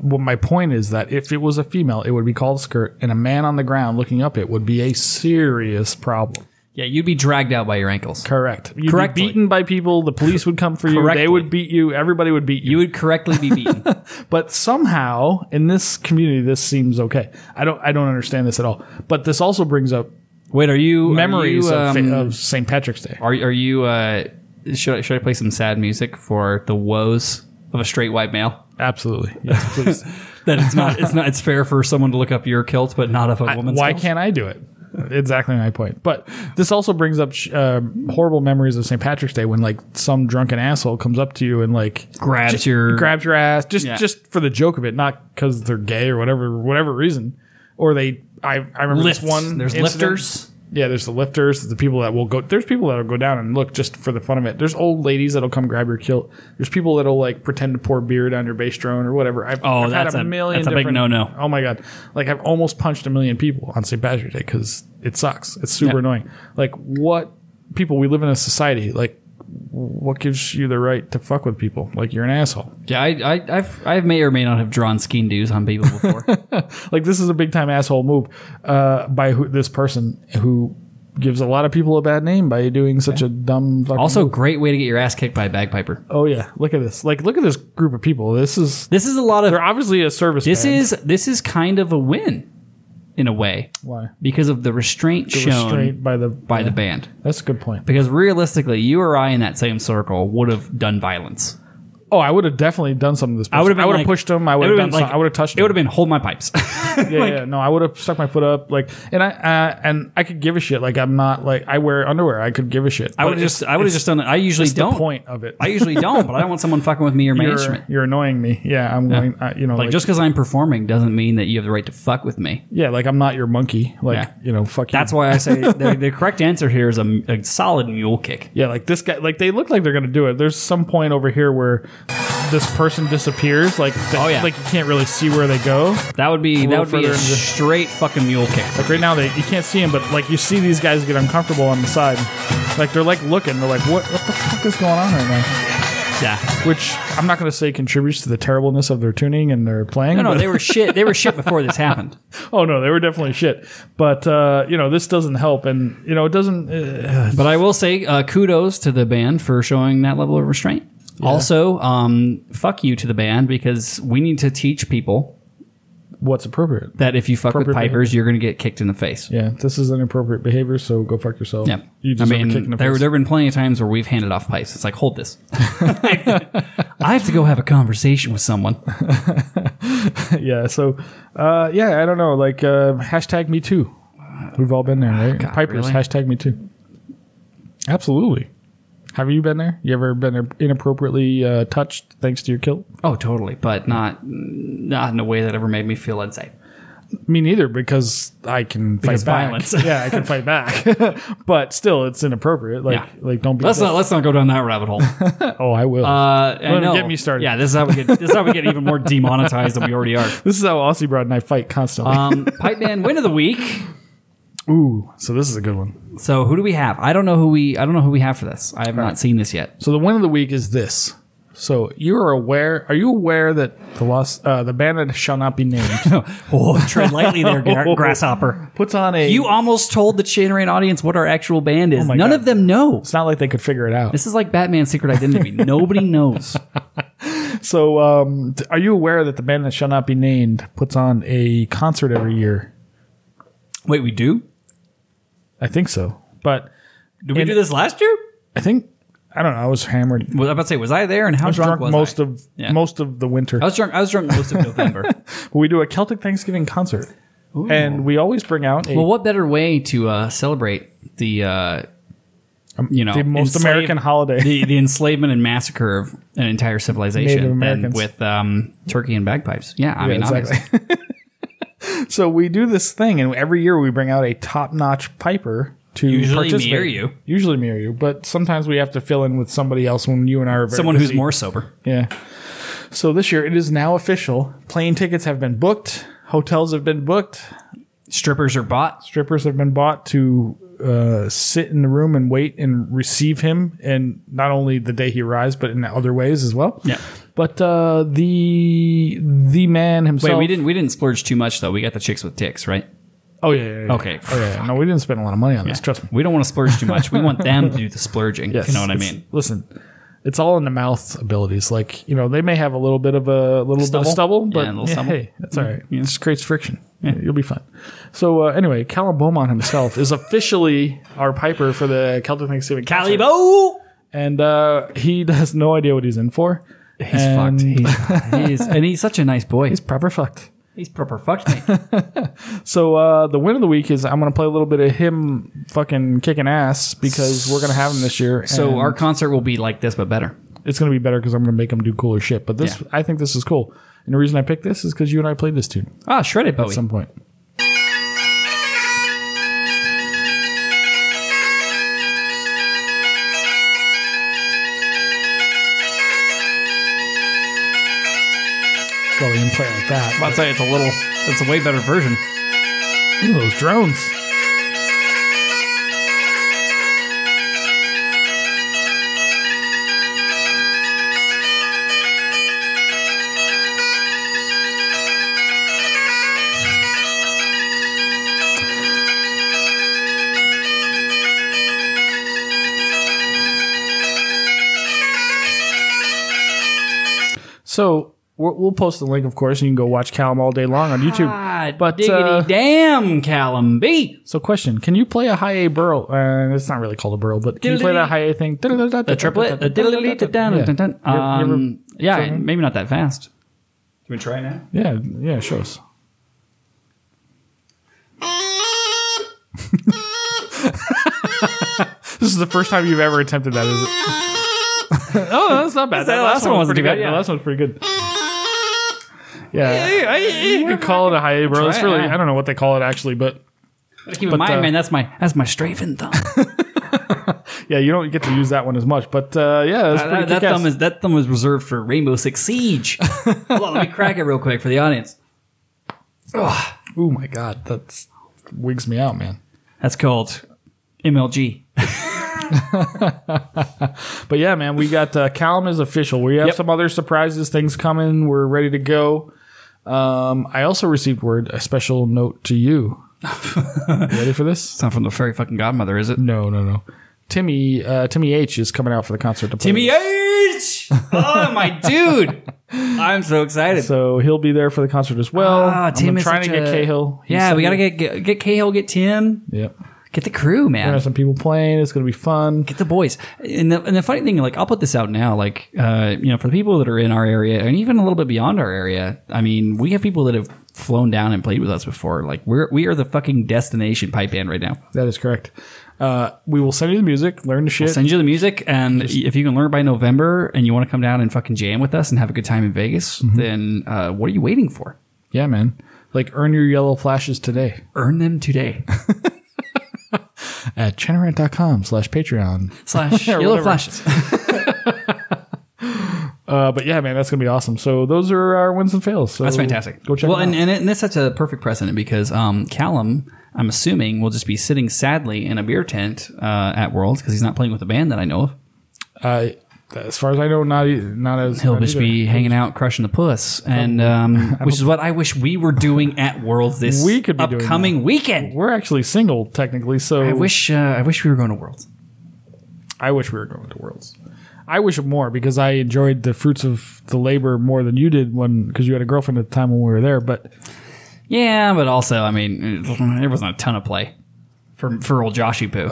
Speaker 1: well, my point is that if it was a female, it would be called skirt, and a man on the ground looking up it would be a serious problem.
Speaker 2: Yeah, you'd be dragged out by your ankles.
Speaker 1: Correct. You'd
Speaker 2: Correctly.
Speaker 1: be beaten by people. The police would come for you.
Speaker 2: Correctly.
Speaker 1: They would beat you. Everybody would beat you.
Speaker 2: You would correctly be
Speaker 1: [laughs]
Speaker 2: beaten.
Speaker 1: But somehow in this community, this seems okay. I don't. I don't understand this at all. But this also brings up
Speaker 2: Wait, are you
Speaker 1: memories
Speaker 2: Are you,
Speaker 1: of,
Speaker 2: um,
Speaker 1: fa- of St. Patrick's Day.
Speaker 2: are, are you uh, should I, should I play some sad music for the woes of a straight white male?
Speaker 1: Absolutely. Yes, please.
Speaker 2: That it's not it's not it's fair for someone to look up your kilt, but not up a woman's.
Speaker 1: Why
Speaker 2: kilt?
Speaker 1: can't I do it? Exactly my point. But this also brings up sh- um horrible memories of St. Patrick's Day when like some drunken asshole comes up to you and like
Speaker 2: grabs your
Speaker 1: grabs your ass just
Speaker 2: Yeah.
Speaker 1: just for the joke of it, not because they're gay or whatever whatever reason, or they. I, I remember
Speaker 2: lifts?
Speaker 1: this one.
Speaker 2: There's
Speaker 1: incident.
Speaker 2: lifters.
Speaker 1: Yeah, there's the lifters, the people that will go. There's people that'll go down and look just for the fun of it. There's old ladies that'll come grab your kilt. There's people that'll like pretend to pour beer down your bass drone or whatever. I've,
Speaker 2: Oh,
Speaker 1: I've
Speaker 2: that's a- that's a big
Speaker 1: different-
Speaker 2: no-no.
Speaker 1: Oh my god, like I've almost punched a million people on St. Patrick's Day because it sucks. It's super
Speaker 2: Yeah.
Speaker 1: annoying. Like what people? We live in a society. Like what gives you the right to fuck with people? Like you're an asshole.
Speaker 2: Yeah, I, I I've I may or may not have drawn skein dues on people [laughs] before.
Speaker 1: Like this is a big time asshole move uh, by who, this person who gives a lot of people a bad name by doing such a dumb. Fucking
Speaker 2: also, great way to get your ass kicked by a bagpiper.
Speaker 1: Oh yeah, look at this. Like look at this group of people. This is
Speaker 2: This is a lot of
Speaker 1: they're obviously a service.
Speaker 2: this
Speaker 1: band.
Speaker 2: is this is kind of a win, in a way,
Speaker 1: why
Speaker 2: because of the restraint shown
Speaker 1: restraint by the
Speaker 2: by the band.
Speaker 1: That's a good point.
Speaker 2: Because realistically, you or I in that same circle would have done violence.
Speaker 1: Oh, I would have definitely done something. to This person.
Speaker 2: I would have. been
Speaker 1: I would have
Speaker 2: like-
Speaker 1: pushed them. I
Speaker 2: it
Speaker 1: would have
Speaker 2: would've
Speaker 1: done.
Speaker 2: been
Speaker 1: something.
Speaker 2: like-
Speaker 1: I would have touched.
Speaker 2: [laughs] It would have
Speaker 1: them.
Speaker 2: been hold my pipes.
Speaker 1: Yeah, yeah. No, I would have stuck my foot up. Like, and I uh, and I could give a shit. Like, I'm not like I wear underwear. I could give a shit.
Speaker 2: I would have just. I would have just done it. I usually
Speaker 1: the
Speaker 2: don't.
Speaker 1: point of it.
Speaker 2: I usually don't, but I don't want someone fucking with me or my
Speaker 1: [laughs] you're,
Speaker 2: instrument.
Speaker 1: you're annoying me. Yeah, I'm going. Uh, you know,
Speaker 2: Like, just because I'm performing doesn't mean that you have the right to fuck with me.
Speaker 1: yeah, like I'm not your monkey. Like
Speaker 2: Yeah.
Speaker 1: you know, fuck you.
Speaker 2: That's why I say the, the correct answer here is a, a solid mule kick.
Speaker 1: Yeah, like this guy, like they look like they're gonna do it. There's some point over here where this person disappears, like the,
Speaker 2: Oh, yeah.
Speaker 1: like you can't really see where they go.
Speaker 2: That would be that
Speaker 1: little
Speaker 2: would be
Speaker 1: further
Speaker 2: a
Speaker 1: into-
Speaker 2: straight fucking mule kick.
Speaker 1: Like right now, they you can't see them, but like you see these guys get uncomfortable on the side, like they're like looking, they're like, what what the fuck is going on right now?
Speaker 2: Yeah.
Speaker 1: Which I'm not gonna say contributes to the terribleness of their tuning and their playing.
Speaker 2: No, no,
Speaker 1: but-
Speaker 2: they were shit. They were shit before this happened.
Speaker 1: [laughs] oh no, they were definitely shit. But uh, you know, this doesn't help, and you know, it doesn't. Uh,
Speaker 2: But I will say uh, kudos to the band for showing that level of restraint. Also, um, fuck you to the band because we need to teach people
Speaker 1: what's appropriate.
Speaker 2: That if you fuck with
Speaker 1: Appropriate
Speaker 2: pipers, you're going to get kicked in the face.
Speaker 1: Yeah, this is inappropriate behavior, so go fuck yourself.
Speaker 2: Yeah.
Speaker 1: You
Speaker 2: I
Speaker 1: deserve a kick in
Speaker 2: mean,
Speaker 1: the
Speaker 2: there,
Speaker 1: face.
Speaker 2: there have been plenty of times where we've handed off pipes. It's like, hold this. [laughs] I have to go have a conversation with someone.
Speaker 1: yeah. So, uh, yeah, I don't know. Like uh, hashtag Me Too. We've all been there, right?
Speaker 2: God,
Speaker 1: Pipers
Speaker 2: really?
Speaker 1: hashtag Me Too. Absolutely. Have you been there? You ever been inappropriately uh, touched thanks to your kilt?
Speaker 2: Oh, totally. But not, not in a way that ever made me feel unsafe.
Speaker 1: Me neither, because I can
Speaker 2: Because
Speaker 1: fight back.
Speaker 2: violence.
Speaker 1: [laughs] yeah, I can fight back. but still, it's inappropriate. Like,
Speaker 2: Yeah.
Speaker 1: like don't be.
Speaker 2: Let's not, let's not go down that rabbit hole.
Speaker 1: oh, I will.
Speaker 2: Uh, I
Speaker 1: Don't
Speaker 2: know.
Speaker 1: get me started.
Speaker 2: Yeah, this is how we get, this is how we get even more demonetized than we already are.
Speaker 1: this is how Aussie Broad and I fight constantly.
Speaker 2: Um, Pipe Band win of the week.
Speaker 1: [laughs] Ooh, so this is a good one.
Speaker 2: So who do we have? I don't know who we I don't know who we have for this. I have not seen this yet.
Speaker 1: So the win of the week is this. So you are aware? Are you aware that the lost uh, the band that shall not be named
Speaker 2: Oh, tread lightly there, Gar- Grasshopper.
Speaker 1: [laughs] puts on a?
Speaker 2: You almost told the Chainrain audience what our actual band is.
Speaker 1: Oh my
Speaker 2: None
Speaker 1: God.
Speaker 2: of them know.
Speaker 1: it's not like they could figure it out.
Speaker 2: This is like Batman's secret identity. [laughs] Nobody knows.
Speaker 1: So um, th- are you aware that the band that shall not be named puts on a concert every year?
Speaker 2: Wait, we do?
Speaker 1: I think so, but
Speaker 2: Did we
Speaker 1: And-
Speaker 2: do this last year?
Speaker 1: I think I don't know. I was hammered.
Speaker 2: Was I about to say, was I there? And
Speaker 1: I
Speaker 2: how
Speaker 1: was
Speaker 2: drunk,
Speaker 1: drunk,
Speaker 2: was
Speaker 1: most
Speaker 2: I?
Speaker 1: of
Speaker 2: Yeah.
Speaker 1: most of the winter.
Speaker 2: I was drunk. I was drunk most of November.
Speaker 1: But we do a Celtic Thanksgiving concert, and we always bring out a,
Speaker 2: [laughs] Well, what better way to uh, celebrate the uh, you know
Speaker 1: Um, the most
Speaker 2: enslave-
Speaker 1: American holiday.
Speaker 2: the, the enslavement and massacre of an entire civilization
Speaker 1: Native
Speaker 2: than
Speaker 1: Americans.
Speaker 2: with um, turkey and bagpipes. Yeah, I mean, obviously.
Speaker 1: so we do this thing, and every year we bring out a top-notch piper to
Speaker 2: Usually me
Speaker 1: participate.
Speaker 2: or you.
Speaker 1: Usually me or you, but sometimes we have to fill in with somebody else when you and I are very
Speaker 2: someone who's
Speaker 1: busy.
Speaker 2: more sober.
Speaker 1: yeah. So this year it is now official. Plane tickets have been booked. Hotels have been booked.
Speaker 2: Strippers are bought.
Speaker 1: Strippers have been bought to uh, sit in the room and wait and receive him, and not only the day he arrives, but in other ways as well.
Speaker 2: Yeah.
Speaker 1: But uh, the the man
Speaker 2: Wait,
Speaker 1: himself.
Speaker 2: we didn't we didn't splurge too much though. We got the chicks with dicks, right?
Speaker 1: Oh yeah. yeah, yeah.
Speaker 2: Okay.
Speaker 1: Oh, yeah, yeah. No, we didn't spend a lot of money on this. Trust me.
Speaker 2: We don't want to splurge too much. We want them to do the splurging.
Speaker 1: Yes,
Speaker 2: You know what I
Speaker 1: it's-
Speaker 2: mean?
Speaker 1: Listen, it's all in the mouth abilities. Like you know, they may have a little bit of a little bit
Speaker 2: Stubble?
Speaker 1: of stubble,
Speaker 2: Yeah,
Speaker 1: but
Speaker 2: a little
Speaker 1: yeah,
Speaker 2: stubble.
Speaker 1: hey, that's all right. It just creates friction. You'll be fine. So uh, anyway, Callum Beaumont himself is officially our piper for the Celtic Thanksgiving. concert.
Speaker 2: Calibo.
Speaker 1: and uh, he [laughs] has no idea what he's in for. He's
Speaker 2: fucked. [laughs] He is, and he's such a nice boy.
Speaker 1: He's proper fucked.
Speaker 2: He's proper fucked me.
Speaker 1: So uh, the win of the week is I'm going to play a little bit of him fucking kicking ass because we're going to have him this year.
Speaker 2: [laughs] So
Speaker 1: and-
Speaker 2: our concert will be like this, but better.
Speaker 1: it's going to be better because I'm going to make them do cooler shit. But this,
Speaker 2: Yeah.
Speaker 1: I think this is cool. And the reason I picked this is because you and I played this tune
Speaker 2: Ah, shredded
Speaker 1: at
Speaker 2: Bowie.
Speaker 1: some point. Go and play like that.
Speaker 2: I'll tell you, it's a little. It's a way better version.
Speaker 1: Look at those drones. So we'll we'll post the link, of course, and you can go watch Callum all day long on YouTube.
Speaker 2: God,
Speaker 1: But,
Speaker 2: Ah, diggity
Speaker 1: uh,
Speaker 2: damn, Callum B.
Speaker 1: So, question: Can you play a high A burl? Uh, it's not really called a burl, but can you play that high A thing? The
Speaker 2: Triplet. the diddly dun dun dun dun.
Speaker 1: Yeah. You ever-
Speaker 2: Um, Yeah,
Speaker 1: familiar?
Speaker 2: maybe not that fast. Do we try now?
Speaker 1: Yeah, yeah, show us. [laughs] this is the first time you've ever attempted that, is it? [laughs] oh, that's not bad.
Speaker 2: That last one wasn't
Speaker 1: pretty
Speaker 2: too bad,
Speaker 1: good.
Speaker 2: yeah.
Speaker 1: The last one's pretty good. Yeah, you could call it a high A burl. It's
Speaker 2: Try it,
Speaker 1: really
Speaker 2: yeah.
Speaker 1: I don't know what they call it actually, but
Speaker 2: Keep in
Speaker 1: But,
Speaker 2: mind,
Speaker 1: uh,
Speaker 2: man, that's my [laughs] that's my strafing thumb.
Speaker 1: yeah, you don't get to use that one as much. But uh, yeah, that's pretty
Speaker 2: that, that
Speaker 1: kick-ass.
Speaker 2: thumb is that thumb is reserved for Rainbow Six Siege. [laughs] Hold on, let me crack it real quick for the audience.
Speaker 1: Oh my god, that's wigs me out, man.
Speaker 2: That's called MLG.
Speaker 1: But yeah, man, we got uh, Callum is official. We have
Speaker 2: Yep.
Speaker 1: some other surprises, things coming. We're ready to go. Um, I also received word a special
Speaker 2: [laughs]
Speaker 1: note to you. You ready for this?
Speaker 2: It's not from the fairy fucking godmother, is it?
Speaker 1: No, no, no. Timmy uh, Timmy H is coming out for the concert. To play
Speaker 2: Timmy H! Oh, my dude. [laughs] I'm so excited.
Speaker 1: So he'll be there for the concert as well.
Speaker 2: Ah,
Speaker 1: I'm
Speaker 2: Tim is
Speaker 1: trying to
Speaker 2: such
Speaker 1: get
Speaker 2: a-
Speaker 1: Cahill. He
Speaker 2: yeah,
Speaker 1: said
Speaker 2: we got to
Speaker 1: he-
Speaker 2: get, get get Cahill, get Tim,
Speaker 1: Yep.
Speaker 2: get the crew, man.
Speaker 1: There are some people playing. It's going to be fun.
Speaker 2: Get the boys. And the, and the funny thing, like, I'll put this out now, like, uh, you know, for the people that are in our area and even a little bit beyond our area, I mean, we have people that have flown down and played with us before. Like, we're, we are the fucking destination pipe band right now.
Speaker 1: That is correct. Uh, we will send you the music. Learn the shit.
Speaker 2: Send you the music, and if you can learn by November and you want to come down and fucking jam with us and have a good time in Vegas,
Speaker 1: Mm-hmm.
Speaker 2: then uh, what are you waiting for?
Speaker 1: yeah, man. Like earn your yellow flashes today
Speaker 2: Earn them
Speaker 1: [laughs]
Speaker 2: today.
Speaker 1: at chenerant.com slash Patreon.
Speaker 2: Slash
Speaker 1: Or
Speaker 2: yellow
Speaker 1: whatever.
Speaker 2: flashes.
Speaker 1: Uh, but yeah, man, that's going to be awesome. So those are our wins and fails. So
Speaker 2: That's fantastic.
Speaker 1: Go check
Speaker 2: well,
Speaker 1: it out.
Speaker 2: and, and, it- and this sets a perfect precedent because um, Callum, I'm assuming, will just be sitting sadly in a beer tent uh, at Worlds because he's not playing with a band that I know of.
Speaker 1: uh, as far as I know, not e- not as
Speaker 2: He'll
Speaker 1: not
Speaker 2: just
Speaker 1: either.
Speaker 2: be hanging out, crushing the puss,
Speaker 1: [laughs]
Speaker 2: and um, which is what I wish we were doing at Worlds this
Speaker 1: We could be doing
Speaker 2: upcoming weekend.
Speaker 1: We're actually single technically, so
Speaker 2: I wish uh, I wish we were going to Worlds.
Speaker 1: I wish we were going to Worlds. I wish it more because I enjoyed the fruits of the labor more than you did when because you had a girlfriend at the time when we were there. But
Speaker 2: Yeah, but also, I mean, there wasn't a ton of play for for old Joshy Poo.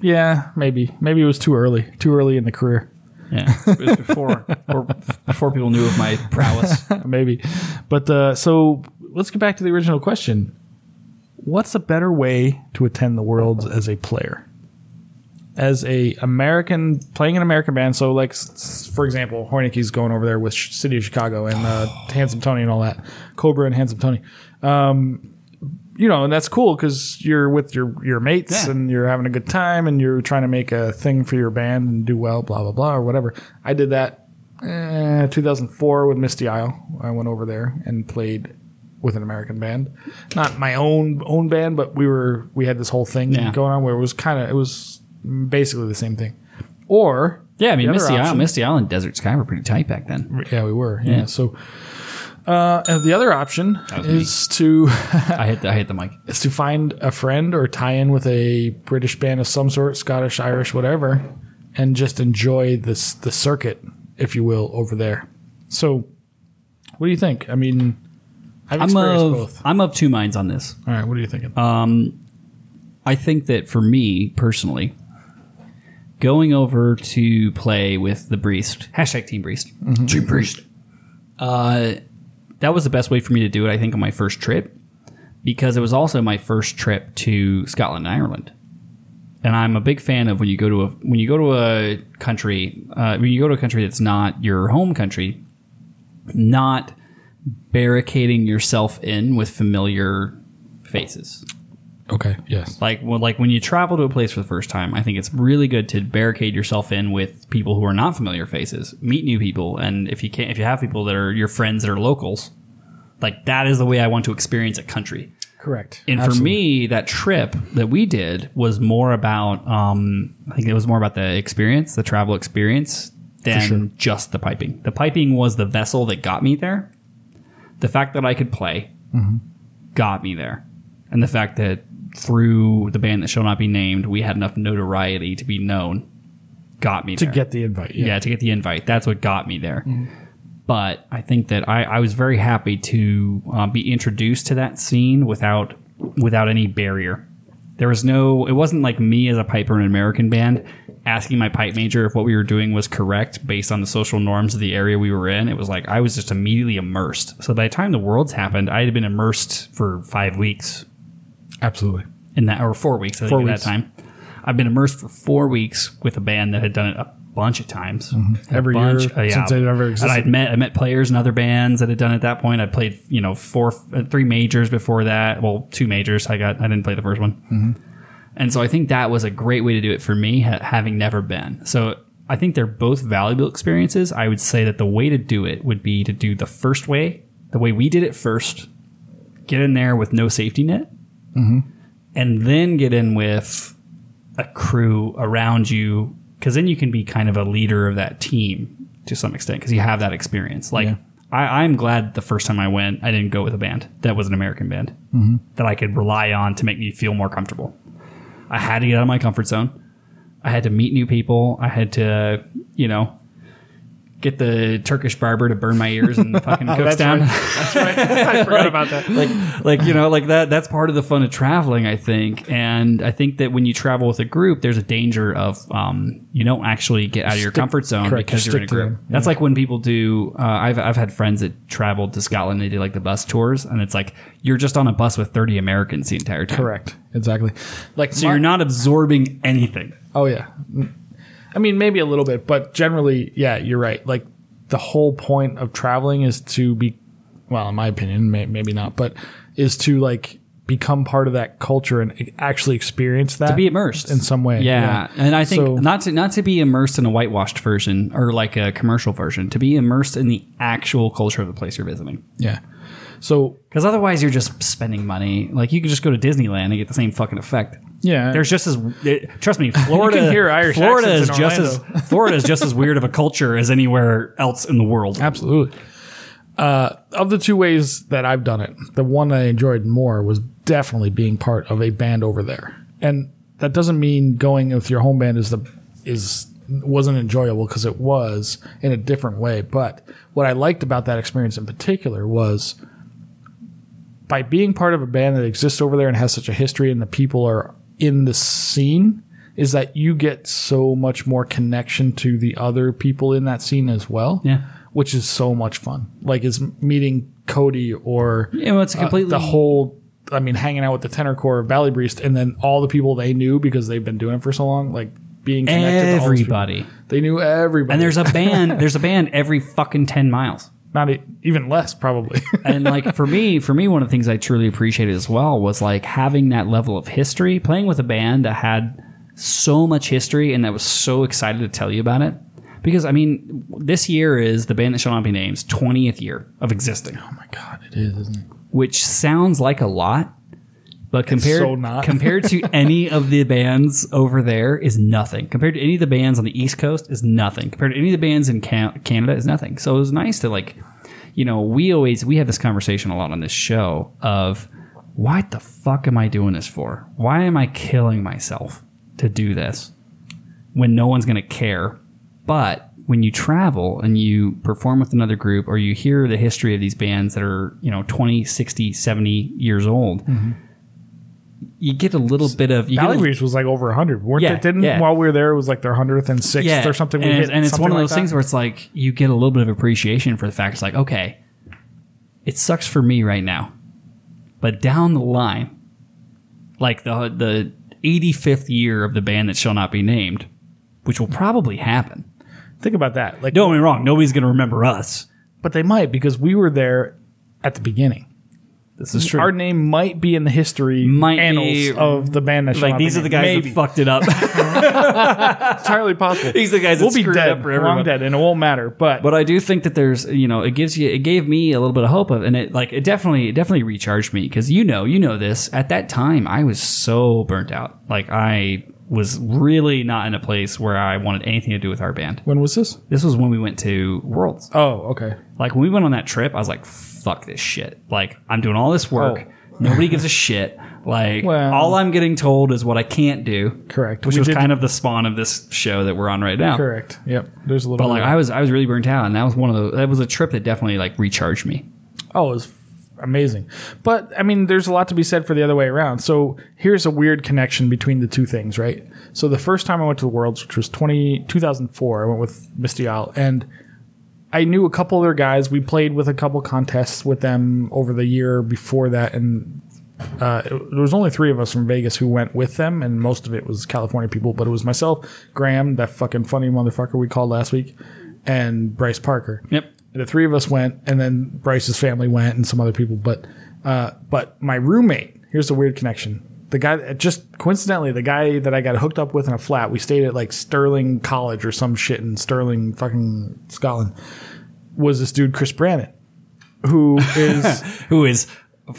Speaker 1: yeah, maybe maybe it was too early, too early in the career.
Speaker 2: Yeah, [laughs] it was before before- before people knew of my prowess.
Speaker 1: [laughs] maybe. But uh, so let's get back to the original question. What's a better way to attend the worlds as a player? As a American playing an American band, so like s- s- for example, Hornicky's going over there with Sh- City of Chicago and uh, Handsome Tony and all that, Cobra and Handsome Tony. Um, you know, and that's cool because you're with your your mates
Speaker 2: Yeah.
Speaker 1: and you're having a good time and you're trying to make a thing for your band and do well, blah blah blah or whatever. I did that eh, 2004 with Misty Isle. I went over there and played with an American band, not my own own band, but we were we had this whole thing
Speaker 2: Yeah.
Speaker 1: going on where it was kind of it was basically the same thing. Or
Speaker 2: [laughs] Yeah, I mean,
Speaker 1: The other
Speaker 2: Misty Island,
Speaker 1: option-
Speaker 2: Misty Island, Desert Sky were pretty tight back [laughs] then.
Speaker 1: yeah, we were yeah.
Speaker 2: Mm.
Speaker 1: So uh, and the other option is to [laughs]
Speaker 2: I hit the, I hit the mic.
Speaker 1: is to find a friend or tie in with a British band of some sort, Scottish, Irish, whatever, and just enjoy this the circuit, if you will, over there. So, what do you think? I mean, I've
Speaker 2: I'm
Speaker 1: experienced
Speaker 2: of
Speaker 1: both.
Speaker 2: I'm of two minds on this.
Speaker 1: All right, what are you thinking?
Speaker 2: I think that for me personally, going over to play with the Breest hashtag Team Breest Team Breest, uh, that was the best way for me to do it. I think on my first trip because it was also my first trip to Scotland and Ireland. And I'm a big fan of when you go to a when you go to a country uh, when you go to a country that's not your home country, not barricading yourself in with familiar faces.
Speaker 1: okay, yes,
Speaker 2: Like well, like when you travel to a place for the first time, I think it's really good to barricade yourself in with people who are not familiar faces, meet new people, and if you can not if you have people that are your friends that are locals, like that is the way I want to experience a country.
Speaker 1: correct.
Speaker 2: And for me, that trip that we did was more about um, I think it was more about the experience, the travel experience, than
Speaker 1: sure.
Speaker 2: just the piping. The piping was the vessel that got me there. The fact that I could play
Speaker 1: Mm-hmm.
Speaker 2: got me there, and the fact that through the band that shall not be named, we had enough notoriety to be known, got me
Speaker 1: to
Speaker 2: there
Speaker 1: get the invite, yeah, Mm.
Speaker 2: yeah, to get the invite. That's what got me there. But I think that I, I was very happy to um, be introduced to that scene without without any barrier. There was no. It wasn't like me as a piper in an American band asking my pipe major if what we were doing was correct based on the social norms of the area we were in. It was like I was just immediately immersed. So by the time the worlds happened, I had been immersed for five weeks
Speaker 1: [laughs] absolutely.
Speaker 2: in that or four weeks I think
Speaker 1: Four
Speaker 2: at
Speaker 1: weeks.
Speaker 2: that time. I've been immersed for four weeks with a band that had done it a bunch of times, A
Speaker 1: Every
Speaker 2: bunch- uh,
Speaker 1: year since they've ever existed.
Speaker 2: And I'd met I met players in other bands that had done it at that point. I played you know four uh, three majors before that. Well, two majors. I got I didn't play the first one,
Speaker 1: Mm-hmm.
Speaker 2: and so I think that was a great way to do it for me, ha- having never been. So I think they're both valuable experiences. I would say that the way to do it would be to do the first way, the way we did it first, get in there with no safety net
Speaker 1: Mm-hmm.
Speaker 2: and then get in with a crew around you because then you can be kind of a leader of that team to some extent because you have that experience like
Speaker 1: Yeah.
Speaker 2: I, i'm glad the first time i went i didn't go with a band that was an american band that i could rely on to make me feel more comfortable i had to get out of my comfort zone I had to meet new people. I had to, you know, get the Turkish barber to burn my ears and fucking cooks down.
Speaker 3: I forgot about that.
Speaker 2: like like you know like that that's part of the fun of traveling i think and i think that when you travel with a group there's a danger of um, you don't actually get out of your comfort zone
Speaker 1: correct,
Speaker 2: because
Speaker 1: you
Speaker 2: you're in a
Speaker 1: stick to
Speaker 2: group
Speaker 1: them,
Speaker 2: that's like when people do uh, I've, I've had friends that traveled to scotland they did like the bus tours and it's like you're just on a bus with 30 americans the entire time
Speaker 1: Correct. Exactly. Like
Speaker 2: so you're not absorbing anything
Speaker 1: Oh yeah. I mean, maybe a little bit, but generally, yeah, you're right. Like the whole point of traveling is to be, well, in my opinion, may, maybe not, but is to like become part of that culture and actually experience that. To
Speaker 2: be immersed
Speaker 1: in some way.
Speaker 2: Yeah, and I think
Speaker 1: So-
Speaker 2: not to not to be immersed in a whitewashed version or like a commercial version, to be immersed in the actual culture of the place you're visiting.
Speaker 1: Yeah. So
Speaker 2: Because otherwise, you're just spending money. Like you could just go to Disneyland and get the same fucking effect.
Speaker 1: yeah,
Speaker 2: There's just as it, trust
Speaker 1: [laughs]
Speaker 2: me, Florida.
Speaker 1: hear Irish
Speaker 2: Florida is
Speaker 1: accents in
Speaker 2: just
Speaker 1: [laughs]
Speaker 2: as Florida is just as weird of a culture as anywhere else in the world.
Speaker 1: Absolutely. Uh, of the two ways that I've done it, the one I enjoyed more was definitely being part of a band over there. And that doesn't mean going with your home band is the is wasn't enjoyable because it was in a different way. But what I liked about that experience in particular was by being part of a band that exists over there and has such a history and the people are in the scene is that you get so much more connection to the other people in that scene as well
Speaker 2: Yeah.
Speaker 1: which is so much fun like is meeting cody or
Speaker 2: Yeah, well, it's a
Speaker 1: uh,
Speaker 2: completely
Speaker 1: the whole i mean hanging out with the tenor core of valley breeze and then all the people they knew because they've been doing it for so long like being connected to all these people.
Speaker 2: everybody.
Speaker 1: they knew everybody
Speaker 2: And there's a band. There's a band every fucking ten miles.
Speaker 1: not e- even less probably [laughs]
Speaker 2: and like for me for me one of the things i truly appreciated as well was like having that level of history playing with a band that had so much history and that was so excited to tell you about it because i mean this year is the band that shall not be named 20th year of existing
Speaker 1: oh my god it is isn't it
Speaker 2: which sounds like a lot but compared
Speaker 1: so not.
Speaker 2: [laughs] compared to any of the bands over there is nothing. Compared to any of the bands on the East Coast is nothing. Compared to any of the bands in Can- Canada is nothing. So it was nice to like, you know, we always we have this conversation a lot on this show of why the fuck am I doing this for? Why am I killing myself to do this when no one's going to care? But when you travel and you perform with another group or you hear the history of these bands that are, you know, 20, 60, 70 years old, you get a little bit of you get
Speaker 1: Mm-hmm. Valley
Speaker 2: a-
Speaker 1: Breeze was like over 100 weren't
Speaker 2: Yeah,
Speaker 1: it didn't
Speaker 2: yeah.
Speaker 1: while we were there it was like their 100th and 6th
Speaker 2: yeah,
Speaker 1: or something we
Speaker 2: and,
Speaker 1: hit
Speaker 2: it's- and it's
Speaker 1: something
Speaker 2: one of
Speaker 1: like
Speaker 2: those
Speaker 1: that.
Speaker 2: things where it's like you get a little bit of appreciation for the fact it's like okay, it sucks for me right now, but down the line, like the the 85th year of the band that shall not be named, which will probably happen.
Speaker 1: think about that like
Speaker 2: Don't get me wrong, nobody's gonna remember us.
Speaker 1: but they might because we were there at the beginning
Speaker 2: This is true.
Speaker 1: our name might be in the history
Speaker 2: Might
Speaker 1: annals
Speaker 2: be-
Speaker 1: of the band that shall
Speaker 2: like
Speaker 1: not be
Speaker 2: these are the
Speaker 1: named.
Speaker 2: guys
Speaker 1: Maybe.
Speaker 2: that fucked it up.
Speaker 1: entirely possible.
Speaker 2: [laughs] These are the guys that
Speaker 1: we'll be
Speaker 2: screwed it
Speaker 1: dead.
Speaker 2: up for
Speaker 1: We're
Speaker 2: everyone.
Speaker 1: long dead, and it won't matter. But,
Speaker 2: but I do think that there's you know it gives you it gave me a little bit of hope of and it like it definitely it definitely recharged me because you know you know this at that time I was so burnt out like I was really not in a place where I wanted anything to do with our band.
Speaker 1: when was this?
Speaker 2: This was when we went to Worlds.
Speaker 1: Oh, okay.
Speaker 2: Like when we went on that trip, I was like, "Fuck this shit!" Like I'm doing all this work.
Speaker 1: Oh.
Speaker 2: Nobody
Speaker 1: [laughs]
Speaker 2: gives a shit. Like
Speaker 1: Well-
Speaker 2: all I'm getting told is what I can't do.
Speaker 1: Correct.
Speaker 2: Which
Speaker 1: We
Speaker 2: was
Speaker 1: did-
Speaker 2: kind of the spawn of this show that we're on right now.
Speaker 1: Correct. Yep. There's a little.
Speaker 2: Oh. But like I was, I was really burnt out, and that was one of the that was a trip that definitely like recharged me.
Speaker 1: oh, it was amazing. But I mean, there's a lot to be said for the other way around. So here's a weird connection between the two things, right? So the first time I went to the Worlds, which was 20, 2004, I went with Misty Isle, and I knew a couple other guys. We played with a couple contests with them over the year before that, and uh, it- there was only three of us from Vegas who went with them, and most of it was California people. But it was myself, Graham, that fucking funny motherfucker we called last week, and Bryce Parker.
Speaker 2: Yep.
Speaker 1: The three of us went, and then Bryce's family went, and some other people. But uh, but my roommate, here's the weird connection. The guy, just coincidentally, the guy that I got hooked up with in a flat, we stayed at like Sterling College or some shit in Sterling, fucking Scotland, was this dude, Chris Brannon, who
Speaker 2: [laughs]
Speaker 1: is.
Speaker 2: Who is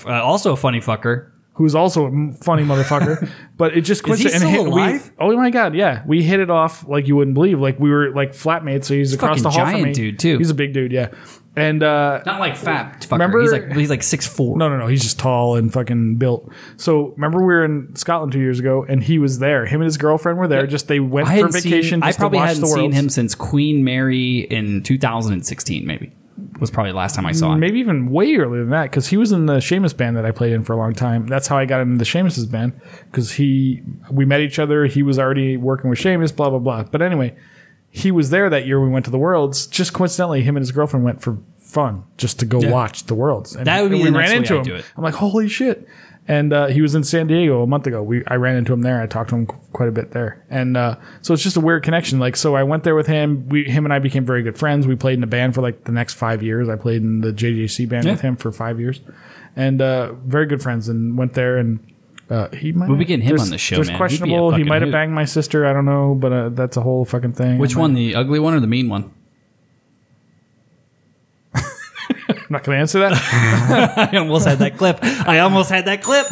Speaker 2: uh, also a funny fucker.
Speaker 1: who's also a m- funny motherfucker. but it just
Speaker 2: Is he
Speaker 1: coincidentally and
Speaker 2: still
Speaker 1: hit- we-
Speaker 2: alive?
Speaker 1: oh my god, yeah, we hit it off like you wouldn't believe. Like we were like flatmates, so he's across
Speaker 2: fucking
Speaker 1: the hall from
Speaker 2: giant
Speaker 1: me.
Speaker 2: dude, too.
Speaker 1: He's a big dude, yeah. And uh,
Speaker 2: Not like fat fucker.
Speaker 1: Remember-
Speaker 2: He's like he's like six four.
Speaker 1: No, no, no. He's just tall and fucking built. So remember we were in Scotland two years ago, and he was there. Him and his girlfriend were there. Just they went
Speaker 2: I
Speaker 1: for
Speaker 2: hadn't
Speaker 1: vacation.
Speaker 2: seen, I
Speaker 1: just
Speaker 2: probably
Speaker 1: to watch
Speaker 2: hadn't
Speaker 1: the
Speaker 2: seen
Speaker 1: world.
Speaker 2: him since Queen Mary in 2016. Maybe was probably the last time I saw him.
Speaker 1: Maybe even way earlier than that, because he was in the Seamus band that I played in for a long time. That's how I got into the Seamus's band, because he we met each other. He was already working with Seamus, blah blah blah. But anyway, he was there that year. We went to the Worlds. Just coincidentally, him and his girlfriend went for fun, just to go watch the Worlds. And
Speaker 2: That would be
Speaker 1: and
Speaker 2: the next way I'd do it.
Speaker 1: I'm like, holy shit! And uh, he was in San Diego a month ago. We I ran into him there. I talked to him qu- quite a bit there, and uh, so it's just a weird connection. Like, so I went there with him. We him and I became very good friends. We played in a band for like the next five years. I played in the JJC band
Speaker 2: Yeah.
Speaker 1: with him for five years, and uh, very good friends. And went there and. Uh, he might
Speaker 2: We'll be getting him
Speaker 1: there's-
Speaker 2: on the show,
Speaker 1: There's
Speaker 2: man. He'd be a
Speaker 1: questionable. He
Speaker 2: fucking
Speaker 1: might have
Speaker 2: hoot.
Speaker 1: banged my sister. I don't know, but uh, that's a whole fucking thing.
Speaker 2: Which
Speaker 1: I'm
Speaker 2: one, the ugly one or the mean one?
Speaker 1: not- I'm not gonna answer that.
Speaker 2: [laughs] I almost had that clip. I almost had that clip.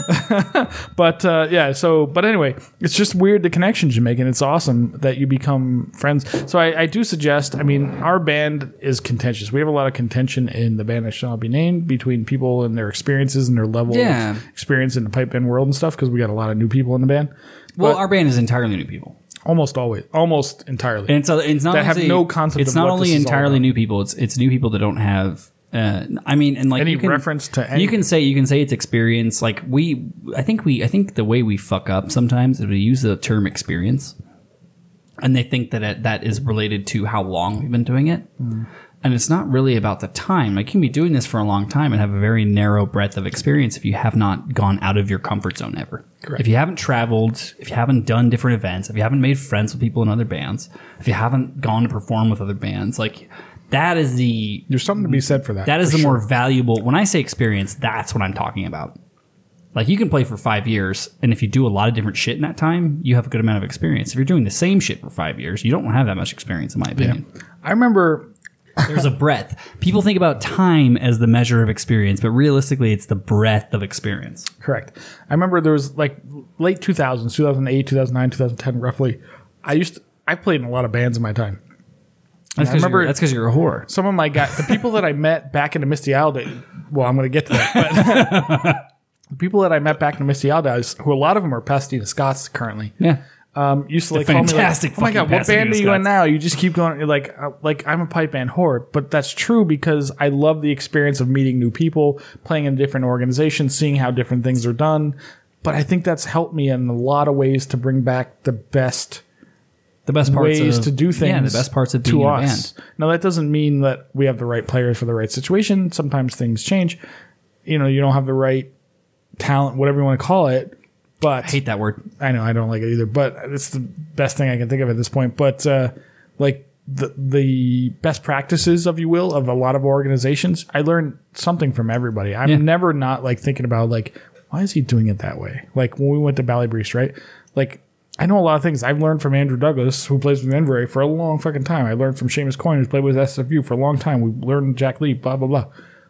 Speaker 1: But uh, yeah, so but anyway, it's just weird the connections you make, and it's awesome that you become friends. So I, I do suggest. I mean, our band is contentious. We have a lot of contention in the band that shall not be named between people and their experiences and their level
Speaker 2: Yeah.
Speaker 1: of experience in the pipe band world and stuff because we got a lot of new people in the band.
Speaker 2: Well,
Speaker 1: But-
Speaker 2: our band is entirely new people,
Speaker 1: Almost always, almost entirely.
Speaker 2: and so it's not
Speaker 1: That have
Speaker 2: only-
Speaker 1: no concept
Speaker 2: It's
Speaker 1: of
Speaker 2: not
Speaker 1: what
Speaker 2: only
Speaker 1: this is all
Speaker 2: entirely
Speaker 1: about.
Speaker 2: new people. It's it's new people that don't have. Uh, I mean, and like
Speaker 1: Any
Speaker 2: you can-
Speaker 1: reference to any-
Speaker 2: you can say you can say it's experience. Like we, I think we, I think the way we fuck up sometimes is we use the term experience, and they think that it, that is related to how long we've been doing it. And it's not really about the time. Like you can be doing this for a long time and have a very narrow breadth of experience if you have not gone out of your comfort zone ever. If you haven't traveled, if you haven't done different events, if you haven't made friends with people in other bands, if you haven't gone to perform with other bands, like that is the
Speaker 1: There's something to be said for that.
Speaker 2: that is
Speaker 1: for
Speaker 2: the
Speaker 1: sure.
Speaker 2: more valuable. When I say experience, that's what I'm talking about. Like you can play for five years, and if you do a lot of different shit in that time, you have a good amount of experience. If you're doing the same shit for five years, you don't have that much experience, in my opinion.
Speaker 1: I remember
Speaker 2: There's a breadth. People think about time as the measure of experience, but realistically, it's the breadth of experience.
Speaker 1: Correct. I remember there was like late 2000s, 2008, 2009, 2010, roughly. I used to, I played in a lot of bands in my time.
Speaker 2: That's
Speaker 1: I remember-
Speaker 2: because you're, a whore.
Speaker 1: Some of my guys, the people that I met back in the Misty Isle, day, well, I'm going to get to that. But [laughs] the people that I met back in the Misty Isle days, who a lot of them are Pasadena Scots currently,
Speaker 2: Yeah.
Speaker 1: um, used to like call
Speaker 2: fantastic
Speaker 1: me like, "Oh my god,
Speaker 2: fucking
Speaker 1: what band are
Speaker 2: Pasadena
Speaker 1: you in
Speaker 2: Scots.
Speaker 1: now?" You just keep going. You're like, uh, "Like I'm a pipe band whore," but that's true because I love the experience of meeting new people, playing in different organizations, seeing how different things are done. But I think that's helped me in a lot of ways to bring back the best
Speaker 2: The best parts
Speaker 1: ways
Speaker 2: of,
Speaker 1: to do things.
Speaker 2: Yeah, the best parts of being
Speaker 1: to
Speaker 2: in a
Speaker 1: us.
Speaker 2: band.
Speaker 1: Now that doesn't mean that we have the right players for the right situation. Sometimes things change. You know, you don't have the right talent, whatever you want to call it. But
Speaker 2: I hate that word.
Speaker 1: I know I don't like it either, but it's the best thing I can think of at this point. But uh, like the the best practices, if you will, of a lot of organizations, I learned something from everybody. I'm
Speaker 2: Yeah.
Speaker 1: never not like thinking about like why is he doing it that way. Like when we went to Bally Breeze, right? Like I know a lot of things I've learned from Andrew Douglas, who plays with Envery for a long fucking time. I learned from Seamus Coyne, who's played with SFU for a long time. We learned Jack Lee, blah blah blah.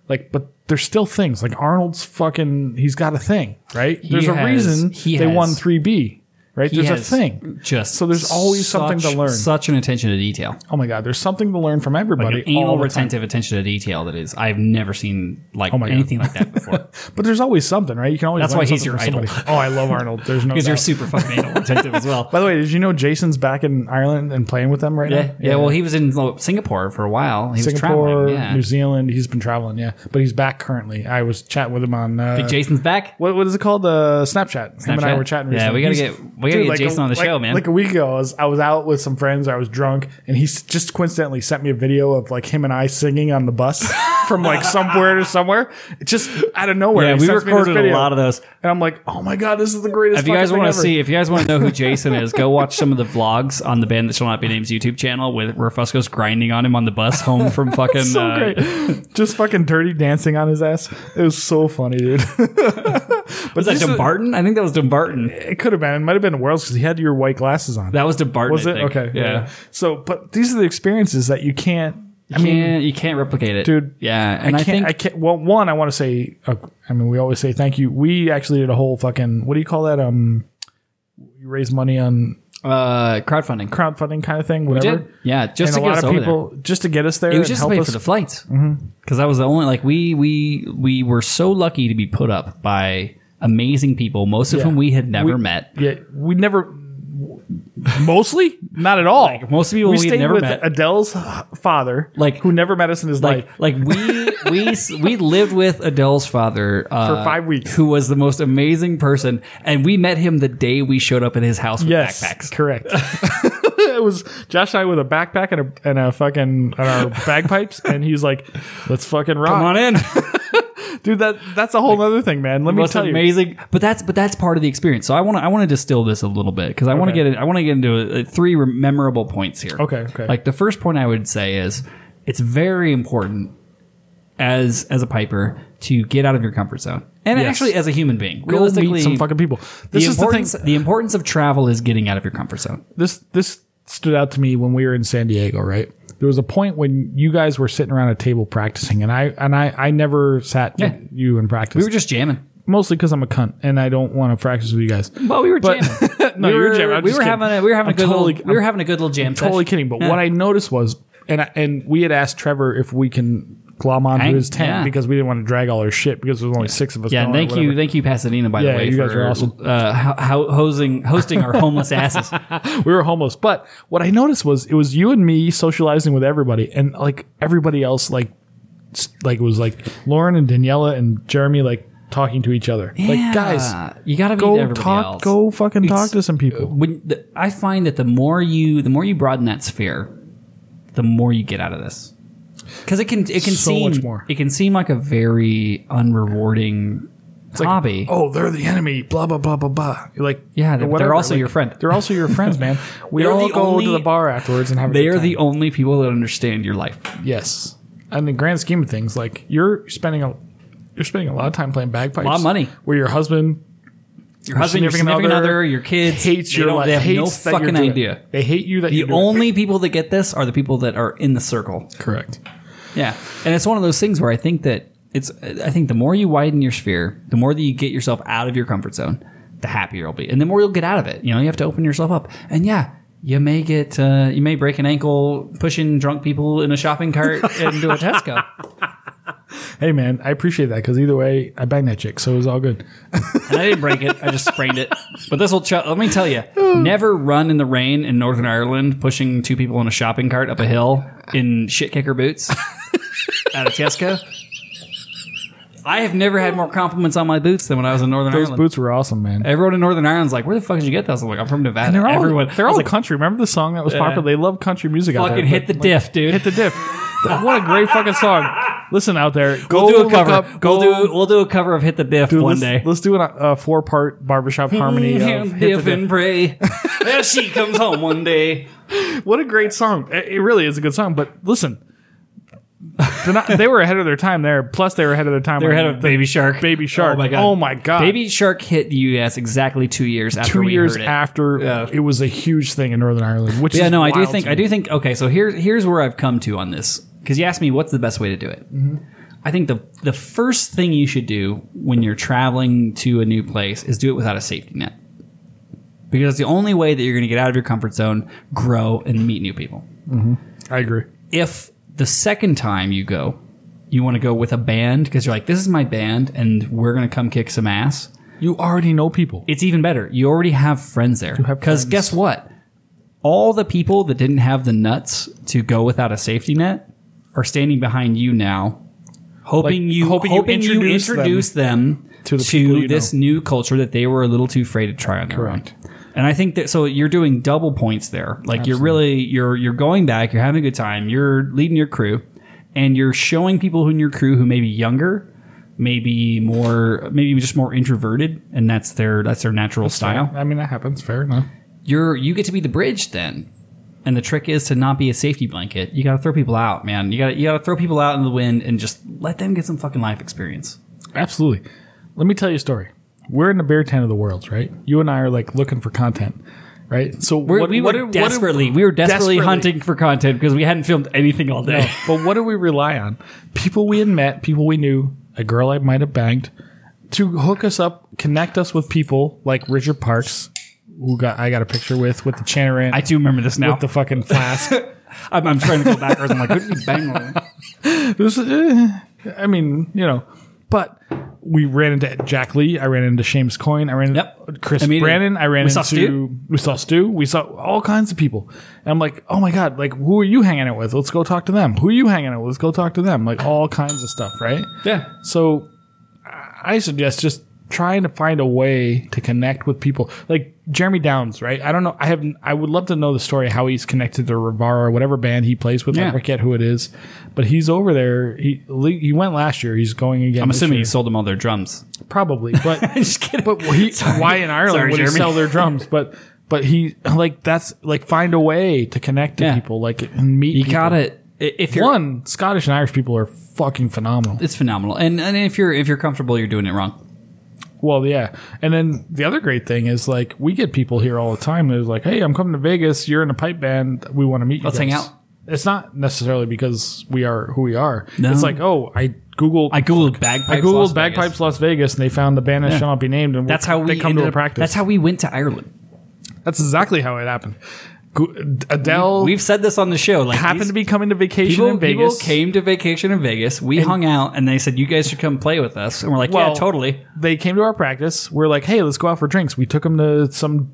Speaker 1: Like, but there's still things like Arnold's fucking. He's got a thing, right? There's a
Speaker 2: has-
Speaker 1: reason
Speaker 2: he
Speaker 1: they won
Speaker 2: has-
Speaker 1: three B, right?
Speaker 2: He
Speaker 1: There's a
Speaker 2: has
Speaker 1: thing.
Speaker 2: Just
Speaker 1: So there's always something to
Speaker 2: such-
Speaker 1: learn.
Speaker 2: Such an attention to detail.
Speaker 1: Oh my god, there's something to learn from everybody.
Speaker 2: Like an anal
Speaker 1: all the time.
Speaker 2: retentive attention to detail that is. I've never seen like
Speaker 1: my God.
Speaker 2: anything like that before.
Speaker 1: But there's always something, right? You can always.
Speaker 2: That's
Speaker 1: learn
Speaker 2: why he's
Speaker 1: something from
Speaker 2: your idol.
Speaker 1: somebody. Oh, I love Arnold. There's
Speaker 2: [laughs]
Speaker 1: no.
Speaker 2: [laughs] Because you're
Speaker 1: doubt.
Speaker 2: super fucking anal retentive as well.
Speaker 1: By the way, did you know Jason's back in Ireland and playing with them right
Speaker 2: yeah,
Speaker 1: now?
Speaker 2: yeah, Well, he was in like, Singapore for a while. He was
Speaker 1: Singapore,
Speaker 2: traveling. Yeah.
Speaker 1: New Zealand. He's been traveling, yeah. But he's back currently. I was chatting with him on. Uh,
Speaker 2: Big Jason's back.
Speaker 1: what, what is it called? The Snapchat. Him and I
Speaker 2: Snapchat?
Speaker 1: were chatting.
Speaker 2: Yeah,
Speaker 1: Recently.
Speaker 2: we gotta
Speaker 1: He's-
Speaker 2: get- we gotta get Jason on the
Speaker 1: like-
Speaker 2: show, man.
Speaker 1: Like a week ago, I was, I was out with some friends. I was drunk, and he s- just coincidentally sent me a video of like him and I singing on the bus [laughs] from like somewhere to somewhere, It just out of nowhere.
Speaker 2: Yeah,
Speaker 1: He
Speaker 2: we
Speaker 1: sends me this
Speaker 2: recorded a
Speaker 1: video.
Speaker 2: lot of those.
Speaker 1: and I'm like, oh my god, this is the greatest.
Speaker 2: If you guys
Speaker 1: want to
Speaker 2: see, if you guys want to know who Jason is, go watch some of [laughs] the vlogs on the band that shall not be named's YouTube channel with where Fusco's grinding on him on the bus [laughs] home from fucking.
Speaker 1: so
Speaker 2: uh,
Speaker 1: great, [laughs] just fucking dirty dancing on his ass. It was so funny, dude. [laughs]
Speaker 2: Was that
Speaker 1: Just-
Speaker 2: Dumbarton? I think that was Dumbarton.
Speaker 1: it could have been. It might have been Worlds because he had your white glasses on.
Speaker 2: That was Dumbarton.
Speaker 1: was
Speaker 2: I
Speaker 1: it?
Speaker 2: think.
Speaker 1: Okay.
Speaker 2: Yeah.
Speaker 1: So, but these are the experiences that you can't. I
Speaker 2: You
Speaker 1: mean,
Speaker 2: can't- you can't replicate it,
Speaker 1: Dude,
Speaker 2: Yeah, and I,
Speaker 1: I can't.
Speaker 2: think
Speaker 1: I can't. Well, one, I want to say. Uh, I mean, we always say thank you. We actually did a whole fucking. What do you call that? Um, you raise money on
Speaker 2: Uh, crowdfunding.
Speaker 1: crowdfunding kind of thing, whatever.
Speaker 2: did. Yeah,
Speaker 1: and
Speaker 2: just to
Speaker 1: a
Speaker 2: get
Speaker 1: lot
Speaker 2: us
Speaker 1: of
Speaker 2: over
Speaker 1: people just to get us there.
Speaker 2: It
Speaker 1: and
Speaker 2: was just to
Speaker 1: help
Speaker 2: pay
Speaker 1: us. Mm-hmm.
Speaker 2: for the flights because that was the only like we we we were so lucky to be put up by amazing people, most of
Speaker 1: Yeah.
Speaker 2: whom we had never
Speaker 1: We-
Speaker 2: met.
Speaker 1: Yeah, we never. Mostly, not at all.
Speaker 2: most people
Speaker 1: Oh, we
Speaker 2: we had
Speaker 1: stayed
Speaker 2: never
Speaker 1: with
Speaker 2: met.
Speaker 1: Adele's father,
Speaker 2: Like-
Speaker 1: who never met us in his
Speaker 2: Like
Speaker 1: life.
Speaker 2: like
Speaker 1: [laughs]
Speaker 2: we we s- we lived with Adele's father uh,
Speaker 1: For five weeks.
Speaker 2: who was the most amazing person, and we met him the day we showed up at his house with
Speaker 1: Yes,
Speaker 2: backpacks. [laughs]
Speaker 1: correct. [laughs] it was Josh and I with a backpack and a and a fucking and our bagpipes, and he's like, "Let's fucking rock,
Speaker 2: Come on in.
Speaker 1: dude." That that's a whole other thing, man. Let me
Speaker 2: most
Speaker 1: tell you.
Speaker 2: amazing. But that's but that's part of the experience. So I want to I want to distill this a little bit because I want to
Speaker 1: Okay.
Speaker 2: get in, I want to get into uh, three re- memorable points here.
Speaker 1: Okay, okay.
Speaker 2: Like the first point I would say is it's very important as as a piper to get out of your comfort zone and
Speaker 1: Yes.
Speaker 2: actually as a human being.
Speaker 1: Go
Speaker 2: Realistically,
Speaker 1: meet some fucking people. This
Speaker 2: the
Speaker 1: is the thing.
Speaker 2: importance the, importance of travel is getting out of your comfort zone.
Speaker 1: this this stood out to me when we were in San Diego, right? There was a point when you guys were sitting around a table practicing, and I and I I never sat
Speaker 2: Yeah.
Speaker 1: with you and practiced.
Speaker 2: We were just jamming.
Speaker 1: mostly because I'm a cunt and I don't want to practice with you guys.
Speaker 2: Well, we were jamming. [laughs]
Speaker 1: No,
Speaker 2: we
Speaker 1: you were
Speaker 2: were,
Speaker 1: jamming. I'm
Speaker 2: we
Speaker 1: just
Speaker 2: were
Speaker 1: kidding.
Speaker 2: having a, we were having
Speaker 1: I'm
Speaker 2: a good
Speaker 1: totally-
Speaker 2: little, we were having a good little jam.
Speaker 1: Totally
Speaker 2: session.
Speaker 1: kidding. But
Speaker 2: Yeah.
Speaker 1: what I noticed was, and I, and we had asked Trevor if we can glom onto
Speaker 2: Hang-
Speaker 1: his tent
Speaker 2: yeah.
Speaker 1: because we didn't want to drag all our shit because there was only six of us.
Speaker 2: Yeah,
Speaker 1: going
Speaker 2: and
Speaker 1: or
Speaker 2: thank
Speaker 1: whatever.
Speaker 2: you, thank you, Pasadena, by
Speaker 1: Yeah,
Speaker 2: the way,
Speaker 1: you
Speaker 2: for
Speaker 1: guys are awesome.
Speaker 2: uh, ho- ho- hosing hosting our
Speaker 1: [laughs]
Speaker 2: homeless asses.
Speaker 1: we were homeless. But what I noticed was it was you and me socializing with everybody, and like everybody else, like s- like it was like Lauren and Daniela and Jeremy, like talking to each other. Like guys,
Speaker 2: Yeah, you gotta meet
Speaker 1: go
Speaker 2: everybody
Speaker 1: talk,
Speaker 2: else.
Speaker 1: go fucking talk to some people.
Speaker 2: When the, I find that the more you, the more you broaden that sphere, the more you get out of this. Because it can, it can
Speaker 1: So
Speaker 2: seem,
Speaker 1: much more.
Speaker 2: it can seem like a very unrewarding hobby.
Speaker 1: Oh, they're the enemy. Blah blah blah blah blah. You're like
Speaker 2: Yeah, they're-
Speaker 1: or whatever.
Speaker 2: they're also
Speaker 1: Like,
Speaker 2: your friend.
Speaker 1: They're also your friends,
Speaker 2: [laughs]
Speaker 1: man. We
Speaker 2: They're
Speaker 1: all
Speaker 2: the
Speaker 1: go
Speaker 2: only-
Speaker 1: to the bar afterwards and have. A
Speaker 2: they
Speaker 1: good
Speaker 2: are
Speaker 1: time.
Speaker 2: the only people that understand your life.
Speaker 1: yes. In the grand scheme of things, like you're spending a you're spending a lot of time playing bagpipes,
Speaker 2: A lot of money.
Speaker 1: Where your husband
Speaker 2: Your husband, your
Speaker 1: significant
Speaker 2: significant other,
Speaker 1: other
Speaker 2: your kids
Speaker 1: hates
Speaker 2: they
Speaker 1: your
Speaker 2: don't-
Speaker 1: life.
Speaker 2: They have no
Speaker 1: hates that you're
Speaker 2: fucking
Speaker 1: doing it.
Speaker 2: idea.
Speaker 1: They hate you that
Speaker 2: The
Speaker 1: you do it.
Speaker 2: only people that get this are the people that are in the circle.
Speaker 1: correct.
Speaker 2: Yeah, and it's one of those things where I think that it's. I think the more you widen your sphere, the more that you get yourself out of your comfort zone, the happier you'll be, and the more you'll get out of it. You know, you have to open yourself up, and yeah. You may get, uh, you may break an ankle pushing drunk people in a shopping cart into a Tesco.
Speaker 1: Hey man, I appreciate that because either way, I banged that chick, so it was all good.
Speaker 2: And I didn't break it; I just sprained it. But this will. Ch- let me tell you: never run in the rain in Northern Ireland pushing two people in a shopping cart up a hill in shit kicker
Speaker 1: [laughs]
Speaker 2: boots out of Tesco. I have never had more compliments on my boots than when I was in Northern
Speaker 1: Those
Speaker 2: Ireland.
Speaker 1: boots were awesome, man.
Speaker 2: Everyone in Northern Ireland's like, "Where the fuck did you get those?" I'm like, "I'm from Nevada."
Speaker 1: they're all
Speaker 2: Everyone,
Speaker 1: they're
Speaker 2: I
Speaker 1: all
Speaker 2: was like,
Speaker 1: country. Remember the song that was popular? They love country music. out
Speaker 2: "Fucking
Speaker 1: there,
Speaker 2: hit the
Speaker 1: but-
Speaker 2: diff, dude." [laughs]
Speaker 1: hit the diff. what a great fucking song. Listen out there, go
Speaker 2: we'll do a
Speaker 1: look
Speaker 2: cover.
Speaker 1: up. Go
Speaker 2: we'll do we'll do a cover of "Hit the Diff"
Speaker 1: Dude,
Speaker 2: one
Speaker 1: let's,
Speaker 2: day.
Speaker 1: Let's do a uh, four part barbershop harmony of
Speaker 2: Diff,
Speaker 1: hit the diff.
Speaker 2: and pray. there she comes home one day.
Speaker 1: What a great song! It it really is a good song. But listen, they're not- they were ahead of their time there. Plus, they were ahead of their time.
Speaker 2: They're
Speaker 1: on
Speaker 2: ahead of
Speaker 1: the
Speaker 2: Baby Shark.
Speaker 1: Baby Shark.
Speaker 2: Oh my god.
Speaker 1: Oh my god!
Speaker 2: Baby Shark hit the U.S. exactly two years after
Speaker 1: two
Speaker 2: we
Speaker 1: years
Speaker 2: heard it.
Speaker 1: after
Speaker 2: Yeah.
Speaker 1: it was a huge thing in Northern Ireland. Which
Speaker 2: yeah,
Speaker 1: is
Speaker 2: no, I do
Speaker 1: wild
Speaker 2: think
Speaker 1: to
Speaker 2: I
Speaker 1: me.
Speaker 2: do think. Okay, so here's here's where I've come to on this because you asked me what's the best way to do it.
Speaker 1: Mm-hmm.
Speaker 2: I think the the first thing you should do when you're traveling to a new place is do it without a safety net because it's the only way that you're going to get out of your comfort zone, grow, and meet new people.
Speaker 1: I agree.
Speaker 2: if the second time you go, you want to go with a band because you're like, this is my band and we're going to come kick some ass,
Speaker 1: You already know people.
Speaker 2: it's even better. You already have friends there.
Speaker 1: have
Speaker 2: Because
Speaker 1: friends.
Speaker 2: guess what? All the people that didn't have the nuts to go without a safety net are standing behind you now, hoping
Speaker 1: Like,
Speaker 2: you hoping,
Speaker 1: hoping you
Speaker 2: you introduce,
Speaker 1: introduce them
Speaker 2: them, to,
Speaker 1: to the people you
Speaker 2: this new culture that they were a little too afraid to try on their
Speaker 1: Correct.
Speaker 2: own. And I think that so you're doing double points there. Like you're really you're you're going back, you're having a good time, you're leading your crew, and you're showing people who in your crew who may be younger maybe more maybe just more introverted and that's their that's their natural style
Speaker 1: I mean, that happens. Fair enough.
Speaker 2: you're you get to be the bridge then and the trick is to not be a safety blanket you gotta throw people out man you gotta you gotta throw people out in the wind and just let them get some fucking life experience
Speaker 1: Absolutely. Let me tell you a story. We're in the bear tent of the worlds, right? You and I are like looking for content, right? So
Speaker 2: We're,
Speaker 1: what,
Speaker 2: we
Speaker 1: what
Speaker 2: were
Speaker 1: do- what do-
Speaker 2: desperately we were
Speaker 1: Desperately.
Speaker 2: desperately, hunting for content because we hadn't filmed anything all day
Speaker 1: No, but what do we rely on? People we had met, people we knew, a girl I might have banged, to hook us up, connect us with people like Richard Parks, who got I got a picture with with the Chanarant
Speaker 2: I do remember [laughs] this now.
Speaker 1: with the fucking flask.
Speaker 2: I'm, I'm trying to go backwards. I'm like, who did he bang on?
Speaker 1: It was, eh, I mean, you know, but we ran into Jack Lee. I ran into Shames Coin. I ran into
Speaker 2: Yep.
Speaker 1: Chris
Speaker 2: Immediately.
Speaker 1: Brandon. I ran
Speaker 2: We
Speaker 1: into
Speaker 2: saw Stu.
Speaker 1: we saw Stu. We saw all kinds of people. And I'm like, oh my god, like who are you hanging out with? Let's go talk to them. Who are you hanging out with? Let's go talk to them. Like all kinds of stuff, right?
Speaker 2: Yeah.
Speaker 1: So I suggest just trying to find a way to connect with people like Jeremy Downs, right? I don't know. I have I would love to know the story how he's connected to Rivara, whatever band he plays with. I
Speaker 2: Yeah.
Speaker 1: forget who it is, but he's over there. He he went last year. He's going again.
Speaker 2: I'm assuming he sold them all their [laughs] drums.
Speaker 1: probably, but
Speaker 2: [laughs] Just kidding.
Speaker 1: but he, why in Ireland
Speaker 2: Sorry,
Speaker 1: would
Speaker 2: Jeremy.
Speaker 1: he sell their drums? But but he like that's like find a way to connect to
Speaker 2: Yeah.
Speaker 1: people like and meet.
Speaker 2: you
Speaker 1: people.
Speaker 2: gotta i- if you're
Speaker 1: One Scottish and Irish people are fucking phenomenal.
Speaker 2: it's phenomenal. And and if you're if you're comfortable, you're doing it wrong.
Speaker 1: Well, yeah. And then the other great thing is like we get people here all the time that is like, "Hey, I'm coming to Vegas. You're in a pipe band. We want to meet. you
Speaker 2: Let's hang
Speaker 1: guys."
Speaker 2: out.
Speaker 1: It's not necessarily because we are who we are.
Speaker 2: No.
Speaker 1: It's like, oh, I googled,
Speaker 2: I
Speaker 1: I,
Speaker 2: googled bagpipes.
Speaker 1: googled
Speaker 2: Las Vegas.
Speaker 1: bagpipes Las Vegas, and they found the band that
Speaker 2: Yeah.
Speaker 1: shall not be named. And
Speaker 2: That's how we
Speaker 1: they come
Speaker 2: ended
Speaker 1: to a
Speaker 2: up-
Speaker 1: practice.
Speaker 2: That's how we went to Ireland.
Speaker 1: That's exactly how it happened. Gu- Adele
Speaker 2: We've said this on the show. Like
Speaker 1: happened
Speaker 2: these
Speaker 1: to be coming to vacation
Speaker 2: people,
Speaker 1: in
Speaker 2: people
Speaker 1: Vegas.
Speaker 2: came to vacation in Vegas. We hung out, and they said you guys should come play with us. And we're like, yeah,
Speaker 1: Well,
Speaker 2: totally.
Speaker 1: They came to our practice. We're like, hey, let's go out for drinks. We took them to some.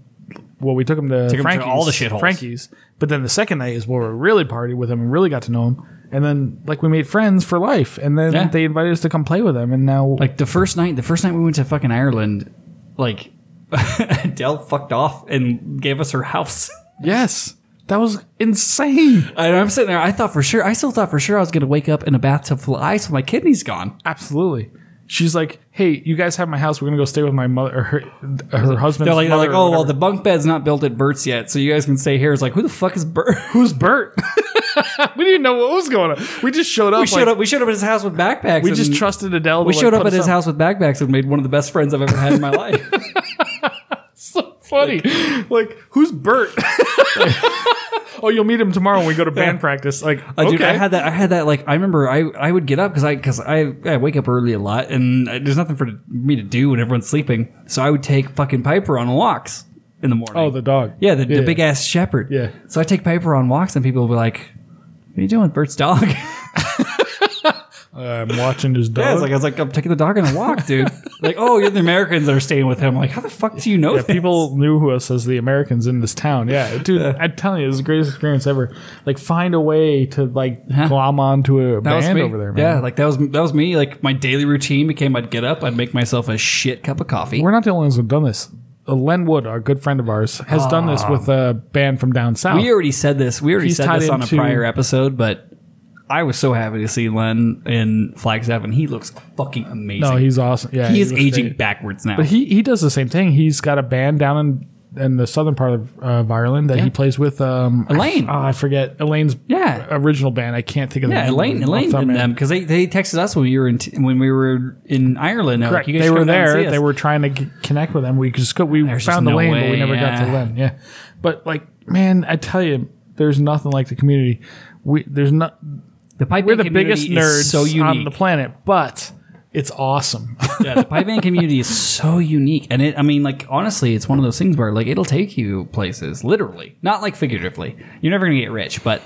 Speaker 1: Well, we took them to
Speaker 2: 'em to
Speaker 1: Frankie's.
Speaker 2: all the shitholes.
Speaker 1: Frankie's. But then the second night is where we really partied with them and really got to know them. And then, like, we made friends for life. And then
Speaker 2: Yeah.
Speaker 1: they invited us to come play with them. And now,
Speaker 2: Like the first night, the first night we went to fucking Ireland, like [laughs] Adele fucked off and gave us her house.
Speaker 1: yes, that was insane.
Speaker 2: And I'm sitting there. I thought for sure. I still thought for sure I was going to wake up in a bathtub full of ice with my kidneys gone.
Speaker 1: Absolutely. She's like, hey, you guys have my house. We're gonna go stay with my mother, or her, her husband.
Speaker 2: They're like, they're like, oh well, the bunk bed's not built at Burt's yet, so you guys can stay here. It's like, who the fuck is [laughs] Burt?
Speaker 1: who's Bert? [laughs] we didn't know what was going on. We just showed up.
Speaker 2: we showed
Speaker 1: like,
Speaker 2: up. We showed up at his house with backpacks.
Speaker 1: We
Speaker 2: and
Speaker 1: just trusted Adele. To
Speaker 2: We
Speaker 1: like,
Speaker 2: showed
Speaker 1: put
Speaker 2: up at
Speaker 1: us
Speaker 2: his house with backpacks and made one of the best friends I've ever had in my [laughs] life.
Speaker 1: so funny. Like, who's Bert? [laughs] oh, you'll meet him tomorrow when we go to band practice. Like,
Speaker 2: Uh,
Speaker 1: okay.
Speaker 2: Dude, I had that. I had that. Like, I remember I, I would get up because I because I, I wake up early a lot and I, there's nothing for me to do when everyone's sleeping. So I would take fucking Piper on walks in the morning.
Speaker 1: oh, the dog.
Speaker 2: yeah, the, the big ass shepherd.
Speaker 1: Yeah.
Speaker 2: So I take Piper on walks and people will be like, "What are you doing with Bert's dog?" [laughs]
Speaker 1: Uh, I'm watching his dog.
Speaker 2: I was like, I was like, I'm taking the dog on a walk, dude. [laughs] like, oh, you're the Americans that are staying with him. Like, how the fuck do you know
Speaker 1: Yeah,
Speaker 2: that?
Speaker 1: people knew us as the Americans in this town. Yeah, dude, I'm telling you, it was the greatest experience ever. Like, find a way to like glom onto a
Speaker 2: That was
Speaker 1: band
Speaker 2: me.
Speaker 1: over there, man.
Speaker 2: Yeah, like that was that was me. Like my daily routine became I'd get up, I'd make myself a shit cup of coffee.
Speaker 1: We're not the only ones who've done this. Uh, Len Wood, our good friend of ours, has done this with a band from down south.
Speaker 2: Ah. We already said this. We already
Speaker 1: He's
Speaker 2: said
Speaker 1: tied
Speaker 2: this on a
Speaker 1: into-
Speaker 2: prior episode, but I was so happy to see Len in Flagstaff, and he looks fucking amazing.
Speaker 1: no, he's awesome. Yeah,
Speaker 2: he is
Speaker 1: was
Speaker 2: aging
Speaker 1: great.
Speaker 2: backwards now.
Speaker 1: But he he does the same thing. He's got a band down in in the southern part of, uh, of Ireland that
Speaker 2: Yeah.
Speaker 1: he plays with. Um,
Speaker 2: Elaine.
Speaker 1: I, oh, I forget Elaine's
Speaker 2: Yeah.
Speaker 1: original band. I can't think of the
Speaker 2: yeah,
Speaker 1: name
Speaker 2: Elaine,
Speaker 1: of it off
Speaker 2: Elaine
Speaker 1: the top of
Speaker 2: and
Speaker 1: my head.
Speaker 2: them because they, they texted us when we were in t- when we were in Ireland. They're like,
Speaker 1: Correct.
Speaker 2: "You guys
Speaker 1: they
Speaker 2: should
Speaker 1: were
Speaker 2: come down and see
Speaker 1: there.
Speaker 2: us."
Speaker 1: They were trying to g- connect with them. We just could, we
Speaker 2: There's
Speaker 1: found
Speaker 2: just no
Speaker 1: Elaine, but
Speaker 2: way,
Speaker 1: we never got
Speaker 2: yeah.
Speaker 1: to Elaine. Yeah, but like man, I tell you, there's nothing like the community. We there's not
Speaker 2: the pipe
Speaker 1: we're the biggest nerds
Speaker 2: so unique.
Speaker 1: on the planet, but it's awesome. [laughs]
Speaker 2: yeah, the pipe band community is so unique, and it. I mean, like honestly, it's one of those things where like it'll take you places, literally, not like figuratively. You're never gonna get rich, but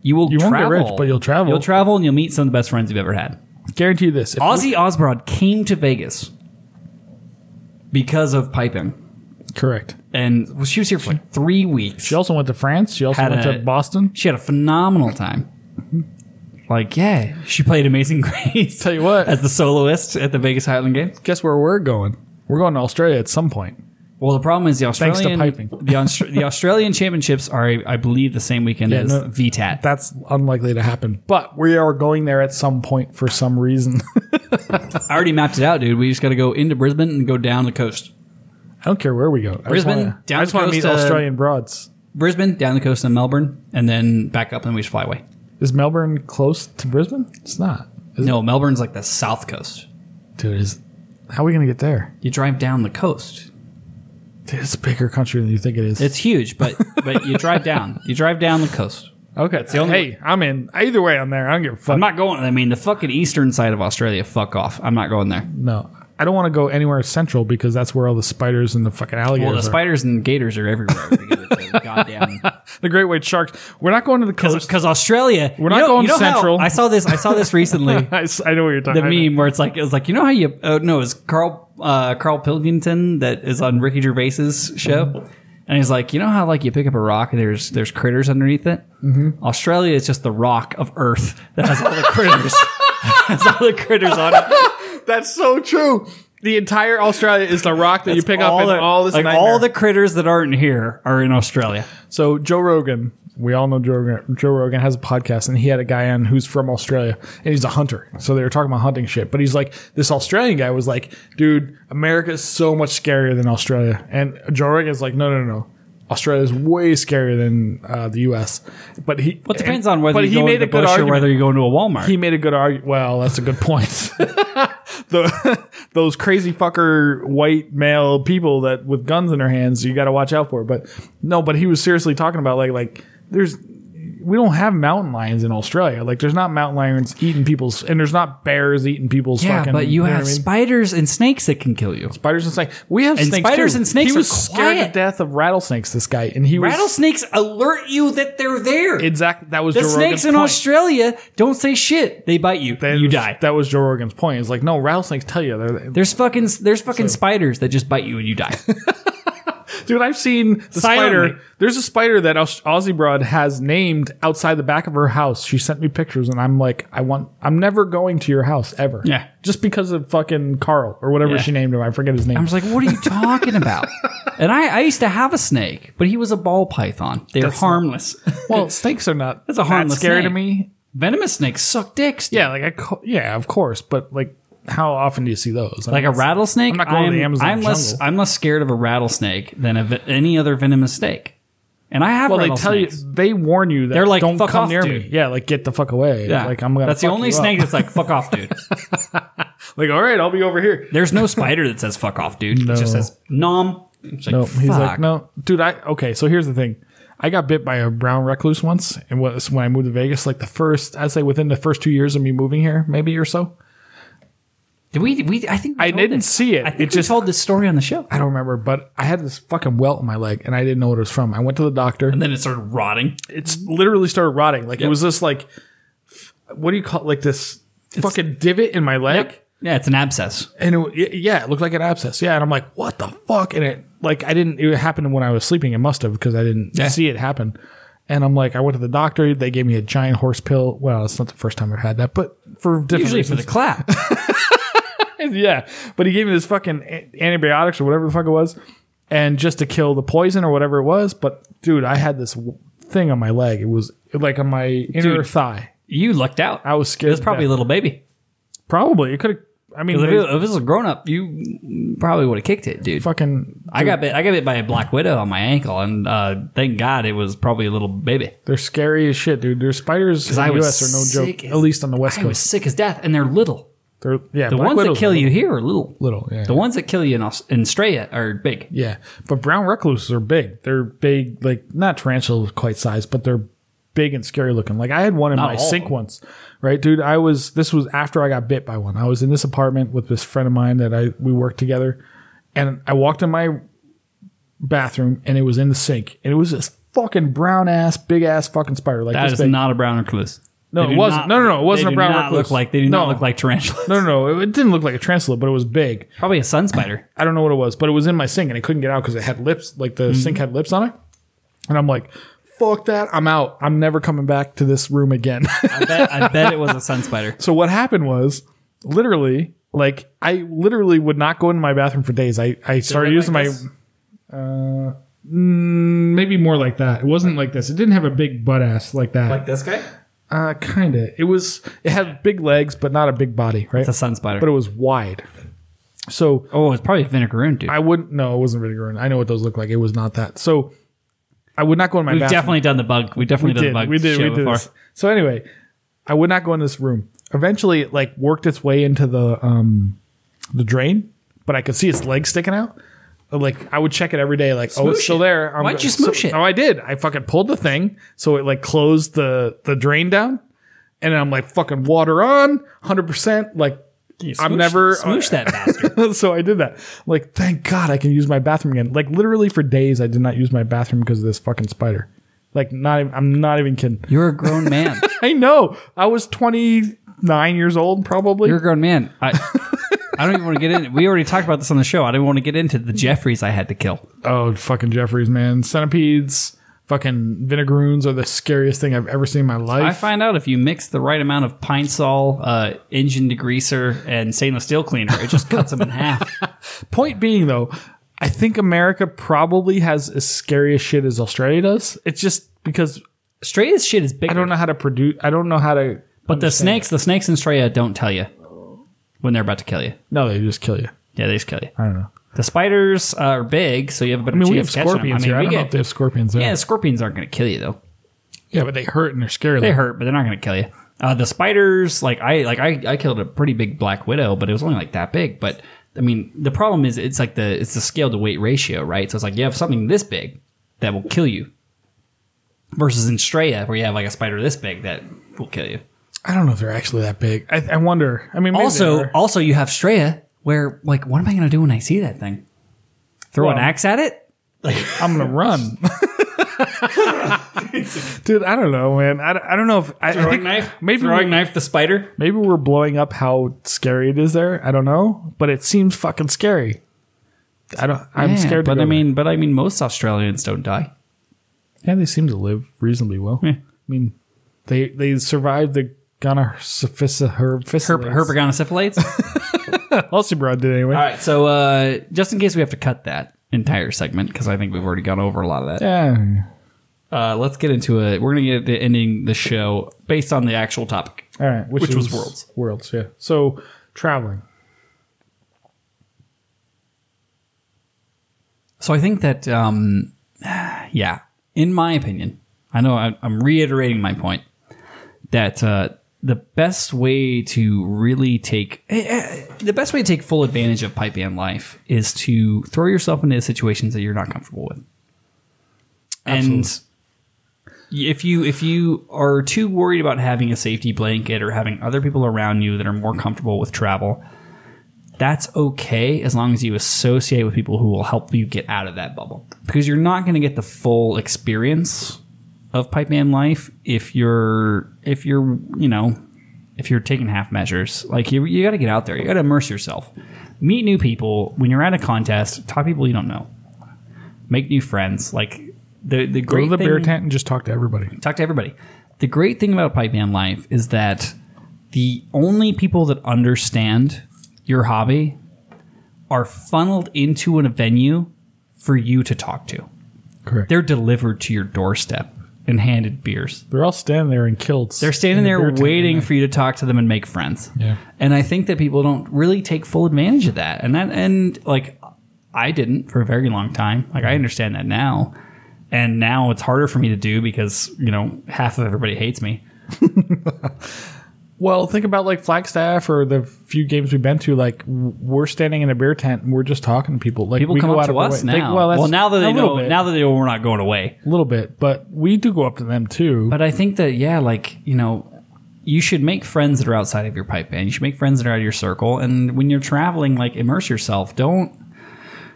Speaker 2: you will.
Speaker 1: You won't get
Speaker 2: travel.
Speaker 1: rich, but you'll travel.
Speaker 2: You'll travel, and you'll meet some of the best friends you've ever had.
Speaker 1: Guarantee you this. If we-
Speaker 2: Ozzy Osbourne came to Vegas because of piping,
Speaker 1: correct.
Speaker 2: and well, she was here for like three weeks.
Speaker 1: She also went to France. She also
Speaker 2: Had
Speaker 1: went
Speaker 2: a-
Speaker 1: to Boston.
Speaker 2: She had a phenomenal time. Like, yeah, she played Amazing [laughs] Grace.
Speaker 1: Tell you what.
Speaker 2: as the soloist at the Vegas Highland Games.
Speaker 1: guess where we're going? We're going to Australia at some point.
Speaker 2: Well, the problem is the
Speaker 1: Thanks to
Speaker 2: Australian
Speaker 1: piping.
Speaker 2: the, Austra- the Australian Championships are, I believe, the same weekend
Speaker 1: Yeah,
Speaker 2: as
Speaker 1: no.
Speaker 2: VTAT.
Speaker 1: That's unlikely to happen, but we are going there at some point for some reason. [laughs]
Speaker 2: I already mapped it out, dude. We just got to go into Brisbane and go down the coast.
Speaker 1: I don't care where we go.
Speaker 2: Brisbane, down
Speaker 1: I just
Speaker 2: the
Speaker 1: want to
Speaker 2: coast
Speaker 1: meet
Speaker 2: to-
Speaker 1: Australian broads.
Speaker 2: Brisbane, down the coast to Melbourne, and then back up, and we just fly away.
Speaker 1: Is Melbourne close to Brisbane? It's not, is
Speaker 2: No, Melbourne's like the south coast.
Speaker 1: it? dude. Is how are we going to get there?
Speaker 2: You drive down the coast.
Speaker 1: Dude, it's a bigger country than you think it is.
Speaker 2: It's huge, but but you drive down. You drive down the coast.
Speaker 1: okay.
Speaker 2: the only-
Speaker 1: hey, I'm in. Either way, I'm there. I don't give a fuck.
Speaker 2: I'm not going. I mean, the fucking eastern side of Australia. Fuck off. I'm not going there.
Speaker 1: no, I don't want to go anywhere central because that's where all the spiders and the fucking alligators
Speaker 2: Well, the
Speaker 1: are.
Speaker 2: spiders and gators are everywhere. because [laughs] it's a goddamn.
Speaker 1: [laughs] The great white sharks. We're not going to the coast.
Speaker 2: Because Australia, we're
Speaker 1: not going central.
Speaker 2: I saw this. I saw this [laughs] recently.
Speaker 1: I, s- I know what you're talking
Speaker 2: the
Speaker 1: about.
Speaker 2: meme where it's like it was like you know how you oh no it's Carl uh, Carl Pilkington that is on Ricky Gervais's show, and he's like you know how like you pick up a rock and there's there's critters underneath it. Mm-hmm. Australia is just the rock of Earth that has all the critters. [laughs] has all the critters on it.
Speaker 1: That's so true. The entire Australia is the rock that you pick up in
Speaker 2: the,
Speaker 1: all this
Speaker 2: like
Speaker 1: nightmare.
Speaker 2: all the critters that aren't here are in Australia.
Speaker 1: So Joe Rogan, we all know Joe Rogan, Joe Rogan has a podcast, and he had a guy on who's from Australia, and he's a hunter. So they were talking about hunting shit, but he's like, this Australian guy was like, dude, America is so much scarier than Australia, and Joe Rogan's like, no, no, no, no. Australia is way scarier than uh, the U.S. But he
Speaker 2: Well, it depends on whether
Speaker 1: but
Speaker 2: you go into the bush or whether you go into a Walmart.
Speaker 1: he made a good argument. Well, that's a good point. [laughs] the, those crazy fucker white male people that with guns in their hands, you got to watch out for. But no, but he was seriously talking about like like there's we don't have mountain lions in Australia. Like there's not mountain lions eating people's and there's not bears eating people's.
Speaker 2: yeah,
Speaker 1: fucking,
Speaker 2: but you
Speaker 1: know what
Speaker 2: have
Speaker 1: I mean?
Speaker 2: spiders and snakes that can kill you.
Speaker 1: spiders and snakes. We have
Speaker 2: And
Speaker 1: snakes
Speaker 2: spiders
Speaker 1: too.
Speaker 2: and snakes
Speaker 1: He was
Speaker 2: are
Speaker 1: scared to
Speaker 2: quiet.
Speaker 1: death of rattlesnakes. This guy and he was
Speaker 2: Rattlesnakes alert you that they're there.
Speaker 1: exactly that was
Speaker 2: The
Speaker 1: Joe
Speaker 2: snakes
Speaker 1: Rogan's
Speaker 2: in
Speaker 1: point.
Speaker 2: Australia don't say shit. They bite you.
Speaker 1: That
Speaker 2: you
Speaker 1: was-
Speaker 2: die.
Speaker 1: That was Joe Rogan's point. It's like no rattlesnakes tell you they're
Speaker 2: There's fucking there's fucking spiders that just bite you and you [laughs] die.
Speaker 1: Dude, I've seen the
Speaker 2: Silently.
Speaker 1: spider. There's a spider that Aus- Aussie Broad has named outside the back of her house. She sent me pictures, and I'm like, I want. I'm never going to your house ever.
Speaker 2: Yeah.
Speaker 1: just because of fucking Carl or whatever
Speaker 2: Yeah.
Speaker 1: she named him. I forget his name.
Speaker 2: I was like, what are you talking [laughs] about? And I, I used to have a snake, but he was a ball python. They're harmless.
Speaker 1: well, snakes are not.
Speaker 2: That's a harmless
Speaker 1: scary to
Speaker 2: snake.
Speaker 1: me.
Speaker 2: Venomous snakes suck dicks. dude.
Speaker 1: Yeah, like I. co- Yeah, of course, but like, how often do you see those? I
Speaker 2: Like
Speaker 1: mean,
Speaker 2: a rattlesnake,
Speaker 1: I'm not going to the Amazon
Speaker 2: I'm less
Speaker 1: jungle.
Speaker 2: I'm less scared of a rattlesnake than of any other venomous snake. And I have
Speaker 1: Well, they tell you.
Speaker 2: rattlesnakes.
Speaker 1: They warn you that
Speaker 2: They're like,
Speaker 1: don't
Speaker 2: "Fuck
Speaker 1: come
Speaker 2: off,
Speaker 1: near
Speaker 2: dude."
Speaker 1: me. Yeah, like get the fuck away.
Speaker 2: yeah,
Speaker 1: like I'm gonna.
Speaker 2: That's the
Speaker 1: fuck
Speaker 2: only
Speaker 1: you up.
Speaker 2: snake that's like fuck
Speaker 1: [laughs]
Speaker 2: off, dude.
Speaker 1: Like, all right, I'll be over here.
Speaker 2: There's no spider that says fuck off, dude. It just says nom. It's like,
Speaker 1: Nope. He's like,
Speaker 2: fuck.
Speaker 1: no, dude. I okay. So here's the thing. I got bit by a brown recluse once, and was when I moved to Vegas. Like the first, I'd say within the first two years of me moving here, maybe or so.
Speaker 2: Did we, we, I think we
Speaker 1: I
Speaker 2: told
Speaker 1: didn't
Speaker 2: this.
Speaker 1: see it.
Speaker 2: I think
Speaker 1: It
Speaker 2: we
Speaker 1: just-
Speaker 2: told this story on the show.
Speaker 1: I don't remember, but I had this fucking welt in my leg, and I didn't know what it was from. I went to the doctor.
Speaker 2: And then it started rotting.
Speaker 1: It's literally started rotting. Like it was this like, f- what do you call it? like this fucking divot in my leg?
Speaker 2: Yeah, it's an abscess.
Speaker 1: and it, it- yeah, it looked like an abscess. Yeah, and I'm like, what the fuck? And it like I didn't. It happened when I was sleeping. It must have because I didn't
Speaker 2: Yeah.
Speaker 1: see it happen. And I'm like, I went to the doctor. They gave me a giant horse pill. Well, it's not the first time I've had that, but for different
Speaker 2: Usually for
Speaker 1: reasons.
Speaker 2: the clap.
Speaker 1: [laughs] yeah, but he gave me this fucking a- antibiotics or whatever the fuck it was, and just to kill the poison or whatever it was. But dude, I had this w- thing on my leg. It was like on my inner
Speaker 2: Dude.
Speaker 1: thigh.
Speaker 2: you lucked out.
Speaker 1: [laughs] I was scared.
Speaker 2: It was probably a little baby.
Speaker 1: probably it could have. I mean,
Speaker 2: 'Cause If
Speaker 1: they
Speaker 2: it, if it was a grown up, you probably would have kicked it, dude.
Speaker 1: fucking.
Speaker 2: I got bit. I got bit by a black widow on my ankle, and uh, thank God it was probably a little baby.
Speaker 1: They're scary as shit, dude. They're spiders in
Speaker 2: I
Speaker 1: the
Speaker 2: was
Speaker 1: U.S. are no
Speaker 2: sick
Speaker 1: joke.
Speaker 2: as-
Speaker 1: At least on the West
Speaker 2: I was
Speaker 1: Coast.
Speaker 2: sick as death, and they're little.
Speaker 1: They're, yeah,
Speaker 2: The ones that kill you here are little.
Speaker 1: little, yeah.
Speaker 2: The ones that kill you in, Aus- in Australia are big.
Speaker 1: yeah, but brown recluses are big. They're big, like not tarantula quite size, but they're big and scary looking. Like I had one in
Speaker 2: Not
Speaker 1: my
Speaker 2: all of
Speaker 1: sink
Speaker 2: them.
Speaker 1: once, right, dude? I was this was after I got bit by one. I was in this apartment with this friend of mine that I we worked together, and I walked in my bathroom and it was in the sink and it was this fucking brown ass big ass fucking spider like
Speaker 2: That
Speaker 1: this
Speaker 2: is
Speaker 1: big.
Speaker 2: not a brown recluse.
Speaker 1: No,
Speaker 2: They
Speaker 1: it
Speaker 2: do
Speaker 1: wasn't. No, no, no, it wasn't a
Speaker 2: they
Speaker 1: brown
Speaker 2: do not
Speaker 1: recluse.
Speaker 2: Look like they do not
Speaker 1: No.
Speaker 2: look like tarantulas.
Speaker 1: no, no, no. It didn't look like a tarantula, but it was big.
Speaker 2: Probably a sun
Speaker 1: [laughs]
Speaker 2: spider.
Speaker 1: I don't know what it was, but it was in my sink and I couldn't get out because it had lips, like
Speaker 2: Mm-hmm.
Speaker 1: the sink had lips on it. And I'm like, fuck that. I'm out. I'm never coming back to this room again. [laughs]
Speaker 2: I bet, I bet it was a sun spider.
Speaker 1: so what happened was literally, like, I literally would not go into my bathroom for days. I, I started
Speaker 2: like
Speaker 1: using my.
Speaker 2: this?
Speaker 1: Uh, mm, maybe more like that. It wasn't like this. It didn't have a big butt ass like that.
Speaker 2: this guy?
Speaker 1: uh, kinda. It was. It had big legs, but not a big body, right?
Speaker 2: It's a sun spider.
Speaker 1: but it was wide. So
Speaker 2: oh, it's probably a vinegaroon, dude.
Speaker 1: I wouldn't. No, it wasn't vinegar. I know what those look like. It was not that. So I would not go in my
Speaker 2: We've
Speaker 1: bathroom.
Speaker 2: definitely done the bug. We've definitely done the bug.
Speaker 1: we did.
Speaker 2: show
Speaker 1: We did.
Speaker 2: before.
Speaker 1: This. So anyway, I would not go in this room. Eventually, it like worked its way into the um the drain, but I could see its leg sticking out. Like I would check it every day. Like, oh,
Speaker 2: Smoosh
Speaker 1: it's still
Speaker 2: it.
Speaker 1: there. I'm
Speaker 2: Why'd
Speaker 1: go-
Speaker 2: you smoosh
Speaker 1: so-
Speaker 2: it?
Speaker 1: Oh, I did. I fucking pulled the thing, so it like closed the the drain down, and I'm like, fucking water on, hundred percent. Like
Speaker 2: You
Speaker 1: I'm
Speaker 2: smoosh-
Speaker 1: never- uh,
Speaker 2: smoosh that
Speaker 1: [laughs]
Speaker 2: bastard.
Speaker 1: so I did that. Like, thank God I can use my bathroom again. Like, literally for days, I did not use my bathroom because of this fucking spider. Like, not even, I'm not even kidding. [laughs]
Speaker 2: You're a grown man.
Speaker 1: I know. I was 29 years old, probably.
Speaker 2: You're a grown man. I I don't even want to get in. We already talked about this on the show. I didn't want to get into the Jeffries I had to kill.
Speaker 1: oh, fucking Jeffries, man. Centipedes, fucking vinegaroons are the scariest thing I've ever seen in my
Speaker 2: I
Speaker 1: life.
Speaker 2: find out if you mix the right amount of Pine Sol, uh, engine degreaser, and stainless steel cleaner, it just cuts them in half.
Speaker 1: Point being, though, I think America probably has as scary as shit as Australia does. It's just because
Speaker 2: Straight as shit is big.
Speaker 1: I don't know how to produce, I don't know how to.
Speaker 2: But the snakes, the snakes in Australia don't tell you when they're about to kill you.
Speaker 1: No, they just kill you.
Speaker 2: Yeah, they just kill you.
Speaker 1: I don't know.
Speaker 2: The spiders uh, are big, so you have a better
Speaker 1: I mean, we have
Speaker 2: chance of catching 'em.
Speaker 1: scorpions
Speaker 2: I mean,
Speaker 1: here. I
Speaker 2: we
Speaker 1: don't know
Speaker 2: get-
Speaker 1: if they have scorpions there.
Speaker 2: yeah, scorpions aren't going to kill you though.
Speaker 1: Yeah, but they hurt and they're scary.
Speaker 2: They hurt, but they're not going to kill you. Uh, the spiders, like I, like I, I killed a pretty big black widow, but it was only like that big. But I mean, the problem is it's like the it's the scale to weight ratio, right? So it's like you have something this big that will kill you, versus in Straya where you have like a spider this big that will kill you.
Speaker 1: I don't know if they're actually that big. I, I wonder. I mean, maybe they
Speaker 2: Also,
Speaker 1: are.
Speaker 2: also you have Straya where like what am I going to do when I see that thing? Throw an
Speaker 1: Well-
Speaker 2: axe at it?
Speaker 1: I'm [laughs] gonna run. Dude, I don't know, man. I, don't- I don't know if I, I think
Speaker 2: [laughs]
Speaker 1: Maybe we-
Speaker 2: knife the spider.
Speaker 1: maybe we're blowing up how scary it is there. I don't know, but it seems fucking scary. I don't. I'm
Speaker 2: Yeah,
Speaker 1: scared. to
Speaker 2: but
Speaker 1: go
Speaker 2: I
Speaker 1: there.
Speaker 2: mean, but I mean, most Australians don't die.
Speaker 1: yeah, they seem to live reasonably well.
Speaker 2: Yeah.
Speaker 1: I mean, they they survived the gonorrhoea herb
Speaker 2: Herp- Herpagonosyphalates.
Speaker 1: Alcibrod did anyway.
Speaker 2: All right, so uh, just in case we have to cut that entire segment because I think we've already gone over a lot of that.
Speaker 1: Yeah,
Speaker 2: Uh, let's get into it. We're gonna get to ending the show based on the actual topic.
Speaker 1: All right, which,
Speaker 2: Which
Speaker 1: is
Speaker 2: was Worlds.
Speaker 1: Worlds, yeah. So traveling.
Speaker 2: So I think that, um, [sighs] yeah, in my opinion, I know I- I'm reiterating my point that uh, the best way to really take eh, eh, the best way to take full advantage of pipe band life is to throw yourself into situations that you're not comfortable with, and if you if you are too worried about having a safety blanket or having other people around you that are more comfortable with travel that's okay as long as you associate with people who will help you get out of that bubble because you're not going to get the full experience of pipe man life if you're if you're you know if you're taking half measures like you, you got to get out there you got to immerse yourself meet new people when you're at a contest talk to people you don't know make new friends like the the
Speaker 1: Go
Speaker 2: great
Speaker 1: to the
Speaker 2: thing,
Speaker 1: beer tent and just talk to everybody.
Speaker 2: talk to everybody. The great thing about Pipe Man Life is that the only people that understand your hobby are funneled into a venue for you to talk to.
Speaker 1: Correct. They're,
Speaker 2: They're delivered to your doorstep and handed beers.
Speaker 1: all standing there in kilts.
Speaker 2: They're standing
Speaker 1: in the
Speaker 2: there
Speaker 1: beer tent.
Speaker 2: waiting for you to talk to them and make friends.
Speaker 1: Yeah.
Speaker 2: And I think that people don't really take full advantage of that. And that and like I didn't for a very long time. Like I understand that now. And now it's harder for me to do because, you know, half of everybody hates me.
Speaker 1: Well, think about like Flagstaff or the few games we've been to. Like w- we're standing in a beer tent and we're just talking to people. Like
Speaker 2: People
Speaker 1: we
Speaker 2: come
Speaker 1: go
Speaker 2: up
Speaker 1: out
Speaker 2: to
Speaker 1: of our
Speaker 2: us
Speaker 1: way-
Speaker 2: now.
Speaker 1: They- well, that's
Speaker 2: well, now that
Speaker 1: a
Speaker 2: they
Speaker 1: little
Speaker 2: know,
Speaker 1: bit,
Speaker 2: now that they know we're not going away.
Speaker 1: a little bit, but we do go up to them too.
Speaker 2: But I think that yeah, like you know, you should make friends that are outside of your pipe band. You should make friends that are out of your circle. And when you're traveling, like immerse yourself. Don't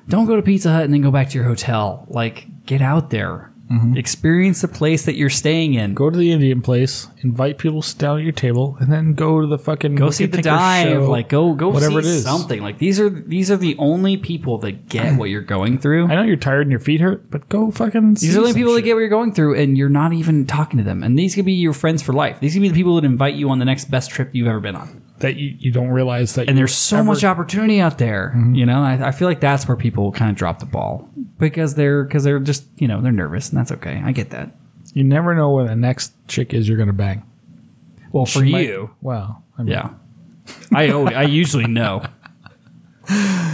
Speaker 2: don't go to Pizza Hut and then go back to your hotel. Like get out there,
Speaker 1: Mm-hmm.
Speaker 2: experience the place that you're staying in. Go,
Speaker 1: go to the Indian place, invite people, sit down at your table, and then go to the fucking go
Speaker 2: see the dive. like go go
Speaker 1: whatever
Speaker 2: see
Speaker 1: it is.
Speaker 2: something. Like these are these are the only people that
Speaker 1: [clears throat]
Speaker 2: get what you're going through.
Speaker 1: I know you're tired and your feet hurt, but go fucking.
Speaker 2: These are the only people that get what you're going through, and you're not even talking to them. And these could be your friends for life. These could be the people that invite you on the next best trip you've ever been on.
Speaker 1: that you, you don't realize that.
Speaker 2: And
Speaker 1: you
Speaker 2: there's so
Speaker 1: ever-
Speaker 2: much opportunity out there. You know, I, I feel like that's where people kind of drop the ball because they're because they're just you know they're nervous, and that's okay. I get that.
Speaker 1: you never know when the next chick is you're gonna bang.
Speaker 2: Well, for
Speaker 1: She might-
Speaker 2: you,
Speaker 1: Well, I mean,
Speaker 2: yeah. I always, I usually know. [sighs]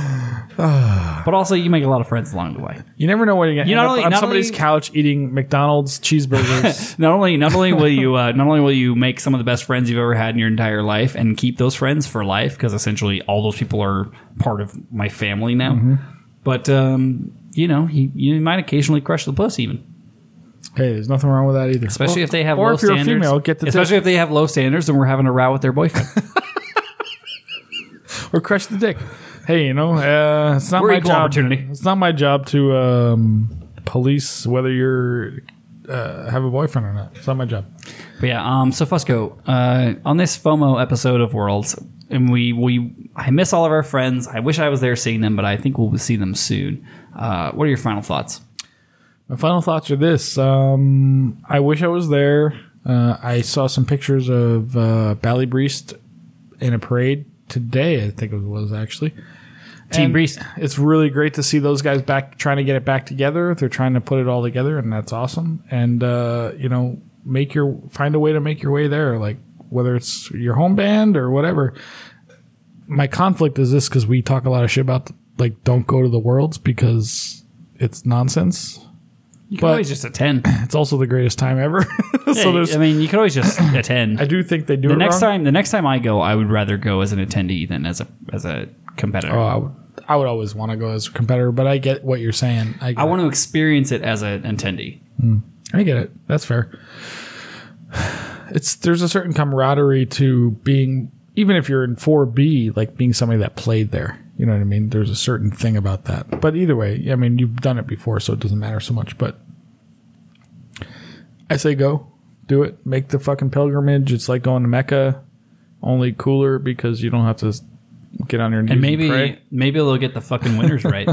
Speaker 2: but also, you make a lot of friends along the way.
Speaker 1: you never know when you're gonna
Speaker 2: You
Speaker 1: end
Speaker 2: not
Speaker 1: up
Speaker 2: only-
Speaker 1: on
Speaker 2: not
Speaker 1: somebody's
Speaker 2: only-
Speaker 1: couch eating McDonald's
Speaker 2: [laughs]
Speaker 1: cheeseburgers.
Speaker 2: Not only not only will you uh, not only will you make some of the best friends you've ever had in your entire life and keep those friends for life because essentially all those people are part of my family now.
Speaker 1: Mm-hmm.
Speaker 2: But um, you know, you, you might occasionally crush the puss even.
Speaker 1: hey, there's nothing wrong with that either.
Speaker 2: Especially if they have
Speaker 1: or
Speaker 2: low
Speaker 1: if you're
Speaker 2: standards.
Speaker 1: a female, get the [laughs]
Speaker 2: especially if they have low standards and we're having a row with their boyfriend.
Speaker 1: or crush the dick. Hey, you know, uh, it's not
Speaker 2: We're
Speaker 1: my
Speaker 2: equal
Speaker 1: job.
Speaker 2: opportunity.
Speaker 1: It's not my job to um, police whether you're uh, have a boyfriend or not. It's not my job.
Speaker 2: But yeah, um, so Fusco, uh, on this FOMO episode of Worlds, and we we I miss all of our friends. I wish I was there seeing them, but I think we'll see them soon. Uh, what are your final thoughts?
Speaker 1: My final thoughts are this: um, I wish I was there. Uh, I saw some pictures of uh, Ballybreast in a parade today. I think it was actually.
Speaker 2: Team
Speaker 1: And
Speaker 2: Brees.
Speaker 1: It's really great to see those guys back trying to get it back together. They're trying to put it all together, and that's awesome. And uh, you know, make your find a way to make your way there, like whether it's your home band or whatever. My conflict is this because we talk a lot of shit about like don't go to the worlds because it's nonsense.
Speaker 2: You can
Speaker 1: But-
Speaker 2: always just attend.
Speaker 1: It's also the greatest time ever. [laughs] so
Speaker 2: Yeah,
Speaker 1: there's,
Speaker 2: I mean, you could
Speaker 1: [coughs]
Speaker 2: always just attend.
Speaker 1: I do think they do
Speaker 2: the
Speaker 1: it
Speaker 2: next
Speaker 1: wrong.
Speaker 2: time, the next time I go, I would rather go as an attendee than as a as a competitor.
Speaker 1: Oh, I would, I would always want to go as a competitor, but I get what you're saying. I, get
Speaker 2: I want to experience it as an attendee.
Speaker 1: I get it. That's fair. It's there's a certain camaraderie to being even if you're in 4B, like being somebody that played there. You know what I mean? There's a certain thing about that. But either way, I mean, you've done it before, so it doesn't matter so much. But I say go, do it, make the fucking pilgrimage. It's like going to Mecca, only cooler because you don't have to get on your knees
Speaker 2: And maybe
Speaker 1: pray.
Speaker 2: maybe they'll get the fucking
Speaker 1: [laughs]
Speaker 2: winners right,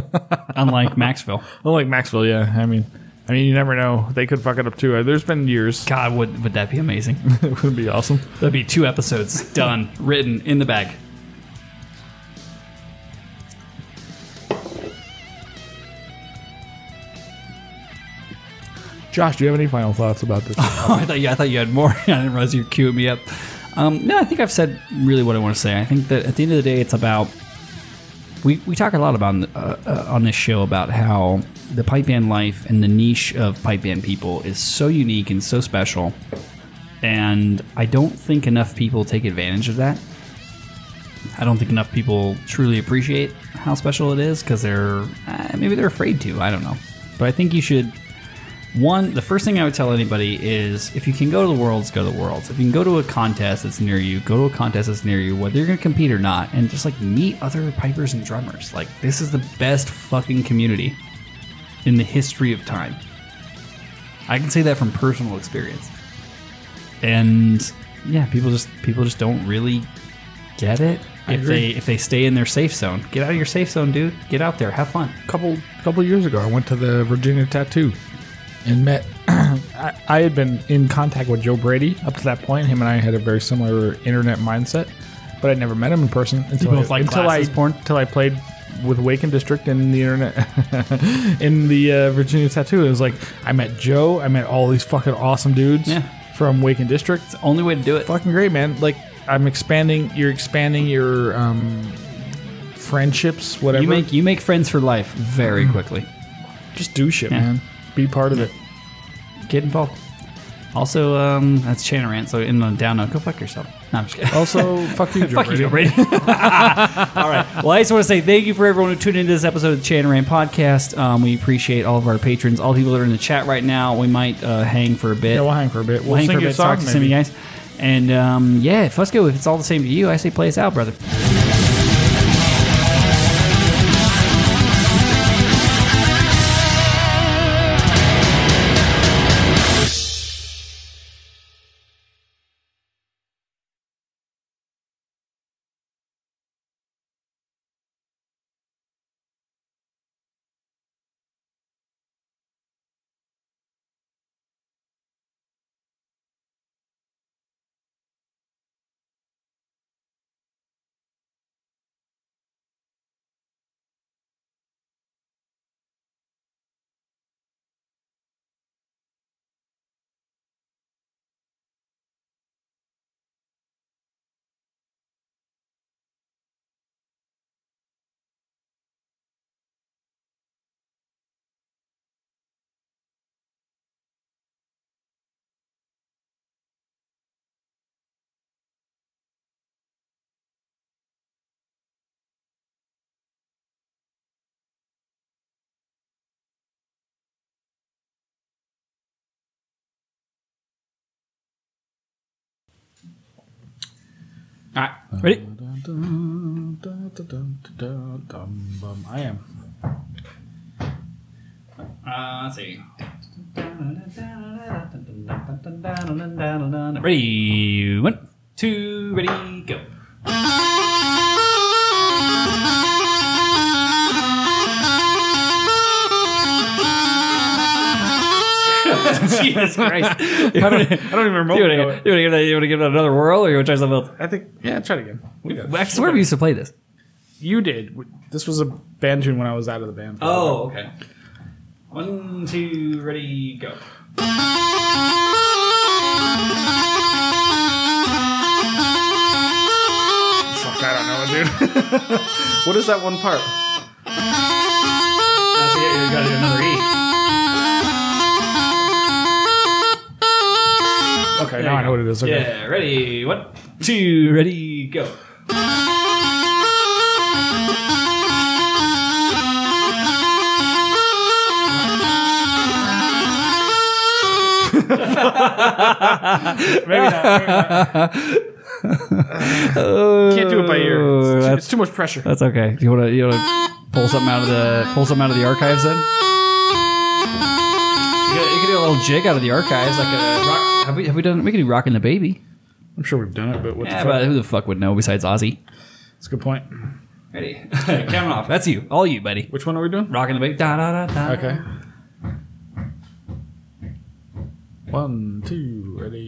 Speaker 2: unlike Maxville.
Speaker 1: Well, like Maxwell, yeah. I mean, I mean, you never know. They could fuck it up too. There's been years. [laughs]
Speaker 2: God, would would that be amazing?
Speaker 1: it would be awesome.
Speaker 2: That'd be two episodes done, written in the bag.
Speaker 1: Josh, do you have any final thoughts about this?
Speaker 2: Oh, [laughs] I thought you, I thought you had more. I didn't realize you were queuing me up. Um, no, I think I've said really what I want to say. I think that at the end of the day, it's about we, we talk a lot about uh, uh, on this show about how the pipe band life and the niche of pipe band people is so unique and so special, and I don't think enough people take advantage of that. I don't think enough people truly appreciate how special it is because they're uh, maybe they're afraid to. I don't know, but I think you should one, the first thing I would tell anybody is if you can go to the worlds, go to the worlds. If you can go to a contest that's near you, go to a contest that's near you, whether you're going to compete or not, and just like meet other pipers and drummers. Like, this is the best fucking community in the history of time. I can say that from personal experience. And yeah, people just people just don't really get it if they
Speaker 1: agree.
Speaker 2: if they stay in their safe zone. Get out of your safe zone, dude. Get out there, have fun.
Speaker 1: couple couple years ago, I went to the Virginia Tattoo and met. [clears throat] I, I had been in contact with Joe Brady up to that point. Him and I had a very similar internet mindset, but I'd never met him in person until
Speaker 2: both
Speaker 1: I,
Speaker 2: like
Speaker 1: until I
Speaker 2: glasses porn?
Speaker 1: until I played with Waken District in the internet [laughs] in the uh, Virginia Tattoo. It was like I met Joe. I met all these fucking awesome dudes
Speaker 2: Yeah.
Speaker 1: from Waken District.
Speaker 2: Only way to do it.
Speaker 1: fucking great, man. Like I'm expanding. You're expanding your um, friendships. Whatever.
Speaker 2: You make you make friends for life very quickly.
Speaker 1: just do shit,
Speaker 2: Yeah.
Speaker 1: man. Be part of
Speaker 2: [laughs]
Speaker 1: it.
Speaker 2: Get involved. Also, um, that's Chan Rant. So in the down note, go fuck yourself. No, I'm just kidding.
Speaker 1: Also, [laughs] fuck you, Joe
Speaker 2: Fuck you,
Speaker 1: Brady.
Speaker 2: Joe [laughs] Brady. All right. Well, I just want to say thank you for everyone who tuned into this episode of the Chan Rant podcast. Um, we appreciate all of our patrons, all the people that are in the chat right now. We might uh, hang for a bit.
Speaker 1: Yeah, we'll hang for a bit. We'll,
Speaker 2: We'll hang
Speaker 1: sing
Speaker 2: for a
Speaker 1: your
Speaker 2: bit. Talk
Speaker 1: song,
Speaker 2: to some of
Speaker 1: maybe.
Speaker 2: you guys. And um, yeah, Fusco, if it's all the same to you, I say play us out, brother. All right, ready?
Speaker 1: I am.
Speaker 2: Uh, let's see. Ready, one, two, ready, [laughs] go. Jesus Christ! You want to
Speaker 1: [laughs] I don't even
Speaker 2: [laughs]
Speaker 1: remember.
Speaker 2: give that? You want to give that another whirl, or you want to try something else?
Speaker 1: I think yeah. Try it again. We got it.
Speaker 2: I swear we used to play this.
Speaker 1: You did. This was a band tune when I was out of the band.
Speaker 2: Oh, okay. One, two, ready, go. Uh,
Speaker 1: Fuck, I don't know, dude. [laughs] what is that one part?
Speaker 2: That's it. You gotta do another E.
Speaker 1: Okay, now I know what it is. Okay.
Speaker 2: Yeah, ready. One, two, ready, go.
Speaker 1: Maybe not. Maybe not.
Speaker 2: [laughs]
Speaker 1: Can't do it by ear. It's too- It's too,
Speaker 2: That's,
Speaker 1: much pressure.
Speaker 2: that's okay. You wanna you wanna pull something out of the pull something out of the archives then? You can, you can do a little jig out of the archives, like a rock. Have we have we done? We can do rocking the baby.
Speaker 1: I'm sure we've done it, but what
Speaker 2: Yeah,
Speaker 1: the fuck?
Speaker 2: but who the fuck would know besides Ozzy?
Speaker 1: That's a good point.
Speaker 2: Ready? [laughs] Count off. That's you. All you, buddy.
Speaker 1: Which one are we doing?
Speaker 2: Rocking the baby. Da da da da.
Speaker 1: Okay. One, two, ready.